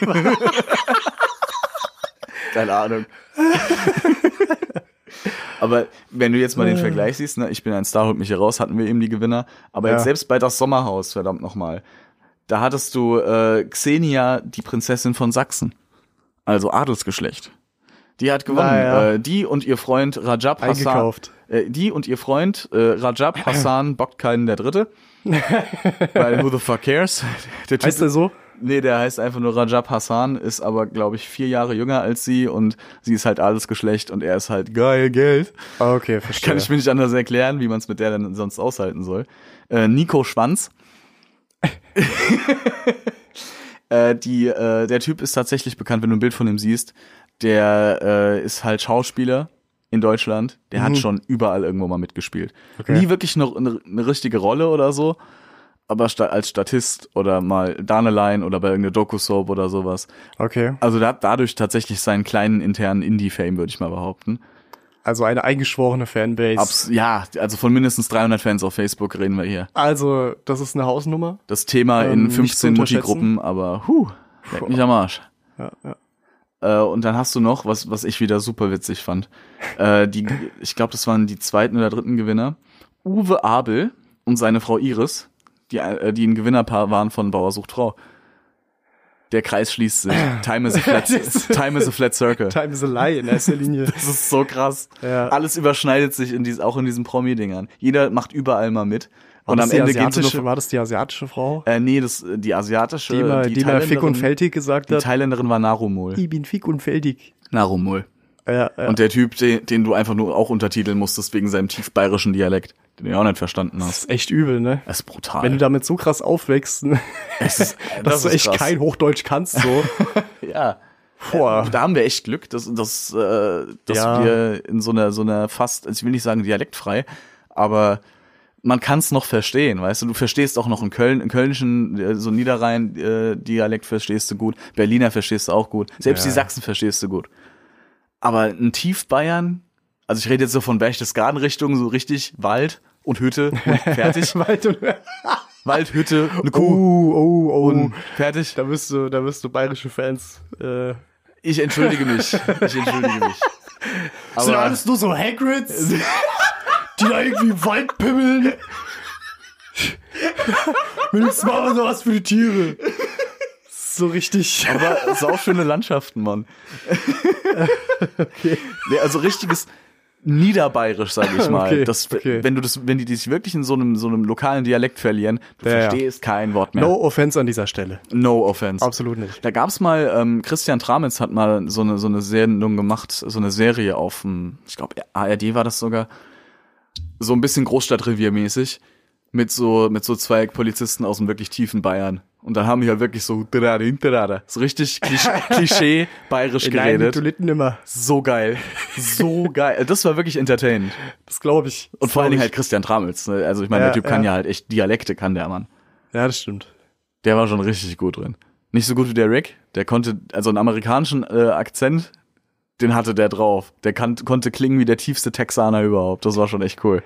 S4: Keine Ahnung. [LAUGHS] Aber wenn du jetzt mal den
S5: Äh.
S4: Vergleich siehst, ne, ich bin ein Star, holt mich hier raus, hatten wir eben die Gewinner. Aber
S5: Ja.
S4: jetzt selbst bei das Sommerhaus, verdammt nochmal, da hattest du äh, Xenia, die Prinzessin von Sachsen. Also Adelsgeschlecht. Die hat gewonnen.
S5: Naja.
S4: Äh, die und ihr Freund Rajab Hassan.
S5: Ah, Eingekauft.
S4: Äh, die und ihr Freund äh,
S5: [CLEARS THROAT]
S4: Rajab Hassan bockt keinen der Dritte. Weil who the fuck cares? [LAUGHS] Der typ
S5: Heißt er so?
S4: Nee, der heißt einfach nur Rajab Hassan, ist aber, glaube ich, vier Jahre jünger als sie und sie ist halt alles Geschlecht und er ist halt geil Geld.
S5: Ah, Okay, verstehe.
S4: Kann ich mir nicht anders erklären, wie man es mit der denn sonst aushalten soll. Äh, Nico Schwanz. äh, die, äh, der Typ ist tatsächlich bekannt, wenn du ein Bild von ihm siehst. Der äh, ist halt Schauspieler in Deutschland. Der hat schon überall irgendwo mal mitgespielt.
S5: Okay.
S4: Nie wirklich noch eine, eine richtige Rolle oder so. Aber sta als Statist oder mal Danelein oder bei irgendeiner Doku-Soap oder sowas.
S5: okay.
S4: Also der hat dadurch tatsächlich seinen kleinen internen Indie-Fame, würde ich mal behaupten.
S5: Also eine eingeschworene Fanbase.
S4: Abs ja, also von mindestens 300 Fans auf Facebook reden wir hier.
S5: also, das ist eine Hausnummer.
S4: Das Thema
S5: Ähm,
S4: in
S5: nicht zu
S4: 15
S5: unterschätzen.
S4: Mutti-Gruppen, aber huh, leck mich am Arsch.
S5: Ja, ja.
S4: Äh, und dann hast du noch, was, was ich wieder super witzig fand, äh, die, ich glaube, das waren die zweiten oder dritten Gewinner, Uwe Abel und seine Frau Iris, die, äh, die ein Gewinnerpaar waren von Bauer sucht Frau. Der Kreis schließt sich. Time is a
S5: [LAUGHS]
S4: flat, time is a flat circle.
S5: Time is a lie
S4: [LAUGHS]
S5: in erster Linie.
S4: Das ist so krass.
S5: Ja.
S4: Alles überschneidet sich in dies, auch in diesen Promi-Dingern. Jeder macht überall mal mit.
S5: War
S4: Und
S5: das
S4: am
S5: die
S4: Ende geht so
S5: asiatische-
S4: eine,
S5: war das die asiatische Frau?
S4: äh, nee, das, die asiatische,
S5: die mal, die, mal Fick und Feldig gesagt
S4: die
S5: hat.
S4: Thailänderin war Narumul.
S5: Ich bin Fick und Feldig.
S4: Narumul.
S5: Ja, ja.
S4: Und der Typ, den, den du einfach nur auch untertiteln musstest wegen seinem tief bayerischen Dialekt, den du ja auch nicht verstanden
S5: das
S4: hast.
S5: ist echt übel, ne?
S4: Das ist brutal.
S5: Wenn du damit so krass aufwächst, ne, [LAUGHS]
S4: das ist,
S5: dass du echt
S4: krass. [LAUGHS]
S5: kein Hochdeutsch kannst, so.
S4: Ja. Äh,
S5: Boah.
S4: Da haben wir echt Glück, dass, dass, äh, dass
S5: Ja.
S4: wir in so einer, so einer fast, also ich will nicht sagen dialektfrei, aber man kann es noch verstehen, weißt du, du verstehst auch noch in Köln, in Kölnischen, äh, so Niederrhein-Dialekt verstehst du gut, Berliner verstehst du auch gut, selbst
S5: Ja.
S4: die Sachsen verstehst du gut. Aber ein Tiefbayern, also ich rede jetzt so von Berchtesgaden-Richtung, so richtig Wald und Hütte
S5: [LAUGHS]
S4: und fertig.
S5: Wald Halt und
S4: Wald, Hütte, eine
S5: Oh,
S4: Kuh
S5: oh, oh.
S4: und fertig.
S5: da wirst du, da wirst du bayerische Fans. Äh,
S4: Ich entschuldige mich, ich entschuldige mich.
S5: [LAUGHS] sind
S4: Aber-
S5: alles nur
S4: [LAUGHS]
S5: so Hagrids, die da irgendwie Wald pimmeln. Wenigstens machen wir sowas für die Tiere. So richtig.
S4: Aber sauschöne Landschaften, Mann. nee, also richtiges Niederbayerisch, sag ich mal.
S5: Okay,
S4: das,
S5: okay.
S4: Wenn du das, wenn die dich wirklich in so einem, so einem lokalen Dialekt verlieren, du
S5: Ja, ja.
S4: verstehst kein Wort mehr.
S5: No offense an dieser Stelle.
S4: No offense.
S5: Absolut nicht.
S4: Da gab's mal, ähm, Christian Tramitz hat mal so eine, so eine Sendung gemacht, so eine Serie auf dem, ich glaube, ARD war das sogar, so ein bisschen Großstadtreviermäßig, mit so, mit so zwei Polizisten aus dem wirklich tiefen Bayern. Und dann haben die halt wirklich so, "Drada, drada", so richtig
S5: [LAUGHS]
S4: Klisch Klischee bayerisch
S5: Nein,
S4: geredet.
S5: du litten immer.
S4: so geil. So geil. Das war wirklich entertainend.
S5: Das glaube ich.
S4: Und
S5: Das
S4: vor allen Dingen
S5: glaub
S4: halt
S5: ich.
S4: Christian Tramitz. Ne? Also ich meine,
S5: Ja,
S4: der Typ kann
S5: ja.
S4: ja halt echt Dialekte, kann der Mann.
S5: Ja, das stimmt.
S4: Der war schon richtig gut drin. Nicht so gut wie der Rick. Der konnte, also einen amerikanischen äh, Akzent, den hatte der drauf. Der kann, konnte klingen wie der tiefste Texaner überhaupt. Das war schon echt cool.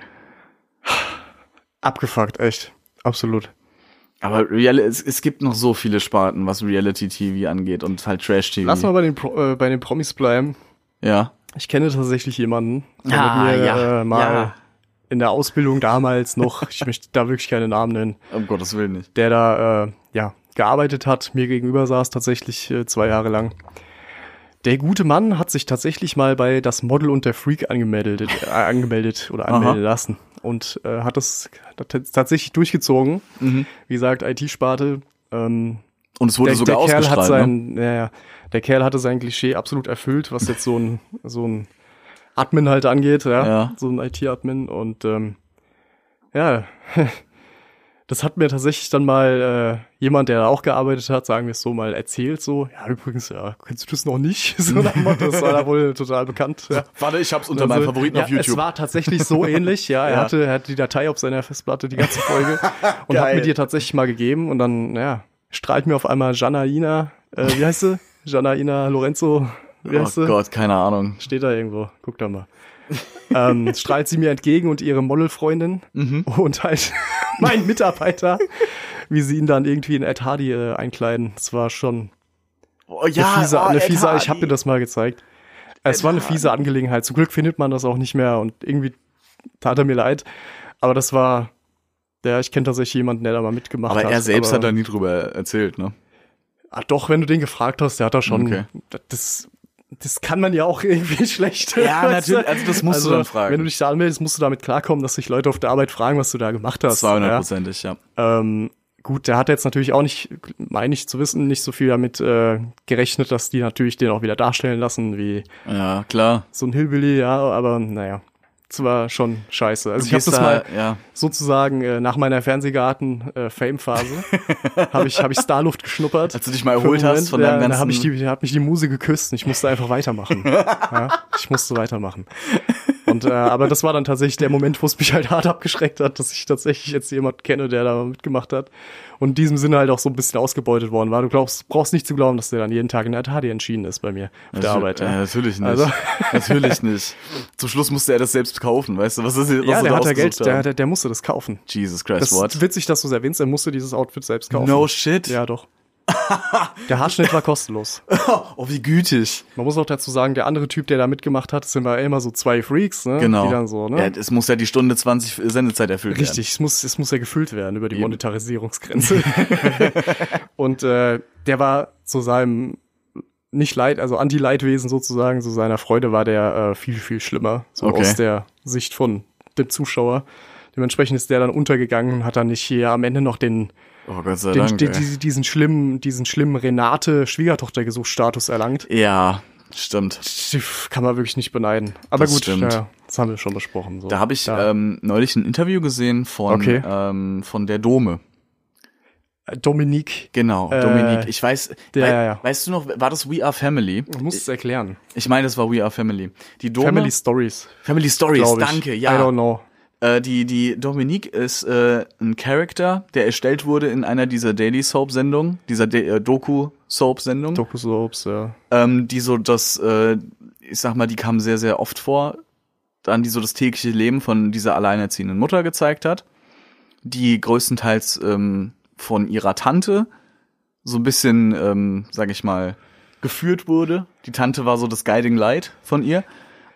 S5: Abgefuckt, echt. Absolut.
S4: Mhm. Aber Real, es, es gibt noch so viele Sparten, was Reality TV angeht und halt Trash TV.
S5: Lass mal bei den, Pro äh, bei den Promis bleiben.
S4: Ja.
S5: Ich kenne tatsächlich jemanden, der
S4: Ah,
S5: mit mir
S4: ja,
S5: äh, mal
S4: ja.
S5: in der Ausbildung damals noch, ich möchte da wirklich keine Namen nennen,
S4: Um Gottes Willen nicht.
S5: der da äh, ja gearbeitet hat, mir gegenüber saß tatsächlich äh, zwei Jahre lang. Der gute Mann hat sich tatsächlich mal bei das Model und der Freak angemeldet, äh, angemeldet oder anmelden lassen und äh, hat das tats- tatsächlich durchgezogen. Wie gesagt, IT-Sparte. Ähm,
S4: Und es wurde
S5: der,
S4: sogar
S5: der Kerl
S4: ausgestrahlt.
S5: hat
S4: ne?
S5: sein, ja, ja, der Kerl hatte sein Klischee absolut erfüllt, was jetzt so ein so ein Admin halt angeht, ja,
S4: Ja.
S5: so ein IT-Admin und ähm, ja, [LAUGHS] das hat mir tatsächlich dann mal äh, jemand, der da auch gearbeitet hat, sagen wir es so mal erzählt, so ja übrigens, ja, kennst du das noch nicht? [LAUGHS] So, nach dem Motto, das war da wohl total bekannt. Ja.
S4: Warte, ich hab's unter meinen
S5: Also,
S4: Favoriten
S5: ja,
S4: auf YouTube.
S5: Es war tatsächlich so ähnlich, ja. Er
S4: Ja.
S5: hatte, er hatte die Datei auf seiner Festplatte, die ganze Folge, und hat
S4: Geil.
S5: mir die tatsächlich mal gegeben. Und dann, ja, strahlt mir auf einmal Janaina, äh, wie heißt sie? Janaina Lorenzo, wie heißt
S4: oh
S5: sie?
S4: Gott, keine Ahnung.
S5: Steht da irgendwo, guck da mal. ähm, strahlt sie mir entgegen und ihre Modelfreundin
S4: Mhm.
S5: und halt [LAUGHS] mein Mitarbeiter, wie sie ihn dann irgendwie in Ed Hardy äh, einkleiden. Das war schon
S4: Oh,
S5: eine fiese,
S4: oh,
S5: eine
S4: Ed
S5: fiese ich
S4: Hardy.
S5: habe dir das mal gezeigt. Es war eine fiese Angelegenheit. Zum Glück findet man das auch nicht mehr und irgendwie tat er mir leid. Aber das war, ja, ich kenne tatsächlich jemanden, der da mal mitgemacht
S4: Aber
S5: hat.
S4: er selbst
S5: Aber-
S4: hat da nie drüber erzählt, ne?
S5: Ah, doch, wenn du den gefragt hast, der hat da schon.
S4: Okay.
S5: Das, das kann man ja auch [LAUGHS] irgendwie schlecht.
S4: Ja,
S5: weißt du?
S4: natürlich, also das musst du dann fragen.
S5: Wenn du dich da anmeldest, musst du damit klarkommen, dass sich Leute auf der Arbeit fragen, was du da gemacht hast.
S4: 200%ig, ja.
S5: Ja? Ähm, gut, der hat jetzt natürlich auch nicht, meine ich zu wissen, nicht so viel damit äh, gerechnet, dass die natürlich den auch wieder darstellen lassen, wie
S4: Ja, klar.
S5: so ein Hillbilly, ja, aber naja, es war schon scheiße. Also ich habe
S4: gehst
S5: das
S4: da-
S5: mal
S4: ja.
S5: sozusagen äh, nach meiner Fernsehgarten-Fame-Phase
S4: [LAUGHS]
S5: habe ich, hab ich Starluft geschnuppert.
S4: Als du dich mal erholt
S5: Für einen
S4: hast von deinem
S5: ja, Da
S4: ganzen-
S5: habe ich, die- hab mich die Muse geküsst und ich musste einfach weitermachen.
S4: [LAUGHS]
S5: ja, ich musste weitermachen. Und, äh, aber das war dann tatsächlich der Moment, wo es mich halt hart abgeschreckt hat, dass ich tatsächlich jetzt jemand kenne, der da mitgemacht hat. Und in diesem Sinne halt auch so ein bisschen ausgebeutet worden war. Du glaubst, brauchst nicht zu glauben, dass der dann jeden Tag in der Atari entschieden ist bei mir auf der
S4: Natu-
S5: Arbeit.
S4: Äh,
S5: ja.
S4: natürlich nicht.
S5: Also-
S4: [LAUGHS] natürlich nicht. Zum Schluss musste er das selbst kaufen, weißt du, was ist was
S5: Ja,
S4: sie
S5: der
S4: da
S5: hat ja
S4: ausgesucht
S5: Geld, der,
S4: haben.
S5: der, der musste das kaufen.
S4: Jesus
S5: Das
S4: Christ,
S5: ist
S4: what?
S5: witzig, dass du es erwähnst, er musste dieses Outfit selbst kaufen.
S4: No shit.
S5: Ja, doch. [LAUGHS] Der Haarschnitt war kostenlos.
S4: Oh, wie gütig.
S5: Man muss auch dazu sagen, der andere Typ, der da mitgemacht hat, sind ja immer so zwei Freaks, ne?
S4: Genau.
S5: Die dann so, ne?
S4: ja, es muss ja die Stunde 20 Sendezeit erfüllt
S5: Richtig, es muss, es muss ja gefüllt werden über die
S4: Eben.
S5: Monetarisierungsgrenze. [LAUGHS] und äh, der war zu seinem nicht Leid, also Anti-Leidwesen sozusagen, zu seiner Freude war der äh, viel, viel schlimmer. So
S4: Okay.
S5: aus der Sicht von dem Zuschauer. Dementsprechend ist der dann untergegangen und hat dann nicht hier am Ende noch den,
S4: werden. Oh Gott sei
S5: den,
S4: Dank.
S5: die-
S4: ey.
S5: die- diesen schlimmen, diesen schlimmen Renate-Schwiegertochter-Gesuchsstatus erlangt.
S4: ja, stimmt.
S5: Die f- kann man wirklich nicht beneiden. Aber
S4: Das
S5: gut,
S4: stimmt.
S5: ja, das haben wir schon besprochen. So.
S4: Da ähm, habe ich ähm, neulich ein Interview gesehen von,
S5: Okay.
S4: ähm, von der Dome.
S5: Dominique.
S4: Genau,
S5: Äh,
S4: Dominik. Ich weiß,
S5: der-
S4: wei-
S5: ja, ja.
S4: weißt du noch, war das We Are Family?
S5: Du musst es erklären.
S4: Ich meine, das war We Are Family. Die Dome,
S5: Family Stories,
S4: Family Stories,
S5: glaube ich.
S4: danke,
S5: I
S4: ja.
S5: don't know.
S4: Äh, die, die Dominique ist äh, ein Charakter, der erstellt wurde in einer dieser Daily Soap-Sendungen, dieser De äh, Doku-Soap-Sendung.
S5: Doku-Soaps, ja.
S4: ähm, die so das, äh, ich sag mal, die kamen sehr, sehr oft vor, dann die so das tägliche Leben von dieser alleinerziehenden Mutter gezeigt hat, die größtenteils ähm, von ihrer Tante so ein bisschen, ähm, sag ich mal, geführt wurde. Die Tante war so das Guiding Light von ihr.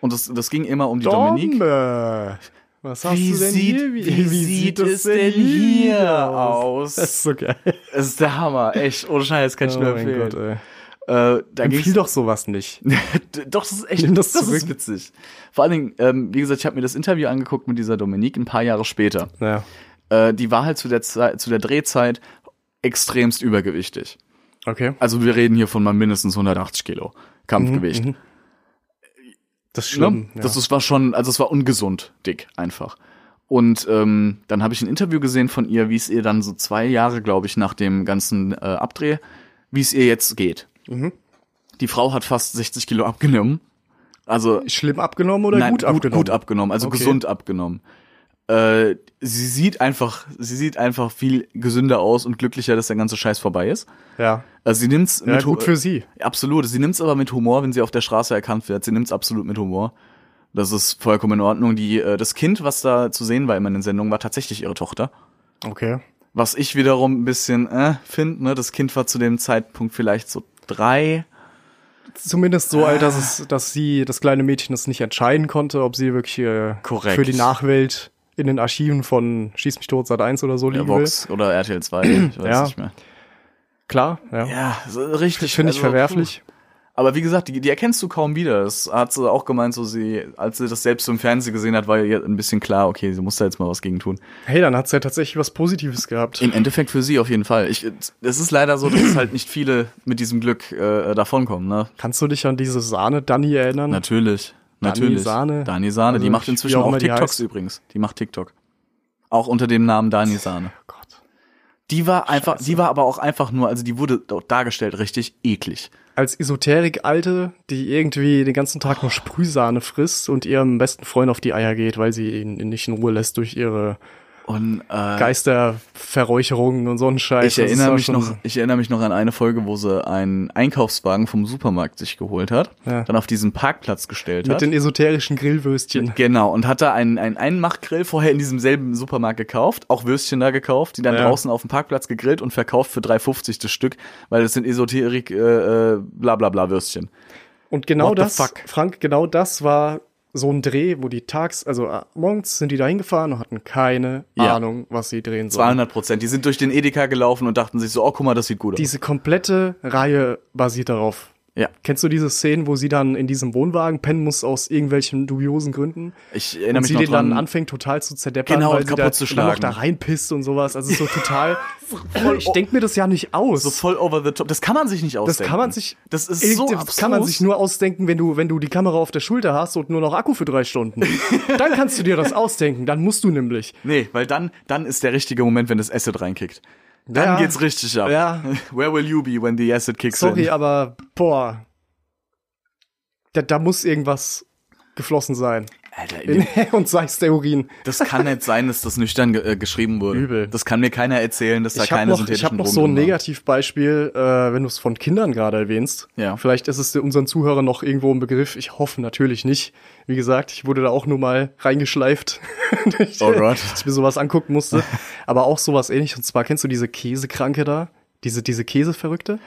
S4: Und das, das ging immer um die Dominique.
S5: Domme. Was hast du denn hier?
S4: aus?
S5: Das ist
S4: Das
S5: [LAUGHS] so geil.
S4: ist der Hammer, echt. Ohne Scheiß, kann ich nur empfehlen.
S5: Oh ey.
S4: äh, da ging's-
S5: Empfiehl doch sowas nicht.
S4: D- [LAUGHS] Doch, das ist echt,
S5: Nimm
S4: das,
S5: das
S4: ist
S5: zurück.
S4: witzig. Vor allen Dingen, ähm, wie gesagt, ich habe mir das Interview angeguckt mit dieser Dominique ein paar Jahre später.
S5: Naja.
S4: Äh, die war halt zu der, Zeit, zu der Drehzeit extremst übergewichtig.
S5: Okay.
S4: Also wir reden hier von mal mindestens 180 Kilo
S5: Mhm,
S4: Kampfgewicht.
S5: Das ist
S4: Ne? Das ist, war schon, also es war ungesund dick einfach. Und ähm, dann habe ich ein Interview gesehen von ihr, wie es ihr dann so zwei Jahre, glaube ich, nach dem ganzen äh, Abdreh, wie es ihr jetzt geht.
S5: Mhm.
S4: Die Frau hat fast 60 Kilo abgenommen. Also
S5: schlimm abgenommen oder
S4: Nein,
S5: gut, abgenommen?
S4: Gut abgenommen, also
S5: Okay.
S4: gesund abgenommen. Äh, sie sieht einfach, sie sieht einfach viel gesünder aus und glücklicher, dass der ganze Scheiß vorbei ist.
S5: Ja.
S4: Also sie nimmt's
S5: ja
S4: mit Hu-
S5: gut für sie.
S4: absolut. Sie nimmt's aber mit Humor, wenn sie auf der Straße erkannt wird. Sie nimmt's absolut mit Humor. Das ist vollkommen in Ordnung. Die, äh, das Kind, was da zu sehen war immer in den Sendungen, war tatsächlich ihre Tochter.
S5: Okay.
S4: Was ich wiederum ein bisschen äh, finde, ne? das Kind war zu dem Zeitpunkt vielleicht so drei.
S5: Zumindest so
S4: Ah.
S5: alt, dass es, dass sie, das kleine Mädchen, das nicht entscheiden konnte, ob sie wirklich äh,
S4: Korrekt.
S5: für die Nachwelt in den Archiven von Schieß mich tot, Sat 1 oder so
S4: Der
S5: liegen will.
S4: Vox oder RTL 2, ich weiß
S5: Ja.
S4: nicht mehr.
S5: Klar, ja.
S4: Ja, so richtig.
S5: Finde ich
S4: also,
S5: verwerflich.
S4: Aber wie gesagt, die, die erkennst du kaum wieder. Das hat sie auch gemeint, so sie, als sie das selbst im Fernsehen gesehen hat, war ihr ein bisschen klar, okay, sie muss da jetzt mal was gegen tun.
S5: Hey, dann hat's ja tatsächlich was Positives gehabt.
S4: Im Endeffekt für sie auf jeden Fall. Ich, es ist leider so, dass es halt nicht viele mit diesem Glück äh, davonkommen, ne?
S5: Kannst du dich an diese Sahne-Dani erinnern?
S4: Natürlich.
S5: Dani
S4: Natürlich.
S5: Sahne.
S4: Hm. Dani Sahne, die
S5: Also,
S4: macht
S5: wie
S4: inzwischen
S5: auch
S4: auch,
S5: immer die
S4: TikToks
S5: heißt.
S4: übrigens. Die macht TikTok. Auch unter dem Namen Dani Sahne.
S5: Oh Gott.
S4: Die war einfach, die war aber auch einfach nur, also die wurde auch dargestellt richtig eklig.
S5: Als Esoterik-Alte, die irgendwie den ganzen Tag nur Sprühsahne frisst und ihrem besten Freund auf die Eier geht, weil sie ihn nicht in Ruhe lässt durch ihre
S4: Und äh,
S5: Geisterverräucherungen und so einen Scheiß.
S4: Ich
S5: Das ist
S4: erinnere
S5: ja
S4: mich
S5: schon-
S4: noch, ich erinnere mich noch an eine Folge, wo sie einen Einkaufswagen vom Supermarkt sich geholt hat,
S5: Ja.
S4: dann auf diesen Parkplatz gestellt
S5: Mit
S4: hat.
S5: den esoterischen Grillwürstchen.
S4: Genau, und hat da einen, einen Einmachgrill vorher in diesem selben Supermarkt gekauft, auch Würstchen da gekauft, die dann
S5: Ja.
S4: draußen auf dem Parkplatz gegrillt und verkauft für 3,50 das Stück, weil das sind Esoterik, äh, äh, bla bla bla Würstchen.
S5: Und genau
S4: What the
S5: das,
S4: fuck?
S5: Frank, genau das war so ein Dreh, wo die tags, also äh, morgens sind die da hingefahren und hatten keine
S4: Ja.
S5: Ahnung, was sie drehen sollen.
S4: 200 Prozent. Die sind durch den Edeka gelaufen und dachten sich so, oh guck mal, das sieht gut aus.
S5: Diese komplette Reihe basiert darauf.
S4: ja,
S5: Kennst du diese Szenen, wo sie dann in diesem Wohnwagen pennen muss aus irgendwelchen dubiosen Gründen?
S4: ich
S5: Und
S4: erinnere mich
S5: sie
S4: noch
S5: den
S4: dran.
S5: dann anfängt total zu zerdeppern,
S4: Genau,
S5: weil
S4: und
S5: sie da,
S4: kaputt zu
S5: und dann noch
S4: schlagen. oh.
S5: da reinpisst und sowas. Also so
S4: [LAUGHS]
S5: total. ich denke mir das ja nicht aus.
S4: so voll over the top. Das kann man sich nicht
S5: Das
S4: ausdenken.
S5: kann man sich.
S4: Das ist
S5: Irgend-
S4: so
S5: Das kann man
S4: abstrus.
S5: sich nur ausdenken, wenn du, wenn du die Kamera auf der Schulter hast und nur noch Akku für
S4: [LAUGHS]
S5: drei Stunden. dann kannst du dir das ausdenken. Dann musst du nämlich.
S4: Nee, weil dann, dann ist der richtige Moment, wenn das Acid reinkickt. Dann
S5: Ja.
S4: geht's richtig ab.
S5: Ja.
S4: Where will you be when the acid kicks
S5: Sorry,
S4: in?
S5: aber boah. Da, da muss irgendwas geflossen sein.
S4: Alter,
S5: In, [LAUGHS] und sei es der Urin.
S4: das kann nicht sein, dass das nüchtern ge äh, geschrieben wurde.
S5: Übel.
S4: Das kann mir keiner erzählen, dass da
S5: Ich habe
S4: keine
S5: noch, ich
S4: synthetischen
S5: hab noch
S4: Drogen
S5: so ein
S4: drin waren.
S5: Negativbeispiel, äh, wenn du es von Kindern gerade erwähnst.
S4: Ja.
S5: Vielleicht ist es unseren Zuhörern noch irgendwo ein Begriff. Ich hoffe natürlich nicht. Wie gesagt, ich wurde da auch nur mal reingeschleift. [LAUGHS] Ich-
S4: Oh Gott.
S5: Dass ich [LAUGHS] mir sowas angucken musste. Aber auch sowas ähnliches. Und zwar kennst du diese Käsekranke da? Diese, diese Käseverrückte?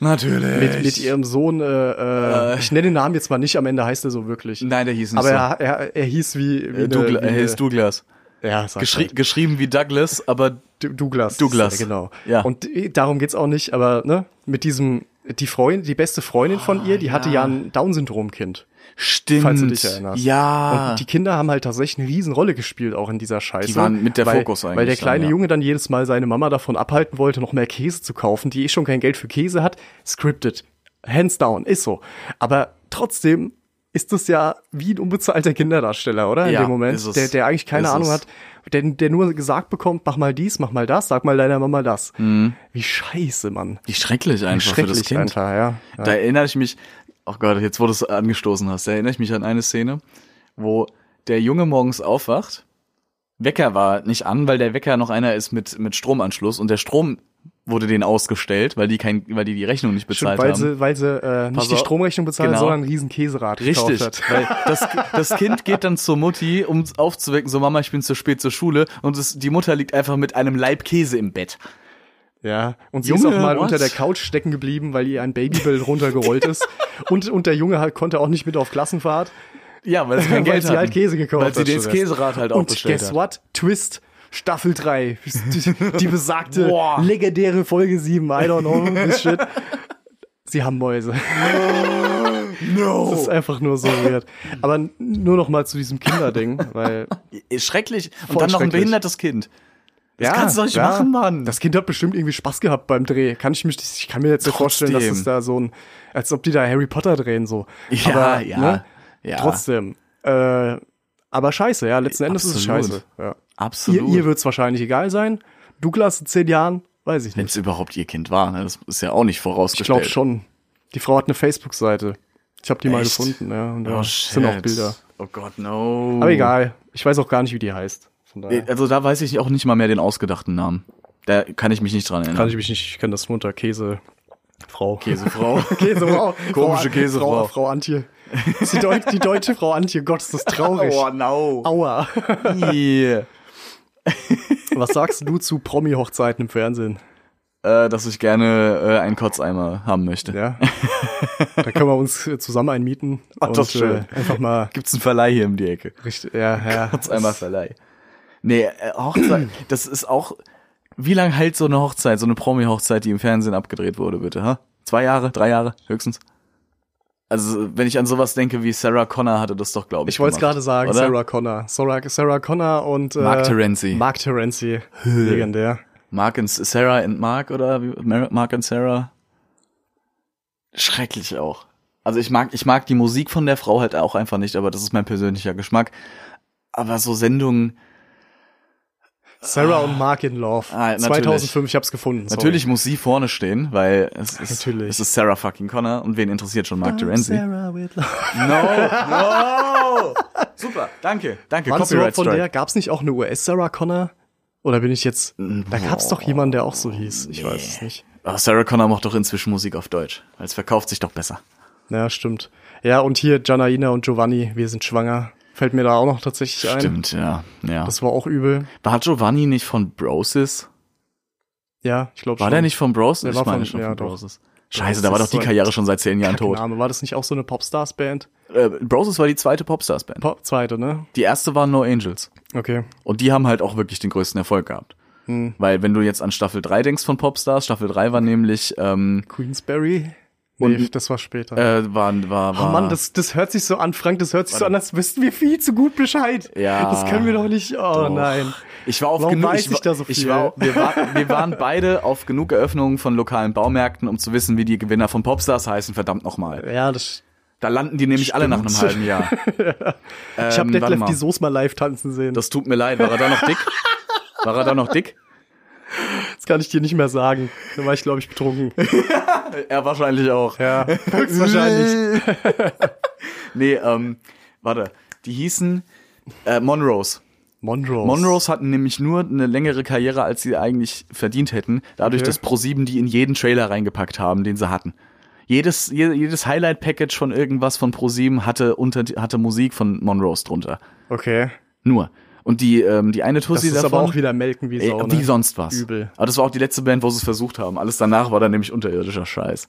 S4: Natürlich.
S5: Mit, mit ihrem Sohn, äh, äh, ich nenne den Namen jetzt mal nicht, am Ende heißt er so wirklich.
S4: Nein, der hieß nicht
S5: Aber
S4: so.
S5: er, er, er hieß wie, wie
S4: Äh, Douglas,
S5: eine,
S4: er
S5: wie
S4: hieß Douglas.
S5: eine, ja, sag halt.
S4: Geschrie geschrieben wie Douglas, aber
S5: Du- Douglas.
S4: Douglas.
S5: Ja, genau.
S4: Ja.
S5: Und äh, darum geht's auch nicht, aber ne, mit diesem, die Freundin, die beste Freundin
S4: Ah,
S5: von ihr, die hatte ja ein Down-Syndrom-Kind,
S4: stimmt.
S5: falls du dich erinnerst.
S4: Ja.
S5: Und die Kinder haben halt tatsächlich eine Riesenrolle gespielt, auch in dieser Scheiße.
S4: Die waren mit der
S5: weil,
S4: Fokus eigentlich
S5: Weil der
S4: dann,
S5: kleine
S4: ja.
S5: Junge dann jedes Mal seine Mama davon abhalten wollte, noch mehr Käse zu kaufen, die eh schon kein Geld für Käse hat. Scripted. Hands down, ist so. Aber trotzdem ist das ja wie ein unbezahlter Kinderdarsteller, oder? In
S4: Ja,
S5: dem Moment,
S4: ist es.
S5: der, der eigentlich keine
S4: Ist
S5: Ahnung
S4: es.
S5: hat, der, der nur gesagt bekommt, mach mal dies, mach mal das, sag mal deiner Mama das. Wie scheiße, Mann.
S4: Wie schrecklich
S5: Wie
S4: Mhm. einfach für das
S5: schrecklich
S4: Kind.
S5: einfach, ja. ja.
S4: Da erinnere ich mich, oh Gott, jetzt wo du es angestoßen hast, da erinnere ich mich an eine Szene, wo der Junge morgens aufwacht, Wecker war nicht an, weil der Wecker noch einer ist mit, mit Stromanschluss und der Strom wurde denen ausgestellt, weil die kein, weil die die Rechnung nicht
S5: Stimmt,
S4: bezahlt
S5: weil
S4: haben.
S5: sie, weil sie
S4: Pass
S5: äh, nicht die
S4: auf.
S5: Stromrechnung bezahlen,
S4: Genau.
S5: sondern einen riesen Käserad
S4: Richtig,
S5: gekauft hat.
S4: [LAUGHS] weil das, das Kind geht dann zur Mutti, um aufzuwecken, so Mama, ich bin zu spät zur Schule und es, die Mutter liegt einfach mit einem Leib Käse im Bett.
S5: Ja, und sie
S4: Junge,
S5: ist auch mal
S4: what?
S5: unter der Couch stecken geblieben, weil ihr ein Babybell runtergerollt
S4: [LAUGHS]
S5: ist. Und, und der Junge halt, konnte auch nicht mit auf Klassenfahrt,
S4: Ja, weil sie kein
S5: [LAUGHS] weil
S4: Geld
S5: sie
S4: hatten.
S5: halt Käse gekauft
S4: Weil sie
S5: hat.
S4: den
S5: stattdessen.
S4: Käserad halt auch
S5: Und
S4: bestellt
S5: guess
S4: hat.
S5: what? Twist. Staffel 3. Die, die besagte
S4: Boah.
S5: legendäre Folge 7. I don't know this shit. Sie haben Mäuse.
S4: No.
S5: Das ist einfach nur so weird. Aber n- nur noch mal zu diesem Kinderding, weil
S4: Ist schrecklich. Und dann
S5: Voll
S4: noch ein
S5: schrecklich.
S4: behindertes Kind. Das kannst du doch nicht machen, Mann.
S5: Das Kind hat bestimmt irgendwie Spaß gehabt beim Dreh. Kann ich mich, ich kann mir jetzt nicht vorstellen, dass
S4: Trotzdem.
S5: es da so ein, als ob die da Harry Potter drehen so.
S4: Ja,
S5: aber,
S4: ja,
S5: ne?
S4: ja.
S5: Trotzdem. Äh, aber scheiße, ja. Letzten Endes
S4: Absolut.
S5: ist es scheiße. Ja. Ihr,
S4: Absolut.
S5: ihr wird es wahrscheinlich egal sein. Douglas in zehn Jahren, weiß ich
S4: Wenn
S5: nicht.
S4: es überhaupt ihr Kind war, ne? das ist ja auch nicht
S5: Ich
S4: vorausgestellt.
S5: glaube schon. Die Frau hat eine Facebook-Seite. Ich habe die mal
S4: Echt?
S5: gefunden. Ja, und da
S4: Oh, shit.
S5: sind auch Bilder.
S4: Oh Gott, no.
S5: Aber egal. Ich weiß auch gar nicht, wie die heißt. Von daher
S4: Also da weiß ich auch nicht mal mehr den ausgedachten Namen. Da kann ich mich nicht dran
S5: kann
S4: erinnern.
S5: ich mich nicht. Ich kenne das nur unter Käse. Frau. [LAUGHS]
S4: Käsefrau.
S5: Käsefrau.
S4: Oh. [LAUGHS] Komische
S5: Frau-
S4: Käsefrau.
S5: Frau, Frau Antje. Das ist Die, Deut die deutsche Frau Antje. Gott, ist das traurig.
S4: Oh, no. Äh,
S5: Aua.
S4: Yeah.
S5: Was sagst du zu Promi-Hochzeiten im Fernsehen?
S4: Äh, dass ich gerne äh, einen Kotzeimer haben möchte.
S5: Ja. Da können wir uns äh, zusammen einmieten.
S4: Ach, das ist
S5: und,
S4: schön.
S5: Äh, einfach mal
S4: Gibt's einen Verleih hier um die Ecke?
S5: richtig. Ja, ja.
S4: Kotzeimer Verleih. Nee, äh, Hochzeit,
S5: [CLEARS THROAT]
S4: das ist auch. Wie lange hält so eine Hochzeit, so eine Promi-Hochzeit, die im Fernsehen abgedreht wurde, bitte? Ha? Zwei Jahre, drei Jahre, höchstens? Also, wenn ich an sowas denke, wie Sarah Connor hatte das doch, glaube ich.
S5: Ich wollte es
S4: gemacht,
S5: gerade sagen,
S4: oder?
S5: Sarah Connor. Sarah, Sarah Connor und äh,
S4: Mark Terenzi.
S5: Mark Terenzi. Legendär.
S4: Mark and Sarah and Mark oder wie- Mar- Mark and Sarah. Schrecklich auch. Also ich mag, ich mag die Musik von der Frau halt auch einfach nicht, aber das ist mein persönlicher Geschmack. Aber so Sendungen,
S5: Sarah und Mark in Love.
S4: Ah, natürlich.
S5: 2005, ich hab's gefunden. Sorry.
S4: natürlich muss sie vorne stehen, weil es ist,
S5: Natürlich.
S4: es ist Sarah fucking Connor und wen interessiert schon Mark Terenzi?
S5: Sarah with Love.
S4: No, no! Super, danke, danke.
S5: War das überhaupt von
S4: Strike.
S5: der? Gab's nicht auch eine US-Sarah Connor? Oder bin ich jetzt. Da gab's doch jemanden, der auch so hieß. Ich weiß es nicht.
S4: Aber Ah, Sarah Connor macht doch inzwischen Musik auf Deutsch. weil Es verkauft sich doch besser.
S5: Ja, stimmt. Ja, und hier Janaina und Giovanni, wir sind schwanger. Fällt mir da auch noch tatsächlich ein.
S4: Stimmt, ja. ja.
S5: Das war auch übel.
S4: War Giovanni nicht von Brosis?
S5: Ja, ich glaube schon.
S4: War der nicht von Bros?
S5: Der
S4: ich
S5: war
S4: meine
S5: von-
S4: schon
S5: ja,
S4: von
S5: doch.
S4: Broses. Scheiße, da war
S5: ist
S4: doch die
S5: so ein
S4: Karriere schon seit zehn Jahren tot.
S5: Name? War das nicht auch so eine Popstars-Band?
S4: Äh, Broses war die zweite Popstars-Band.
S5: Pop zweite, ne?
S4: Die erste war No Angels.
S5: Okay.
S4: Und die haben halt auch wirklich den größten Erfolg gehabt.
S5: Hm.
S4: Weil wenn du jetzt an Staffel 3 denkst von Popstars, Staffel 3 war nämlich, ähm,
S5: Queensberry? Nee,
S4: Und-
S5: das war später.
S4: äh, ah. war, war,
S5: Oh
S4: war
S5: Mann, das, das hört sich so an, Frank, das hört sich so an, als wüssten wir viel zu gut Bescheid.
S4: Ja.
S5: Das können wir doch nicht. Oh
S4: Doch.
S5: nein.
S4: Ich war auf
S5: Warum
S4: genug.
S5: weiß ich
S4: war,
S5: da so viel?
S4: war, wir, war, wir waren beide auf genug Eröffnungen von lokalen Baumärkten, um zu wissen, wie die Gewinner von Popstars heißen, verdammt nochmal.
S5: Ja, das,
S4: Da landen die nämlich alle nach einem
S5: Stimmt.
S4: halben
S5: [LAUGHS]
S4: Jahr.
S5: ich habe
S4: Ähm, warte
S5: Detlef
S4: mal.
S5: die Soße mal live tanzen sehen. Das,
S4: Das tut mir leid. War er da noch dick? War er da noch dick?
S5: kann ich dir nicht mehr sagen. Da war ich, glaube ich, betrunken.
S4: Er wahrscheinlich auch. [LAUGHS]
S5: Ja, höchstwahrscheinlich.
S4: nee, ähm, warte. Die hießen äh, Monroes.
S5: Monroes.
S4: [LAUGHS] Monroes hatten nämlich nur eine längere Karriere, als sie eigentlich verdient hätten, dadurch,
S5: Okay.
S4: dass ProSieben die in jeden Trailer reingepackt haben, den sie hatten. Jedes, je, jedes Highlight-Package von irgendwas von ProSieben hatte, unter, hatte Musik von Monroes drunter.
S5: Okay.
S4: Nur. Und die, ähm, die eine
S5: Das
S4: Tussi
S5: ist
S4: davon,
S5: aber auch wieder melken wie
S4: ey,
S5: Sau.
S4: wie
S5: ne?
S4: sonst was.
S5: Übel.
S4: Aber das war auch die letzte Band, wo sie es versucht haben. Alles danach war dann nämlich unterirdischer Scheiß.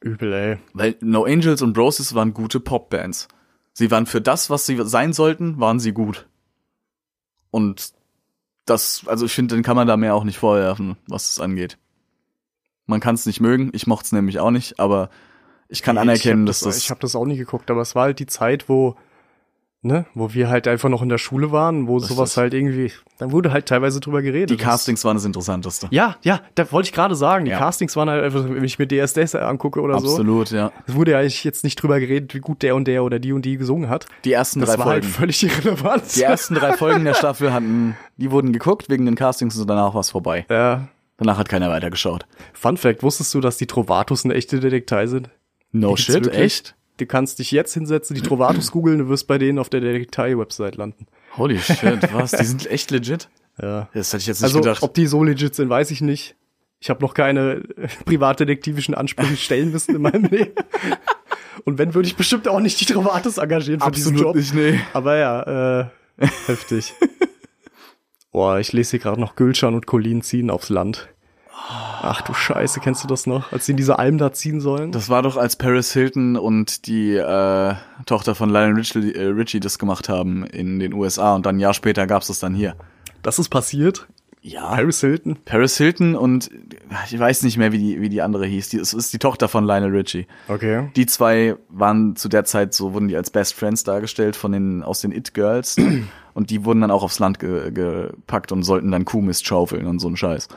S5: Übel, ey.
S4: Weil No Angels und Roses waren gute Popbands. Sie waren für das, was sie sein sollten, waren sie gut. Und das, also ich finde, den kann man da mehr auch nicht vorwerfen, was es angeht. Man kann es nicht mögen, ich mochte es nämlich auch nicht, aber ich kann
S5: Nee,
S4: anerkennen,
S5: ich hab
S4: dass
S5: Ich
S4: das.
S5: habe das auch nie geguckt, aber es war halt die Zeit, wo ne, wo wir halt einfach noch in der Schule waren, wo sowas halt irgendwie, dann wurde halt teilweise drüber geredet.
S4: Die
S5: Das-
S4: Castings waren das Interessanteste.
S5: Ja, ja, da wollte ich gerade sagen, die
S4: Ja.
S5: Castings waren halt einfach, wenn ich mir DSDS angucke oder so.
S4: Absolut, ja.
S5: Es wurde ja eigentlich jetzt nicht drüber geredet, wie gut der und der oder die und die gesungen hat.
S4: Die ersten
S5: das
S4: drei
S5: war halt
S4: Folgen.
S5: völlig irrelevant.
S4: die ersten drei Folgen der Staffel hatten, die wurden geguckt wegen den Castings und danach war es vorbei.
S5: [LAUGHS] Ja.
S4: Danach hat keiner weitergeschaut.
S5: Fun Fact, wusstest du, dass die Trovatos eine echte Detektei sind?
S4: No
S5: Die gibt's
S4: shit,
S5: wirklich?
S4: echt?
S5: Du kannst dich jetzt hinsetzen, die Trovatos googeln, du wirst bei denen auf der Detektei-Website landen.
S4: Holy shit, was? Die sind echt legit?
S5: Ja.
S4: Das hätte ich jetzt nicht
S5: Also,
S4: gedacht.
S5: ob die so legit sind, weiß ich nicht. Ich habe noch keine äh, privatdetektivischen
S4: [LAUGHS]
S5: Ansprüche stellen müssen in meinem Leben. Und wenn, würde ich bestimmt auch nicht die Trovatos engagieren für diesen Job.
S4: nicht, nee.
S5: Aber ja, äh,
S4: [LAUGHS]
S5: heftig. Boah, ich lese hier gerade noch Gülschan und Colin ziehen aufs Land. Ach du Scheiße, kennst du das noch? Als sie in diese Alm da ziehen sollen?
S4: Das war doch, als Paris Hilton und die äh, Tochter von Lionel Richie, äh, Richie das gemacht haben in den USA und dann ein Jahr später gab's das dann hier.
S5: Das ist passiert.
S4: Ja.
S5: Paris Hilton.
S4: Paris Hilton und ich weiß nicht mehr, wie die, wie die andere hieß. Die es ist die Tochter von Lionel Richie.
S5: Okay.
S4: Die zwei waren zu der Zeit so, wurden die als Best Friends dargestellt von den, aus den It
S5: [CLEARS THROAT]
S4: Girls. ne? und die wurden dann auch aufs Land ge, gepackt und sollten dann Kuhmist schaufeln und so ein Scheiß.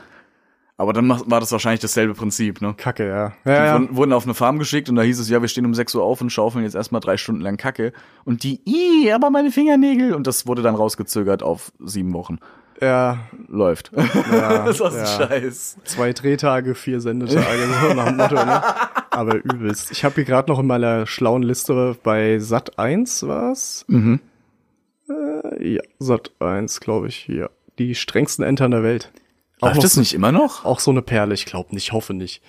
S4: Aber dann mach- war das wahrscheinlich dasselbe Prinzip, ne?
S5: Kacke, ja.
S4: Die
S5: ja, ja.
S4: wurden- wurden auf eine Farm geschickt und da hieß es, ja, wir stehen um 6 Uhr auf und schaufeln jetzt erstmal drei Stunden lang Kacke. Und die, ih, aber meine Fingernägel. Und das wurde dann rausgezögert auf sieben Wochen.
S5: ja.
S4: Läuft. [LAUGHS] das war ein
S5: ja.
S4: Scheiß.
S5: Zwei Drehtage, vier Sendetage, so nach dem Motto, ne? Aber übelst. Ich habe hier gerade noch in meiner schlauen Liste bei Sat 1 was.
S4: Mhm.
S5: Äh, ja, Sat 1, glaube ich, ja. Die strengsten Entern der Welt.
S4: Läuft
S5: noch
S4: das
S5: so-
S4: nicht immer noch?
S5: Auch so eine Perle, ich glaube nicht, hoffe nicht.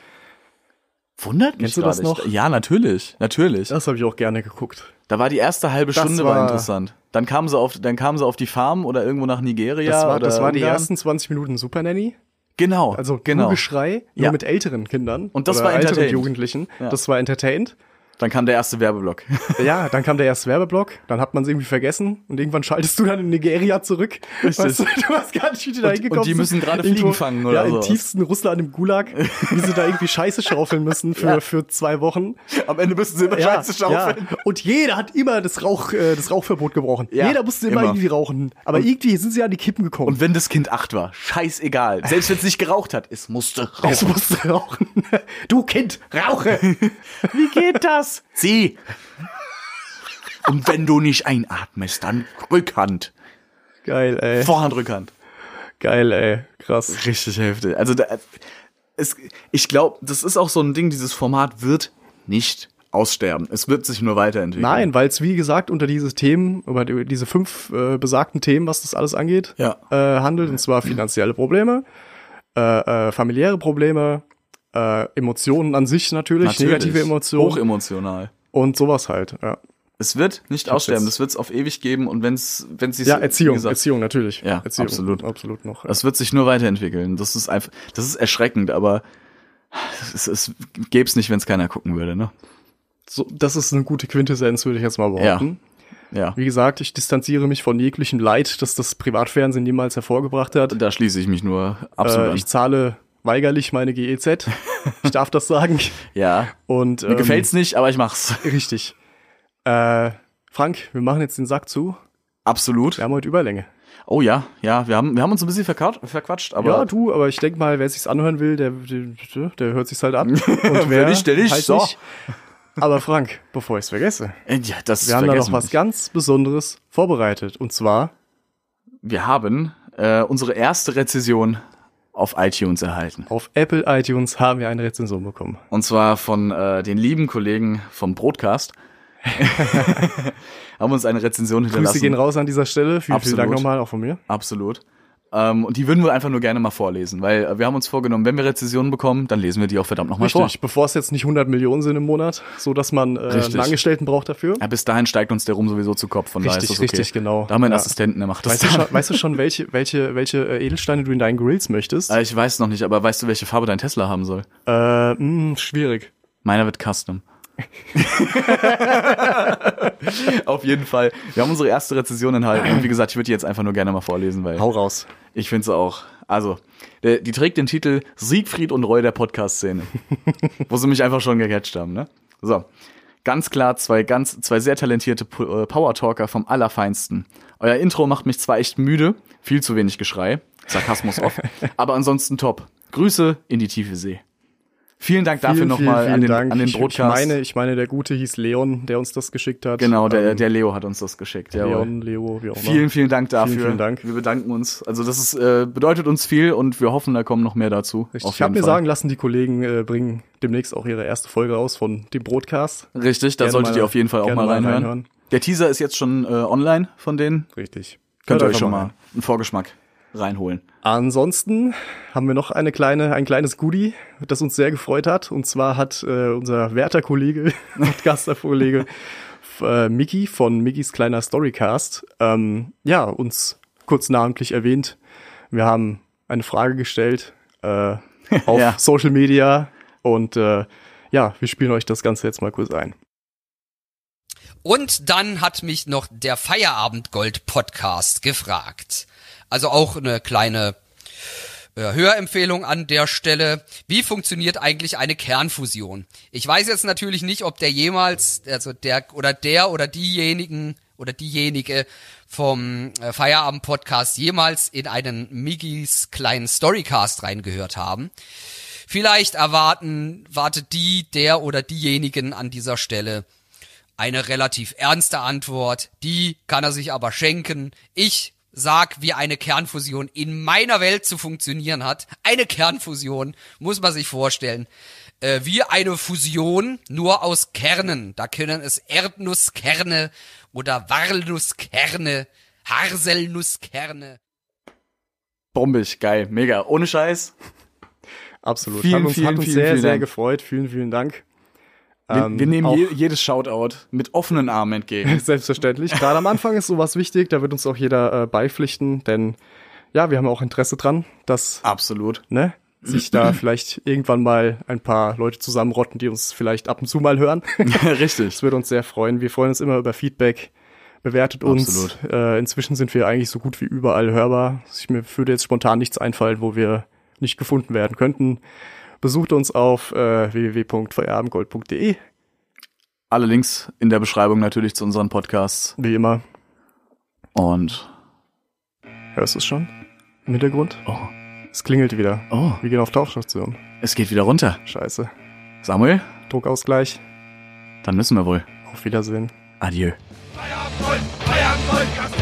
S4: Wundert mich
S5: Kennst du das
S4: gerade.
S5: noch?
S4: Ich- Ja, natürlich. Natürlich.
S5: Das habe ich auch gerne geguckt.
S4: Da war die erste halbe
S5: Das
S4: Stunde
S5: war-
S4: war interessant. Dann kamen sie auf, dann kamen sie auf die Farm oder irgendwo nach Nigeria.
S5: Das, war,
S4: oder
S5: das war die
S4: Ungarn.
S5: ersten 20 Minuten Super Nanny.
S4: Genau.
S5: Also
S4: genau.
S5: nur Geschrei, nur
S4: Ja.
S5: mit älteren Kindern.
S4: Und das
S5: oder
S4: war
S5: älteren
S4: entertained.
S5: Jugendlichen.
S4: Ja.
S5: Das war entertained.
S4: Dann kam der erste Werbeblock. [LAUGHS]
S5: Ja, dann kam der erste Werbeblock, dann hat man es irgendwie vergessen und irgendwann schaltest du dann in Nigeria zurück.
S4: Richtig.
S5: Weißt du, [LAUGHS] du hast gar nicht wieder
S4: Und-
S5: hingekommen.
S4: und die müssen gerade
S5: Irgendwo-
S4: Fliegen fangen oder
S5: Ja, im
S4: sowas.
S5: tiefsten Russland im Gulag, wie sie da irgendwie Scheiße schaufeln müssen für,
S4: Ja.
S5: für
S4: [LAUGHS]
S5: zwei Wochen.
S4: Am Ende müssen sie immer
S5: Ja, ja. Und jeder hat immer das, Rauch, äh, das Rauchverbot gebrochen.
S4: Ja,
S5: jeder musste immer,
S4: immer.
S5: irgendwie rauchen. Aber irgendwie sind sie an die Kippen gekommen.
S4: Und wenn das Kind acht war, scheißegal. Selbst wenn es nicht geraucht hat, es musste
S5: [LAUGHS] es
S4: rauchen.
S5: musste rauchen. Du Kind, rauche!
S4: Wie geht das? Sie. Und wenn du nicht einatmest, dann Rückhand.
S5: Geil, ey.
S4: Vorhand, Rückhand.
S5: Geil, ey. Krass.
S4: Richtig heftig. Also da, es, ich glaube, das ist auch so ein Ding, dieses Format wird nicht aussterben. Es wird sich nur weiterentwickeln.
S5: Nein, weil es, wie gesagt, unter diese Themen, über die- diese fünf äh, besagten Themen, was das alles angeht,
S4: Ja.
S5: äh, handelt. Und zwar finanzielle Probleme, äh, äh, familiäre Probleme, äh, Emotionen an sich natürlich,
S4: Natürlich.
S5: negative Emotionen
S4: Hochemotional.
S5: und sowas halt. Ja,
S4: Es wird nicht aussterben,
S5: jetzt-
S4: das wird es auf ewig geben und wenn es, wenn sie
S5: ja Erziehung, Erziehung natürlich.
S4: äh, Ja,
S5: Erziehung,
S4: absolut. Also,
S5: Absolut noch. Ja.
S4: Das wird sich nur weiterentwickeln. Das ist einfach, das ist erschreckend, aber es, es gäbe es nicht, wenn es keiner gucken würde, ne?
S5: So, das ist eine gute Quintessenz, würde ich jetzt mal behaupten.
S4: Ja.
S5: Wie gesagt, ich distanziere mich von jeglichem Leid, das das Privatfernsehen jemals hervorgebracht hat.
S4: Da schließe ich mich nur absolut
S5: Äh,
S4: an.
S5: ich zahle weigerlich meine GEZ. ich darf
S4: [LAUGHS]
S5: das sagen.
S4: Ja.
S5: Und, ähm,
S4: Mir gefällt's nicht, aber ich mach's.
S5: Richtig. Äh, Frank, wir machen jetzt den Sack zu.
S4: Absolut.
S5: Wir haben heute Überlänge.
S4: Oh ja, ja, wir haben, wir haben uns ein bisschen verkaut, verquatscht, aber
S5: ja, du, aber ich denke mal, wer sich's anhören will, der, der, der hört sich's
S4: [LAUGHS]
S5: halt an. Und halt
S4: Wer nicht, der nicht. So.
S5: Aber Frank, bevor ich's vergesse,
S4: Äh, ja, das ist
S5: wir haben da noch
S4: vergessen.
S5: was ganz Besonderes vorbereitet. Und zwar,
S4: Wir haben äh, unsere erste Rezession auf iTunes erhalten.
S5: auf Apple iTunes haben wir eine Rezension bekommen.
S4: Und zwar von äh, den lieben Kollegen vom
S5: [LAUGHS]
S4: Broadcast. haben uns eine Rezension hinterlassen.
S5: Grüße gehen raus an dieser Stelle. Vielen, vielen
S4: Absolut.
S5: Dank nochmal, auch von mir.
S4: Absolut. Ähm, und die würden wir einfach nur gerne mal vorlesen, weil äh, wir haben uns vorgenommen, wenn wir Rezensionen bekommen, dann lesen wir die auch verdammt nochmal vor.
S5: Richtig, bevor es jetzt nicht 100 Millionen sind im Monat, so dass man äh,
S4: Richtig.
S5: einen Angestellten braucht dafür.
S4: Ja, bis dahin steigt uns der Rum sowieso zu Kopf, von daher
S5: Richtig,
S4: ist das okay.
S5: richtig, genau.
S4: Da haben wir einen
S5: Ja.
S4: Assistenten, der macht das
S5: Weißt du,
S4: dann. [LAUGHS]
S5: schon, weißt du schon, welche, welche, welche äh, Edelsteine du in deinen Grills
S4: [LAUGHS]
S5: möchtest?
S4: Äh, ich weiß noch nicht, aber weißt du, welche Farbe dein Tesla haben soll?
S5: Äh, mh, schwierig.
S4: Meiner wird
S5: [LAUGHS]
S4: Custom. [LAUGHS] Auf jeden Fall. Wir haben unsere erste Rezession enthalten. Und wie gesagt, ich würde die jetzt einfach nur gerne mal vorlesen, weil
S5: Hau raus.
S4: ich finde sie auch. Also, der, die trägt den Titel
S5: [LAUGHS]
S4: Siegfried und Roy der Podcast-Szene. wo sie mich einfach schon gecatcht haben, ne? So. Ganz klar, zwei, ganz, zwei sehr talentierte Po- äh, Power-Talker vom Allerfeinsten. Euer Intro macht mich zwar echt müde, viel zu wenig Geschrei, Sarkasmus
S5: [LAUGHS]
S4: off, aber ansonsten top. Grüße in die tiefe See. Vielen Dank dafür
S5: Vielen,
S4: nochmal
S5: vielen,
S4: an den,
S5: vielen Dank.
S4: an den
S5: Ich-
S4: Broadcast.
S5: Ich meine, ich meine, der Gute hieß Leon, der uns das geschickt hat.
S4: genau, der,
S5: Ähm,
S4: der Leo hat uns das geschickt. jawohl.
S5: Leon, Leo, wie auch immer.
S4: Vielen, vielen Dank dafür.
S5: vielen Dank.
S4: Wir bedanken uns. Also das ist, äh, bedeutet uns viel und wir hoffen, da kommen noch mehr dazu.
S5: Richtig.
S4: Auf
S5: Ich habe mir
S4: jeden Fall.
S5: sagen lassen, die Kollegen äh, bringen demnächst auch ihre erste Folge raus von dem Broadcast.
S4: Richtig, da
S5: Gerne
S4: solltet
S5: mal-
S4: ihr auf jeden Fall auch
S5: gerne
S4: mal
S5: mal
S4: reinhören.
S5: reinhören.
S4: Der Teaser ist jetzt schon äh, online von denen.
S5: Richtig.
S4: Könnt ihr
S5: Hört
S4: euch
S5: einfach
S4: schon
S5: rein.
S4: mal einen Vorgeschmack reinholen.
S5: Ansonsten haben wir noch eine kleine, ein kleines Goodie, das uns sehr gefreut hat. Und zwar hat äh, unser werter Kollege, [LAUGHS] Podcaster-Kollege f- äh, Mickey von Mickys kleiner Storycast, ähm, ja, uns kurz namentlich erwähnt. Wir haben eine Frage gestellt äh, auf
S4: [LAUGHS] Ja.
S5: Social Media und äh, ja, wir spielen euch das Ganze jetzt mal kurz ein.
S1: Und dann hat mich noch der Feierabendgold-Podcast gefragt. Also auch eine kleine äh, Hörempfehlung an der Stelle. Wie funktioniert eigentlich eine Kernfusion? Ich weiß jetzt natürlich nicht, ob der jemals, also der oder der oder diejenigen oder diejenige vom äh, Feierabend-Podcast jemals in einen Miggis kleinen Storycast reingehört haben. Vielleicht erwarten, wartet die, der oder diejenigen an dieser Stelle eine relativ ernste Antwort, die kann er sich aber schenken. Ich sag, wie eine Kernfusion in meiner Welt zu funktionieren hat. Eine Kernfusion muss man sich vorstellen. Äh, wie eine Fusion nur aus Kernen. Da können es Erdnusskerne oder Walnusskerne, Haselnusskerne.
S4: Bombig, geil, mega. Ohne Scheiß.
S5: Absolut.
S4: Vielen,
S5: hat uns,
S4: vielen,
S5: hat uns
S4: vielen,
S5: sehr,
S4: vielen
S5: sehr
S4: Dank.
S5: gefreut. Vielen, vielen Dank.
S4: Wir,
S5: Ähm,
S4: wir nehmen
S5: auch-
S4: je, jedes Shoutout mit offenen Armen entgegen.
S5: [LAUGHS] Selbstverständlich. Gerade am Anfang ist sowas wichtig, da wird uns auch jeder äh, beipflichten, denn ja, wir haben auch Interesse dran, dass
S4: Absolut. [LAUGHS]
S5: ne, sich da vielleicht irgendwann mal ein paar Leute zusammenrotten, die uns vielleicht ab und zu mal hören.
S4: Richtig.
S5: Das würde uns sehr freuen. Wir freuen uns immer über Feedback. Bewertet uns.
S4: Absolut.
S5: Äh, inzwischen sind wir eigentlich so gut wie überall hörbar. Ich mir würde jetzt spontan nichts einfallen, wo wir nicht gefunden werden könnten. Besucht uns auf äh, www.feierabendgold.de,
S4: Alle Links in der Beschreibung natürlich zu unseren Podcasts.
S5: wie immer.
S4: Und
S5: Hörst du es schon? Im Hintergrund?
S4: oh,
S5: Es klingelt wieder.
S4: oh,
S5: Wir gehen auf Tauchstation.
S4: es geht wieder runter.
S5: Scheiße.
S4: Samuel,
S5: Druckausgleich.
S4: dann müssen wir wohl.
S5: Auf Wiedersehen.
S4: Adieu.
S2: Feierabendgold, Feierabendgold, das